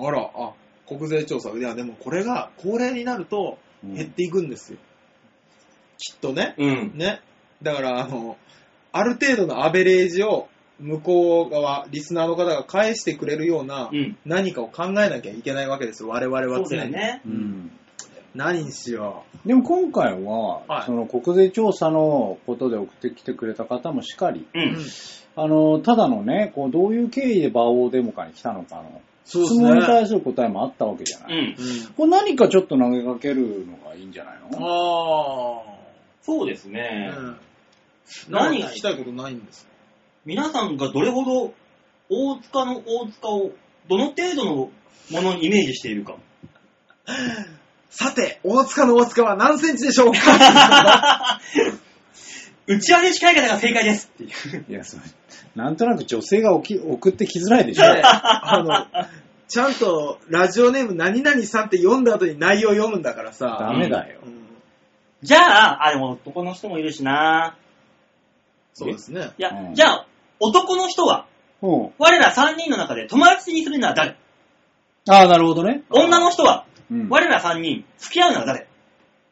B: あら、あ、国税調査。いや、でもこれが高齢になると
C: うん
B: 減っていくんですよ。きっとね。
A: うん。
B: ね。だから、あの、ある程度のアベレージを向こう側、リスナーの方が返してくれるような
A: うん。
B: 何かを考えなきゃいけないわけですよ。我々は
A: そう
B: 常
A: だよ
B: に。
A: ね。
C: うん
B: 何にしよ
C: でも今回は、
B: はい
C: その国税調査のことで送ってきてくれた方もしかり、
A: う
B: う。
A: ん。
C: あの、ただのね、こう、どういう経緯で馬王デモカに来たのかの、
B: そうです
C: 質
B: ね
C: 問に対する答えもあったわけじゃな
A: う
C: い。
A: ん。
B: うん
C: これ何かちょっと投げかけるのがいいんじゃないの
B: あ
A: そうです
B: あ、
A: ね。
B: うん
A: 何
B: 何
A: が
B: が聞きたいことないんですか
A: 皆さんがどれほど大塚の大塚をどの程度のものにイメージしてい [LAUGHS] るか。
B: さて、大塚の大塚は何センチでしょうか
A: 打ち上げ司会方が正解ですっていう。
C: いや、それ、なんとなく女性が起き送ってきづらい [LAUGHS] でしょ。
B: ね [LAUGHS] あの、ちゃんとラジオネーム何々さんって読んだ後に内容読むんだから
C: ダ
B: さ。
C: メだよ
B: う。ん
A: [LAUGHS] じゃあ、あ、でも男の人もいるしな。
B: そうですね。
A: いや、
C: うん
A: じゃあ、男の人は、
C: うん。
A: 我ら3人の中で友達にするのは誰
C: ああ、なるほどね。
A: 女の人は、
C: うん。
A: 我ら3人、付き合うのは誰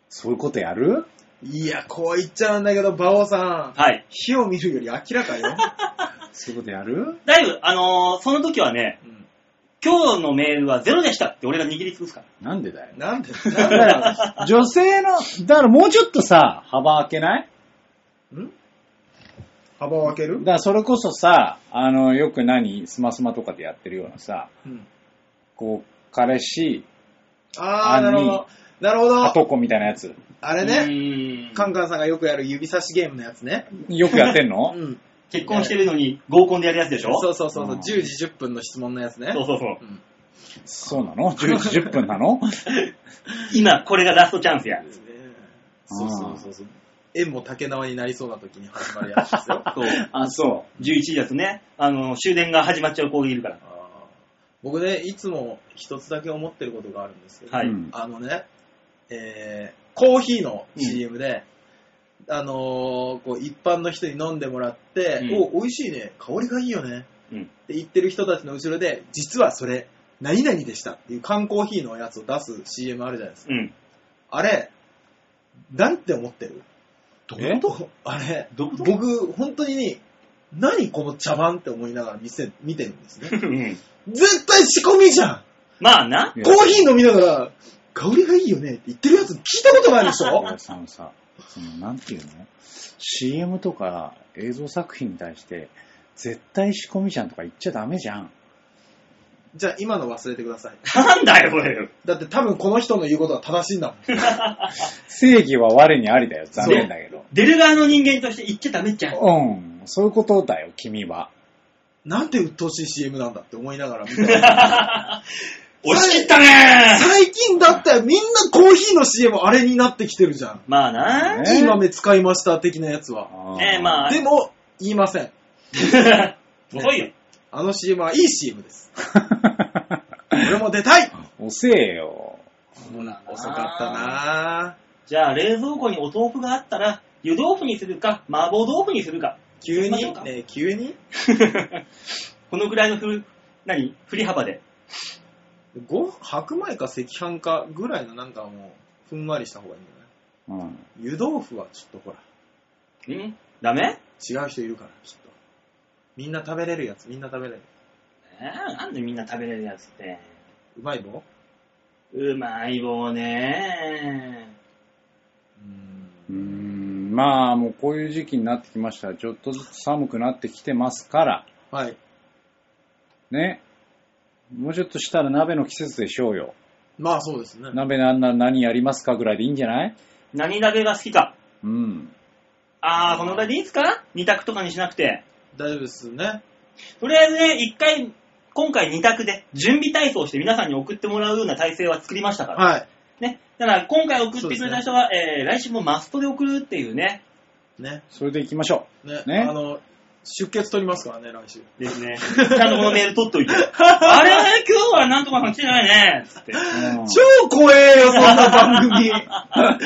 C: そういうことやる
B: いや、こう言っちゃうんだけど、馬王さん、
A: はい。
B: 火を見るより明らかよ。
C: そういうことやる
A: だいぶ、あのーその時はね、
B: うん
A: 今日のメールはゼロでしたって俺が握りつぶすから。
C: なんでだよ。
B: なんで、
C: だから、 [LAUGHS] 女性の、だからもうちょっとさ、幅開けない
B: ん幅を開け
C: だ
B: る
C: からそれこそさ、あの、よく何、スマスマとかでやってるようなさ、
B: うん
C: こう、彼氏、
B: あー、
C: あ
B: なるほど。なるほ
C: ハ
B: ど。
C: トコみたいなやつ、
B: あれ
A: う
B: ね、
A: ーん
B: カンカンさんがよくやる指差しゲームのやつね。
C: よくやってんの
B: うん。
A: 結婚してるのに合コンでやるやつでしょ
B: そうそうそうそう、
C: うん
B: 10時10分の質問のやつね
A: そ。うそうそう
B: うん
C: そうなの ?10 時10分な [LAUGHS] の
A: 今、これがラストチャンスや。
B: そうそうそうそう。縁も竹縄になりそうな時に始まるやつですよ。
A: そう。11
C: あ、そ
A: 時ですね。あの、終電が始まっちゃう子がいるから。
B: あー僕ね、いつも一つだけ思ってることがあるんですけど、
A: はい
C: うん
B: あのね、えーコーヒーの CM で、あのーこう一般の人に飲んでもらって、
A: う
B: お、美味しいね、香りがいいよね、
A: うん
B: って言ってる人たちの後ろで、実はそれ、何々でしたっていう缶コーヒーのやつを出す CM あるじゃないですか。
A: うん。
B: あれ、なんて思ってるど
C: ういう
B: ことあれ、
A: どこ
B: 僕、本当に、何この茶番って思いながら見せ見てるんですね。
A: うん [LAUGHS]
B: 絶対仕込みじゃん
A: まあな。
C: う。
B: コーヒー飲みながら、香りがいいよねって言ってるやつ聞いたことないでしょ
C: [LAUGHS] いやそのさ、その、なんていうの ?CM とか映像作品に対して、絶対仕込みじゃんとか言っちゃダメじゃん。
B: じゃあ今の忘れてください。
A: なんだよ、これ。
B: だって多分この人の言うことは正しいんだもん。
C: 正義は我にありだよ。残念だけど。
A: 出る側の人間として言っちゃダメじゃん。
C: うん。そういうことだよ、君は。
B: なんて鬱陶しい CM なんだって思いながら見てた
A: [LAUGHS] 押し切ったね
B: 最近だってみんなコーヒーの CM あれになってきてるじゃん。
A: まあな。
C: ね
B: いい豆使いました的なやつは。
A: えーまあ
B: でも、言いません。
A: [LAUGHS] 遅いよ。
B: あの CM はいい CM です。俺も出たい
C: [LAUGHS] 遅えよ。
B: 遅かったなぁ。
A: じゃあ、冷蔵庫にお豆腐があったら、湯豆腐にするか、麻婆豆腐にする [LAUGHS] か。
B: 急
A: 行きまし
B: に
A: ょうか、
B: えー急に
A: このぐらいのふる、何振り幅で。
B: ご白米か赤飯かぐらいのなんかもう、ふんわりした方がいいんじゃない
C: うん。
B: 湯豆腐はちょっとほら、
A: んダメ
B: 違う人いるから、ちょっと。みんな食べれるやつ、みんな食べれる。
A: えーなんでみんな食べれるやつって。
B: うまい棒
A: うまい棒ね
C: うーんまあ、もうこういう時期になってきました。ちょっとずつ寒くなってきてますから、
B: はい。
C: ね。もうちょっとしたら鍋の季節でしょうよ。
B: まあそうですね。
C: 鍋なんな何やりますかぐらいでいいんじゃない
A: 何鍋が好きか。
C: うん。
A: あー、このぐらいでいいですか二択とかにしなくて。
B: 大丈夫ですね。
A: とりあえずね、一回、今回二択で準備体操をして皆さんに送ってもらうような体制は作りましたから。
B: は
A: ね。だから今回送ってくれた人は、えー、来週もマストで送るっていうね。
B: い。ね。
C: それで行きましょ
B: ね。
C: ね
B: あの、出血取りますからね、来週。
A: です
C: [LAUGHS]
A: ね。ちゃんとこのメール取っといて。あれ今日はなんとかさん来てないね。つって。
C: う。うん
B: 超怖えよ、そんな番
C: [LAUGHS]
B: 組。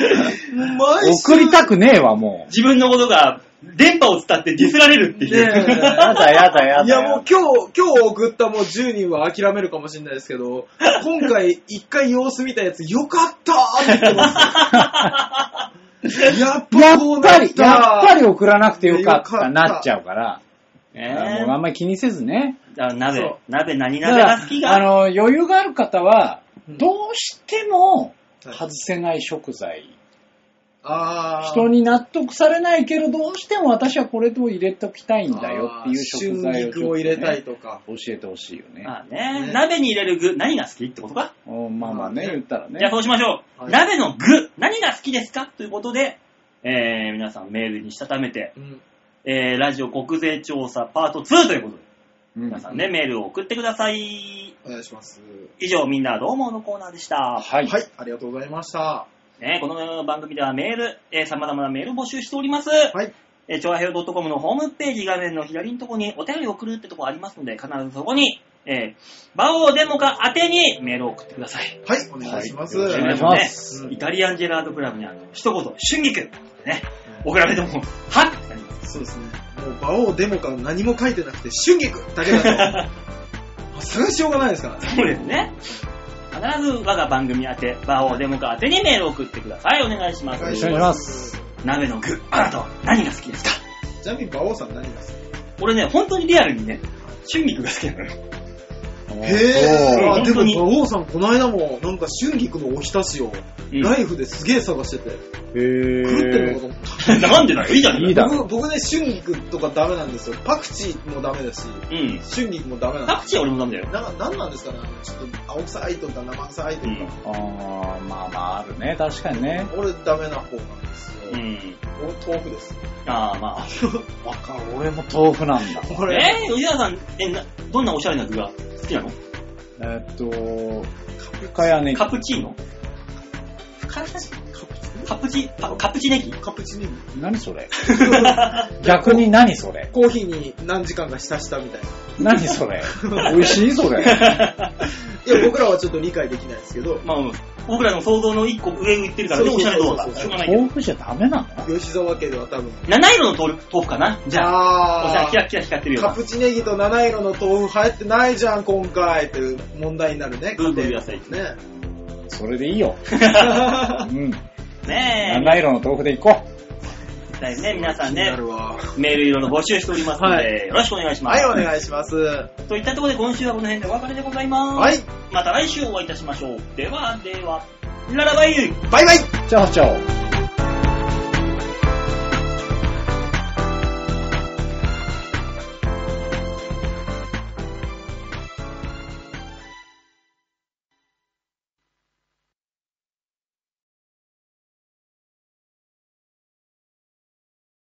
B: 毎週
C: 送りたくねえわ、も
A: 自分のことが電波を伝ってディスられるってい
B: ね
A: う。
C: う。やだやだやだ。
B: いやもう今日、今日送ったもう10人は諦めるかもしれないですけ
C: [LAUGHS]
B: ど、今回一回様子見たやつ、よかったーって言ってます
C: [LAUGHS]
B: よやっ
C: や
B: ぱ
C: っ
B: こうな
C: ぱ
B: っ
C: り、
B: た
C: やっぱり送らなくてよかっ
B: よか
C: た、
B: った
C: なっちゃうから。
A: [LAUGHS] ね
C: もうあんまり気にせずね。
A: あ
B: そ
A: 鍋
B: う、
A: 鍋、何
C: だ
A: 鍋が好き
C: あ
A: が。
C: の、余裕がある方は、
B: うん
C: どうしても
B: はい
C: 外せない食材。
B: あー
C: 人に納得されないけど、どうしても私はこれを入れときたいんだよっていう食
B: 春
C: 材をちょっとね、
B: 菊を入れたいとか。
C: 教えてほしいよね。
A: まあね、
B: ね
A: 鍋に入れる具、何が好きってことか。
C: うんまあまあね、
B: まあね
C: 言ったらね
A: じゃあ。そうしましょう。
B: はい
A: 鍋の具、何が好きですかということで、えー、皆さんメールにしたためて、
B: うん
A: えー、ラジオ国税調査パート2ということで、
C: うん
A: 皆さんね、メールを送ってください。
B: お願いします。
A: 以上、みんなどうものコーナーでした。
C: はい。
B: はい、ありがとうございました。
A: ね、この番組ではメール、えー、様々なメールを募集しております。
B: はい、
A: えー、調和平洋 .com のホームページ画面の左のところにお便りを送るってところありますので、必ずそこに、えー、バオーデモカ宛てにメールを送ってください。
B: はい、お願いします。
C: は
A: お
C: いお願いします
B: うん
A: イタリアンジェラートクラブにある一言、春菊ね、送られても、はっってなります。
B: そうですね。もう、馬王デモか何も書いてなくて、春菊だけ
C: [LAUGHS]
B: だと、探しようがないですからね。
A: そうですね。必ず我が番組宛て、バオーデモカ宛てにメールを送ってください。お願いします。
C: いします。
A: 鍋の具、あなたは何が好きですか
B: ちなみに馬王さん何が好き
A: 俺ね、本当にリアルにね、春菊が好きなのよ。
B: へ
A: ーお
B: ぇー。で
A: 本当に
B: も、馬王さん、この間も、なんか春菊のおひたしを、
A: うん
B: ナイフですげえ探してて、
C: へ
B: 狂ってるの
C: ぇ
B: かと
A: [LAUGHS]
B: 思っ
A: なんでだよ、いいじゃん。
C: いいだ
B: た。僕、僕ね、春菊とかダメなんですよ。パクチーもダメだし、
A: うん。
B: 春菊もダメなんです
A: パクチーは俺もダメだよ。
B: ななんなんですかねあのちょっと青臭いとか生臭いと
A: う
B: か、
A: ん。
C: あーまあまああるね、確かにね。
B: 俺ダメな方なんですよ、
A: うん。
B: 俺豆腐です
A: あ
B: [LAUGHS]
A: あ、まあ。
C: わかる、俺も豆腐なんだ。
B: これ
A: えー、吉田さん、え、な、どんなおしゃれな具が好きなの
C: えーっと、深谷ねぎ。
A: カプチーノカプチカプチ、パカプチネギ [LAUGHS]
B: カプチーノ
C: 何それ逆に何それ
B: コーヒーに何時間か浸したみたいな
C: 何それ美味しいそれ。
B: いや僕らはちょっと理解できないですけど
A: まあ、うん僕らの想像の一個上行ってるからね、
B: そう
A: おしゃれ度
B: そ
A: が。
B: うそう
A: しょう
B: そう
A: がないけ
C: 豆
A: ど。
C: 腐じゃダメなの
B: 吉沢家では多分
A: 七色の豆腐豆腐かなじゃあ、おしゃ
B: あ
A: れ、キラキラ光ってるよう
B: カ
A: な。
B: プチネギと七色の豆腐流行ってないじゃん今回という問題になるね
A: ブーブー野菜
B: 家庭ね
C: それでいいよ。 [LAUGHS] うん。
A: ね
C: 七色の豆腐でいこ
A: え。一体ね、皆さん
B: 気に
A: ね
B: な、るわ
A: メールいろいろ募集しておりますので、
B: はい
A: よろしくお願いしま
B: は
A: す。
B: いお願いしますは
A: といったところで今週はこの辺でお別れでございます。
B: い
A: また来週お会いいたしましょう。ではでは、ララバイ
B: バイバイ
C: う。ちょうちょう。